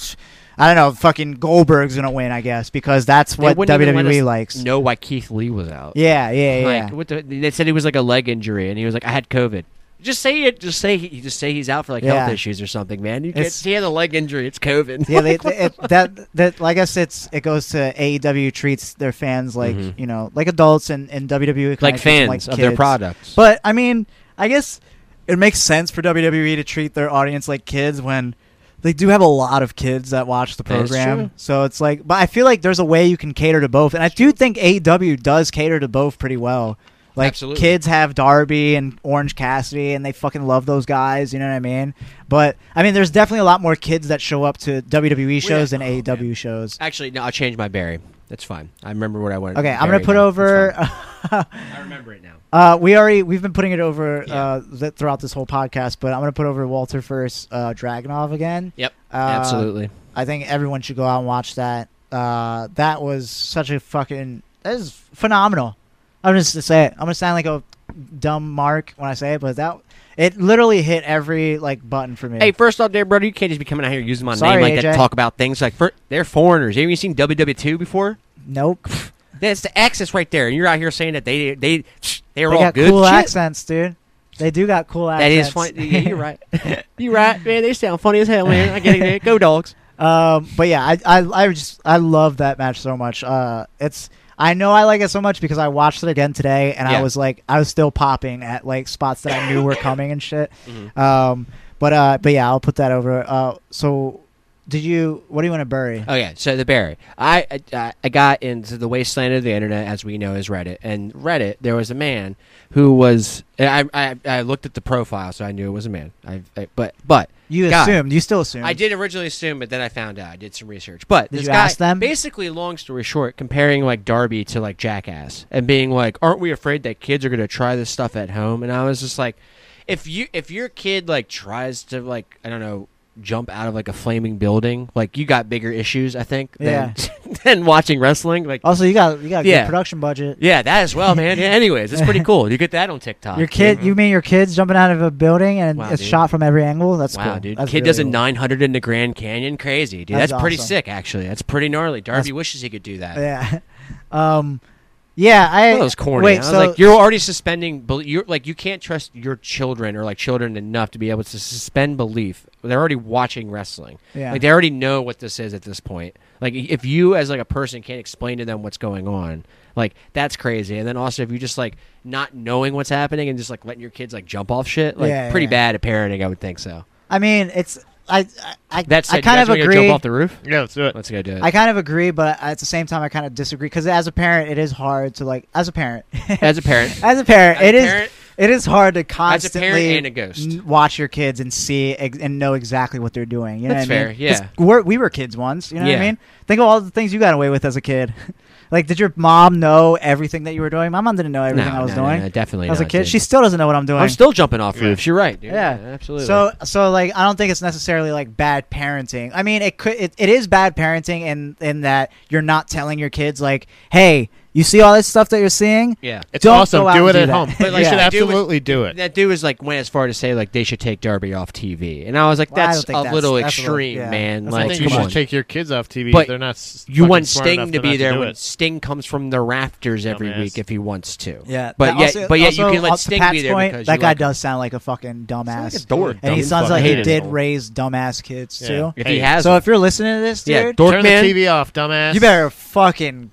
I don't know. Fucking Goldberg's gonna win, I guess, because that's
They
what
wouldn't even let
WWE
us
likes.
Know why Keith Lee was out?
Yeah, yeah, yeah.
Like what the, they said he was like a leg injury, and he was like, "I had COVID." Just say it. Just say he. Just say he's out for like health
Yeah.
issues or something, man. You can't,
It's-
he had a leg injury. It's COVID.
yeah, they, they, it, that that like I guess it's it goes to AEW treats their fans like
Mhm.
you know like adults and and WWE kinda
like
treats them E,
fans
like
of their
kids.
products.
But I mean, I guess it makes sense for WWE to treat their audience like kids when they do have a lot of kids that watch the
That is true.
program. So it's like, but I feel like there's a way you can cater to both, and I do think AEW does cater to both pretty well. Like
Absolutely.
kids have Darby and Orange Cassidy, and they fucking love those guys. You know what I mean? But I mean, there's definitely a lot more kids that show up to WWE shows than AEW
Oh,
shows.
Actually, no. I'll change my Barry. That's fine. I remember what I wanted.
Okay,
to
I'm gonna
Barry
put
now.
over.
That's fine. I remember it now.
Uh, we already we've been putting it over
Yeah.
uh, th- throughout this whole podcast, but I'm gonna put over Walter first, uh, Dragunov again.
Yep.
Uh,
absolutely.
I think everyone should go out and watch that. Uh, that was such a fucking that is phenomenal. I'm just to say it. I'm gonna sound like a dumb mark when I say it, but that it literally hit every like button for me.
Hey, first off, there, brother, you can't just be coming out here using my
Sorry,
name like that.
AJ.
To talk about things like fir- they're foreigners. Have you seen WW two before?
nope,
That's the access right there, and you're out here saying that they they they were
they
all
got
good.
cool
Shit.
accents, dude. They do got cool
That is
accents.
funny. Yeah, you're right. you're right, man. They sound funny as hell, man. I get it. Go dogs.
Um, but yeah, I, I I just I love that match so much. Uh, it's I know I like it so much because I watched it again today, and
Yeah.
I was like I was still popping at like spots that I knew were coming and shit.
Mm-hmm.
Um, but uh, but yeah, I'll put that over. Uh, so did you? What do you want to bury?
Okay, so the Barry. I, I I got into the wasteland of the internet, as we know, is Reddit. And Reddit, there was a man who was. I I, I looked at the profile, so I knew it was a man. I, I but but
you
guy.
assumed. You still assumed.
I did originally assume, but then I found out. I did some research. But
Did
this
you
guy,
ask them?
basically, long story short, comparing like Darby to like Jackass and being like, "Aren't we afraid that kids are going to try this stuff at home?" And I was just like, "If you if your kid like tries to like I don't know." jump out of like a flaming building like you got bigger issues i think than, than watching wrestling like
Also, you got you got a
Yeah.
good production budget.
yeah that as well man yeah, anyways it's pretty cool you get that on tiktok
Your kid, you mean your kids jumping out of a building and
Wow,
it's
dude.
shot from every angle? That's
wow,
cool.
dude.
That's
Kid
really
does a
cool.
900 in the Grand Canyon. Crazy, dude. That's,
That's
pretty
awesome.
sick, actually. That's pretty gnarly. Darby
That's-
wishes he could do that.
Yeah, um, yeah. I
that was corny.
Wait,
I was
so
like, you're already suspending. bel- You're like, you can't trust your children or like children enough to be able to suspend belief. They're already watching wrestling.
Yeah.
Like they already know what this is at this point. Like if you as like a person can't explain to them what's going on, like that's crazy. And then also if you just like not knowing what's happening and just like letting your kids like jump off shit, like
Yeah,
pretty
yeah.
bad at parenting, I would think so.
I mean, it's I I, I,
That's
I kind of agree.
Jump off the roof.
Yeah, let's do it.
Let's go do it.
I kind of agree, but at the same time, I kind of disagree because as a parent, it is hard to like as a parent,
as a parent,
as a parent,
As a
it is
parent-
it is hard to
As a
constantly
parent and a ghost.
n- watch your kids and see ex- and know exactly what they're doing. You know
That's
what I
fair,
mean?
yeah.
'Cause We're, we were kids once. You know
Yeah.
what I mean? Think of all the things you got away with as a kid. Like, did your mom know everything that you were doing? My mom didn't know everything
No,
I was
no, no,
doing.
no, definitely.
I was a
not,
kid.
dude.
She still doesn't know what I'm doing.
I'm still jumping off
Yeah.
roofs. You're right, dude.
Yeah.
absolutely.
So so like I don't think it's necessarily like bad parenting. I mean it could it, it is bad parenting in in that you're not telling your kids like, hey, you see all this stuff that you're seeing?
yeah.
It's
Don't
awesome.
go out
Do
and
it
do
at
that.
home.
But,
But
like,
you should
yeah, do it-
absolutely do it.
That dude was like went as far to say like they should take Darby off TV, and I was like,
Well, I
that's
don't think
a
that's-
little
that's a little-
extreme,
yeah.
man.
That's a
I
little
like,
think
too
you
come
much.
should
on.
take your kids off TV.
But
They're not. s-
you
fucking
want
smart enough
Sting to
not
be there
do
when
it.
Sting comes from the rafters every
Dumbass.
week if he wants to.
Yeah.
But
That
yet,
also-
but yet you
also,
can let
uh, to
Sting be
Pat's
there
point,
because
that
you
guy
like him.
does sound like a fucking dumbass.
He's like a dork,
and he
dumb
sounds
fuck.
like
I
he
hate it.
did raise dumbass kids
Yeah.
too.
If
Hey,
he has,
So
one.
if you're listening to this,
yeah,
dude,
dork
Turn
man.
the TV off, dumbass.
you better fucking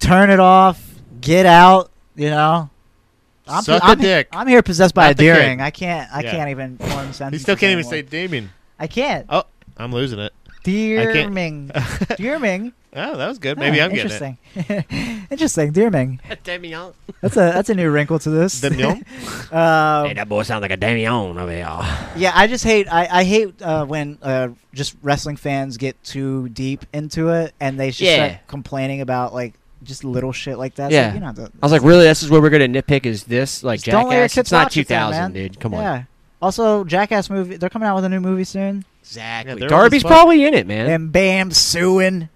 turn it off, get out, you know.
Suck a
I'm,
dick.
I'm here possessed by
Not
a
the kid.
deer ring. I can't. I
Yeah.
can't even form sentences.
He still can't even
anymore.
say Damien.
I can't.
Oh, I'm losing it. can't-
Dearming.
oh,
Dearming.
that was
Oh,
good. Maybe
Huh,
I'm getting it.
interesting. Interesting. interesting. Dearming.
Damien.
That's a that's a new wrinkle to this.
The gnome?
Hey,
um,
that boy sounds like a Damien over here.
yeah, I just hate I, I hate uh, when uh, just wrestling fans get too deep into it and they just
Yeah.
start complaining about like just little shit like that. It's
Yeah.
like, you don't have to-
I was like, really? This is where we're gonna nitpick? Is this like
Just don't let your
Jackass?
kids
It's not
watch it then,
2000,
man.
dude. Come on.
yeah. Also, Jackass movie. They're coming out with a new movie soon.
Exactly.
Yeah, they're
Darby's
old as fuck.
probably in it, man.
And Bam suing.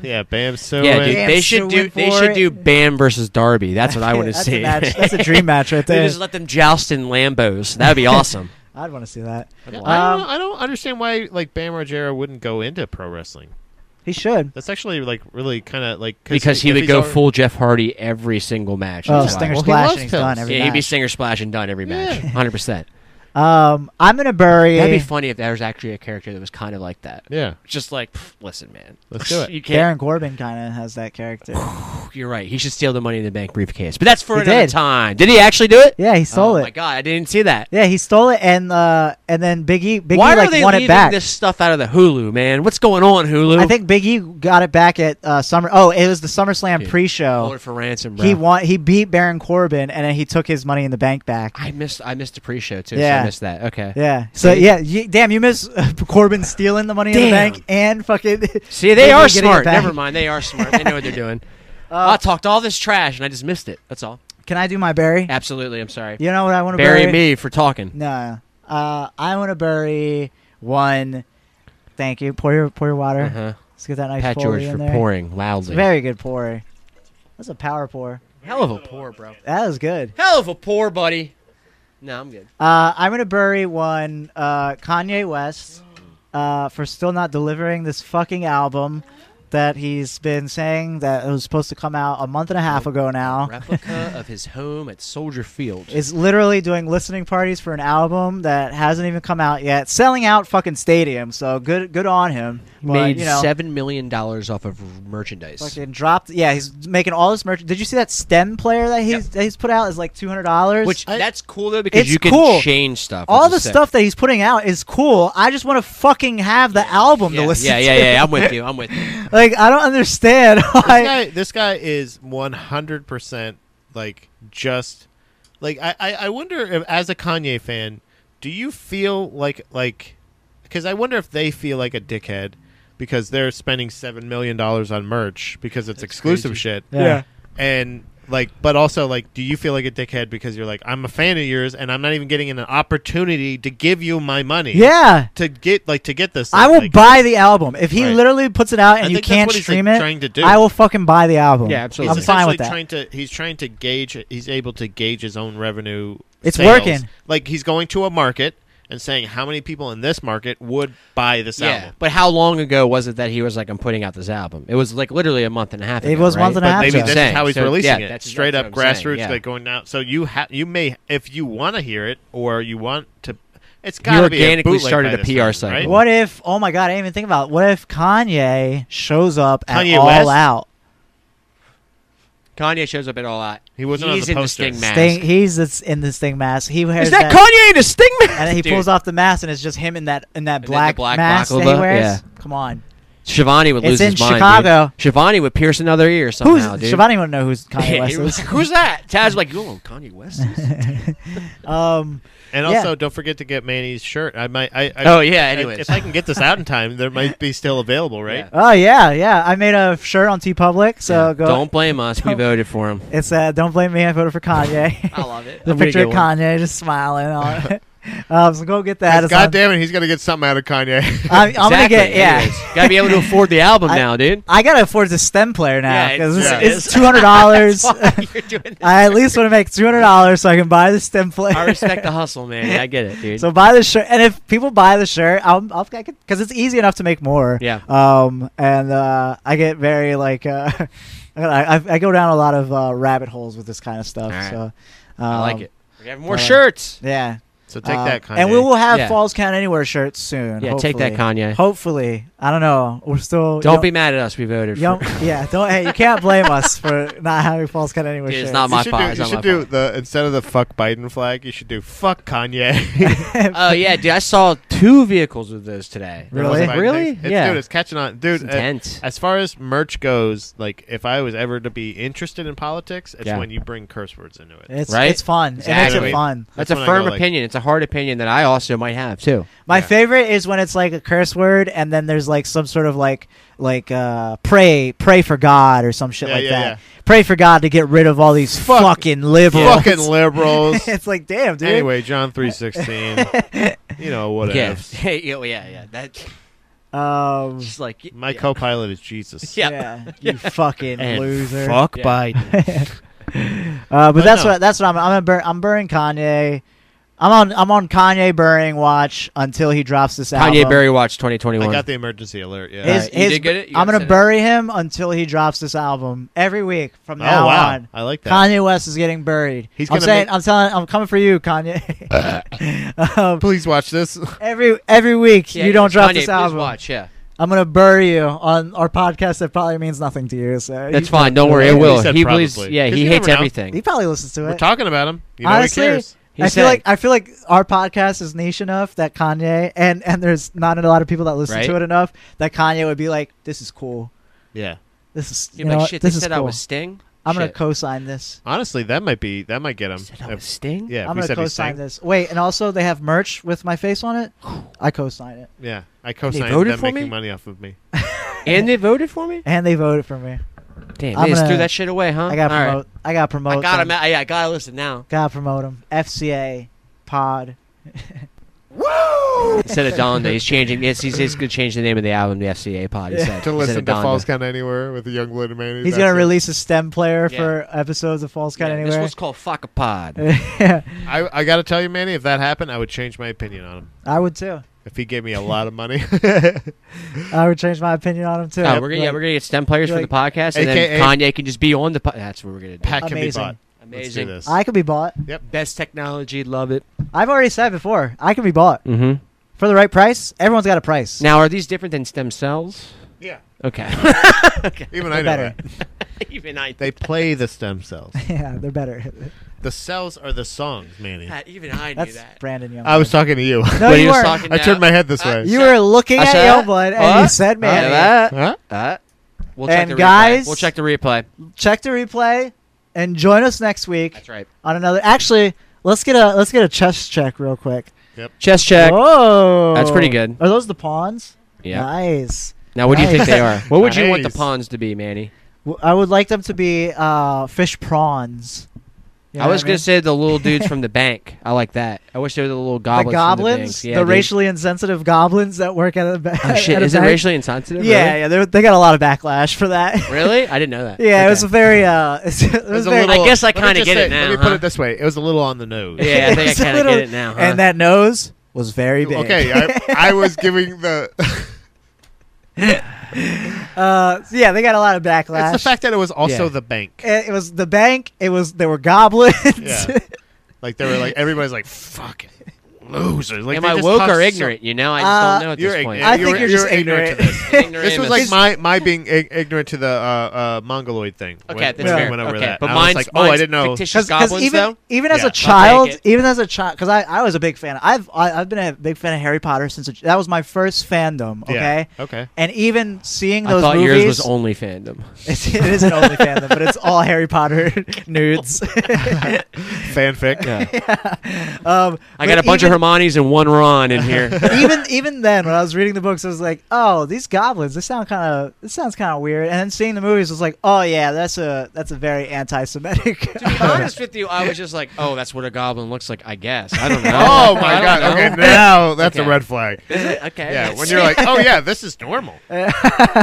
Yeah, Bam so
yeah,
uh,
dude,
Bam
they should do.
suing
They
for
should
it.
do Bam versus Darby. That's what I want to
That's A
see.
match. That's a dream match right
They
there.
just let them joust in Lambos. That'd be awesome.
I'd want to see that.
Yeah, I, don't,
Um,
I don't understand why like Bam Margera wouldn't go into pro wrestling.
He should.
That's actually like really kind of like
because he
if
would
he's
go
already-
full Jeff Hardy every single match.
Oh,
That's why.
Stinger
Well, he
Splash,
loves
and he's
pills.
done every
yeah, he'd be
match.
Stinger Splash and done every match.
Yeah.
Hundred percent.
um, I'm gonna bury.
That'd be funny if there was actually a character that was kind of like that.
Yeah,
Just like, pff, listen, man,
Let's do it.
You can't.
Baron Corbin kind of has that character.
You're right. He should steal the Money in the Bank briefcase. But that's for
He
another
did.
time. Did he actually do it?
yeah, he stole
oh
it.
my god, I didn't see that.
Yeah, he stole it, and uh, and then Big E, Big E
Why are
like
they
won
leaving
it back.
this stuff out of the Hulu, man? What's going on, Hulu?
I think Big E got it back at uh, Summer. Oh, it was the SummerSlam
Dude,
pre-show.
Lord for ransom, bro.
He won. He beat Baron Corbin, and then he took his Money in the Bank back.
I missed. I missed the pre-show too. so I
Yeah.
missed that. Okay.
Yeah. So
See?
yeah, you, damn, you miss uh, Corbin stealing the Money in the
Damn.
Bank and fucking. E
See, they are
getting it
smart.
back.
Never mind. They are smart. They know what they're doing. Uh, I talked all this trash and I just missed it. That's all.
Can I do my Barry?
Absolutely. I'm sorry.
You know what I want to
Bury, me for talking.
No. Uh, I want to bury one. Thank you. Pour your pour your water.
Uh-huh.
Let's get that nice
Pat
pour
George
in
for
there.
pouring
It's
loudly.
a very good pour. That's a power pour.
Hell of a pour, bro.
That was good.
Hell of a pour, buddy. No, I'm good.
Uh, I'm gonna bury one uh, Kanye West uh, for still not delivering this fucking album that he's been saying that it was supposed to come out a month and a half ago now.
Replica of his home at Soldier Field.
is literally doing listening parties for an album that hasn't even come out yet, selling out fucking stadium. So good, good on him. But,
Made
you know,
seven million dollars off of merchandise.
fucking dropped. Yeah, he's making all this merch. Did you see that stem player that he's that he's put out is like two hundred dollars.
Which that's cool though because
It's
you can
cool.
change stuff.
all
which
the
is sick.
stuff that he's putting out is cool. I just want to fucking have the album
Yeah,
to listen.
yeah, yeah,
to.
yeah, I'm with you. I'm with you.
Like I don't understand
this
why.
guy this guy is 100 percent like just like I, I I wonder if as a Kanye fan, do you feel like like because I wonder if they feel like a dickhead because they're spending seven million dollars on merch because it's exclusive
crazy.
shit
Yeah.
and. Like, but also, like, do you feel like a dickhead because you're like, I'm a fan of yours, and I'm not even getting an opportunity to give you my money,
Yeah.
to get like to get this.
I
thing,
will
like-
buy the album if he
Right.
literally puts it out and
I
you
think that's
can't
what he's, like,
stream it.
trying to do.
I will fucking buy the album.
Yeah,
He's
absolutely.
I'm fine with
essentially
that.
Trying to, he's trying to gauge. He's able to gauge his own revenue.
It's
sales.
working.
Like he's going to a market and saying how many people in this market would buy this
Yeah,
album.
but how long ago was it that he was like, "I'm putting out this album"? It was like literally a month and a half.
It
ago,
was
right?
month and a
But
half
maybe
ago.
this is
Saying,
how he's
so,
releasing
yeah,
it.
that's-
Straight
that's
up
what I'm saying,
grassroots,
yeah.
like going out. So you ha- you may if you want to hear it or you want to. It's
He
got to be a
organically
bootleg
started
by
a
this
PR
time,
cycle.
Right?
What if? Oh my god, I didn't even think about. It. What if Kanye shows up at
Kanye
All
West?
Out?
Kanye shows up at all out.
He wasn't on
He's
the
in the
poster.
Sting mask.
Sting, he's this, in this thing mask. He wears
Is that, Kanye in a Sting mask?
and then he
Dude,
pulls off the mask, and it's just him in that in that
then the
black,
black
mask that
baklava,
he wears.
yeah.
Come on,
Shivani would
It's
lose
in
his mind.
Chicago.
Dude. Shivani would pierce another ear
Who's
somehow, dude.
Shivani? Won't know who's Kanye
Yeah, he
West
was
is.
like, Who's that? Taz was like, you know Kanye West is?"
um,
And
Yeah.
also, don't forget to get Manny's shirt. I might. I, I
Oh yeah.
I-
Anyways,
if I can get this out in time, there might be still available, right?
oh yeah, yeah. I made a shirt on T Public, so
Yeah.
go.
don't blame us.
Don't-
We voted for him.
It's uh, don't blame me. I voted for Kanye.
love it.
the picture of Kanye just smiling. On it. um, so go get that.
God
It's on- uh,
damn it, he's gonna get something out of Kanye.
I'm, I'm gonna get yeah.
Gotta be able to afford the album
I-
now, dude.
I gotta afford the stem player now
Yeah,
because
yeah,
it's,
it
it's
is.
two hundred dollars.
That's why you're doing this.
I at least want to make two hundred dollars so I can buy the stem player.
I respect the hustle, man. Yeah, I get it, dude.
So buy the shirt, and if people buy the shirt, I'll, I'll I can because it's easy enough to make more.
Yeah.
Um, and uh, I get very like, uh, I, I I go down a lot of uh, rabbit holes with this kind of stuff.
All right.
So, um,
I like it. We have more
uh,
shirts.
Yeah.
so take
Um,
that, Kanye.
And we will have
Yeah.
Falls Count Anywhere shirts soon.
Yeah, take that,
hopefully.
Kanye.
Hopefully, I don't know. We're still.
Don't
young-
be mad at us. We voted
young-
for.
yeah, don't. Hey, you can't blame us for not having Falls Count Anywhere
Dude, it's
shirts.
not
You
my
should
fault,
do,
it's
you
not
should
my
do
fault.
the instead of the fuck Biden flag, you should do fuck Kanye.
Oh yeah, dude. I saw two vehicles with those today.
Really?
Wasn't Biden
Really?
next- It's,
Yeah.
Dude, it's catching on, dude.
It's
uh,
intense.
as far as merch goes, like if I was ever to be interested in politics, it's
Yeah.
when you bring curse words into it.
It's
Right?
it's fun. It makes
Exactly.
it fun.
That's,
when
a
I
firm
go, like-
opinion. It's a hard opinion that I also might have too.
My
Yeah.
favorite is when it's like a curse word and then there's like some sort of like like uh pray pray for God or some shit
Yeah,
like
yeah,
that.
yeah.
Pray for God to get rid of all these
Fuck-
fucking liberals.
Fucking liberals.
it's like damn, dude.
anyway, John three sixteen. you know what
yeah.
ifs.
yeah, yeah, yeah. That's
Um
just like
My
yeah.
co-pilot is Jesus.
Yeah.
yeah, you fucking
And
loser.
Fuck
Yeah.
Biden.
Uh, but
But
that's
no.
what that's what I'm I'm gonna burn, I'm burning Kanye. I'm on I'm on Kanye burning watch until he drops this album.
Kanye Berry Watch 2021.
I got the emergency alert. Yeah.
His,
Alright, you
his-
did get it? You
I'm
got
gonna
sent it?
bury him until he drops this album every week from
oh
now
wow,
on.
I like that.
Kanye West is getting buried.
He's
I'm
gonna
saying,
make-
I'm telling, I'm coming for you, Kanye. um,
Please watch this.
every every week
Yeah,
you don't
yes,
drop
Kanye,
this
please
album,
Watch, yeah.
I'm gonna bury you on our podcast that probably means nothing to you. So
That's
he,
fine. Don't worry. It
He
will.
said
He believes.
probably.
Yeah,
'Cause
he
you
hates
never know.
everything.
He probably listens to
We're
it.
talking about him. You know
Honestly,
he cares.
He
I
said,
feel like I feel like our podcast is niche enough that Kanye and and there's not a lot of people that listen
Right.
to it enough that Kanye would be like, "This is cool.
Yeah.
This is
He'd
you
be
know
like,
what?
shit, they
this is
said I
cool.
was Sting.
I'm gonna
Shit.
co-sign this."
Honestly, that might be that might get him.
Said I
If-
was Sting.
yeah, if
I'm
we
gonna
said he's
co-sign
saying-
this. Wait, and also they have merch with my face on it. I co-sign it,
Yeah, I co-signed
voted
them
for
making
me?
money off of me.
And they voted for me.
and they voted for me.
Damn,
I'm
they just threw
gonna-
that shit away, huh?
I got to
All right.
promote. I got to promote.
I got him.
them.
Yeah, I gotta listen now
Got to promote them. FCA pod.
instead of Donda. He's changing. Yes, he's, he's gonna change the name of the album to FCA Pod. He
Yeah.
said
to
instead
listen
of
to
Donda.
Falls Count Anywhere with a young Lynn Manny.
He's
that's
gonna
it.
release a stem player
Yeah.
for episodes of False Count
Yeah, This
Anywhere.
one's called Fuck a Pod.
I, I got to tell you, Manny, if that happened, I would change my opinion on him.
I would too.
If he gave me a lot of money,
I would change my opinion on him too.
Oh, we're gonna, yeah,
Like,
we're gonna get stem players for
Like-
the podcast, and
AKA
then Kanye can just be on the. Po- that's what we're gonna do.
Pat can be
Amazing.
bought. Let's do
Amazing,
this.
I could be bought.
best technology, love it.
I've already said before. I could be bought
Mm-hmm.
for the right price. Everyone's got a price.
Now, are these different than stem cells?
yeah,
Okay. okay.
even
they're
I know
better.
that.
even I.
They play the stem cells.
yeah, they're better.
The cells are the songs, Manny.
Pat, even I knew
That's
that.
Brandon Young.
I was talking to you.
no,
When
you
he was
were.
talking
I
now-
turned my head this way.
You were looking
I
at
said-
Youngblood, and you
What?
said,
I know
"Man,
that.
Huh?
Uh, we'll
And
check the
guys-
replay. we'll check the replay.
check the replay and join us next week
That's right.
on another." Actually, let's get a let's get a chest check real quick.
Chest check.
Whoa,
That's pretty good.
Are those the pawns?
Yeah.
Nice.
Now, what do you think they are?
Nice.
What would you want the
Nice.
pawns to be, Manny?
W- I would like them to be uh, fish prawns. You know
I
what
was gonna
mean?
say the little dudes from the bank. I like that. I wish they were the little goblins.
the
from the,
goblins,
banks.
the,
yeah, dude.
racially insensitive goblins that work at a ba-
Oh
at
shit!
a
Is it
bank.
racially insensitive?
Yeah,
Really?
yeah, they- they got a lot of backlash for that.
Really? I didn't know that.
yeah,
Okay.
it was a very uh, it was,
was a
very,
little-
I guess I
let me
kinda
just
get it
say-
now,
Let me put
huh?
it this way: it was a little on the nose.
Yeah, I think I
It's a
kind of
little-
get it now. Huh?
and that nose was very big.
Okay, I, I was giving the.
Uh, so yeah, they got a lot of backlash.
it's the fact that it was also
Yeah. Eh.
the bank.
it, it was the bank. It was there were goblins.
Yeah. Like they were like everybody's like fuck it. losers. Like
Am
they
I
just
woke
talk
or
so-
ignorant? you know, I just
Uh,
don't know at
You're
this point.
ignorant.
I
you
think
were-
you're
you
just
were ignorant
ignorant.
to this. This was like
Ignoramus.
my my being ig- ignorant to the uh, uh, mongoloid thing.
Okay,
when,
that's
when
fair.
we went over
okay,
that.
but
And I was
mine's,
like, oh, I
mine's
didn't know.
Fictitious
because
goblins,
even
though.
even as
Yeah.
a
I'll
take
child,
it.
even as a child, because I, I was a big fan. I've I, I've been a big fan of Harry Potter since a, that was my first fandom. Okay,
Yeah, okay.
and even seeing
I
those
thought
movies,
yours was only fandom.
it's, it is an only fandom, but it's all Harry Potter nudes.
Fanfic.
um,
I got a bunch
of
of Hermione's and one Ron in here.
even even then, when I was reading the books, I was like, "Oh, these goblins. This sound kind of. This sounds kind of weird." And then seeing the movies, I was like, "Oh yeah, that's a that's a very anti-Semitic."
to be honest with you, I was just like, oh, that's what a goblin looks like, I guess. I don't know.
Oh my
I don't
god.
know.
Okay, now that's
Okay.
a red flag.
Is it? Okay.
Yeah, when you're like, oh yeah, this is normal.
I don't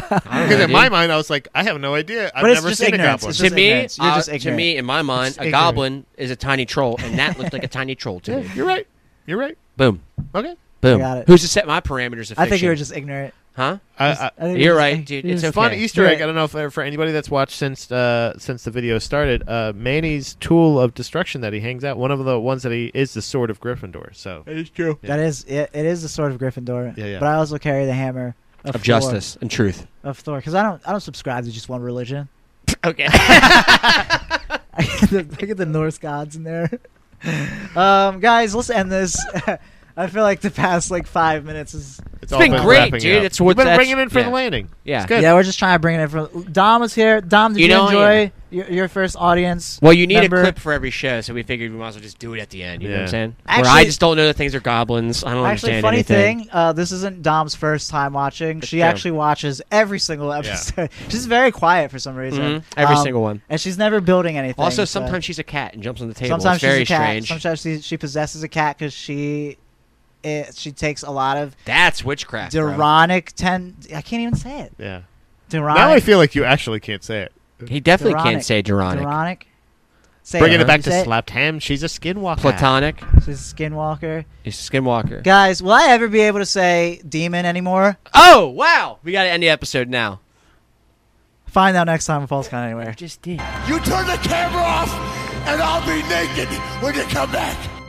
Because
know,
in my
dude.
mind, I was like, I have no idea. I've
But it's
never
just
seen a
ignorance.
goblin.
It's
to
just
me,
ignorance. You're
uh,
just
to
ignorant.
me, in my mind,
It's
a
ignorant.
goblin is a tiny troll, and that looked like a tiny troll to me.
Yeah, you're right. You're right.
Boom,
Okay.
boom.
got it.
Who's to set my parameters of
I think you were
fiction?
just ignorant.
huh?
I, I,
I think you
You're
were just
right,
ig-
dude.
you're
It's
just-
okay.
Fun Easter
You're
egg.
right.
I don't know if uh, for anybody that's watched since uh, since the video started, uh, Manny's tool of destruction that he hangs out. One of the ones that he is the sword of Gryffindor. So
It's true.
That is it, it is the sword of Gryffindor.
Yeah, yeah.
But I also carry the hammer of,
Of
Thor-
justice and truth.
of Thor because I don't I don't subscribe to just one religion.
Okay.
I get the, I get the Norse gods in there. Um, guys, let's end this. I feel like the past like five minutes is
it's,
It's been great, dude. It's what
We've been
that's-
bringing in for
yeah.
the landing.
Yeah.
It's good.
Yeah, we're just trying to bring it in from. Dom was here. Dom, did
You
you,
know,
enjoy your, your first audience?
Well, you need
member?
a clip for every show, so we figured we might as well just do it at the end. You know what I'm
Yeah.
saying? Where I
Actually-
just don't know that things are goblins. I don't
Actually,
understand
funny
anything.
thing, uh, this isn't Dom's first time watching. She
true.
actually watches every single episode. she's very quiet for some reason.
Mhm. Every
Um,
single one.
And she's never building anything.
Also,
so-
sometimes she's a cat and jumps on the table.
uh, sometimes
it's very
she's a cat.
strange.
Sometimes she, she possesses a cat because she, it, she takes a lot of
That's witchcraft. bro.
deronic ten. I can't even say it.
Yeah.
Deronic.
Now I feel like you actually can't say it.
He definitely
Deronic.
can't say deronic.
deronic. Say
Bringing it
Can
back
you
to
say
slapped ham. She's a skinwalker.
Platonic.
She's a skinwalker.
He's a skinwalker.
Guys, will I ever be able to say demon anymore?
Oh wow! We got to end the episode now.
Find out next time on False Count Anywhere.
Just did.
You turn the camera off, and I'll be naked when you come back.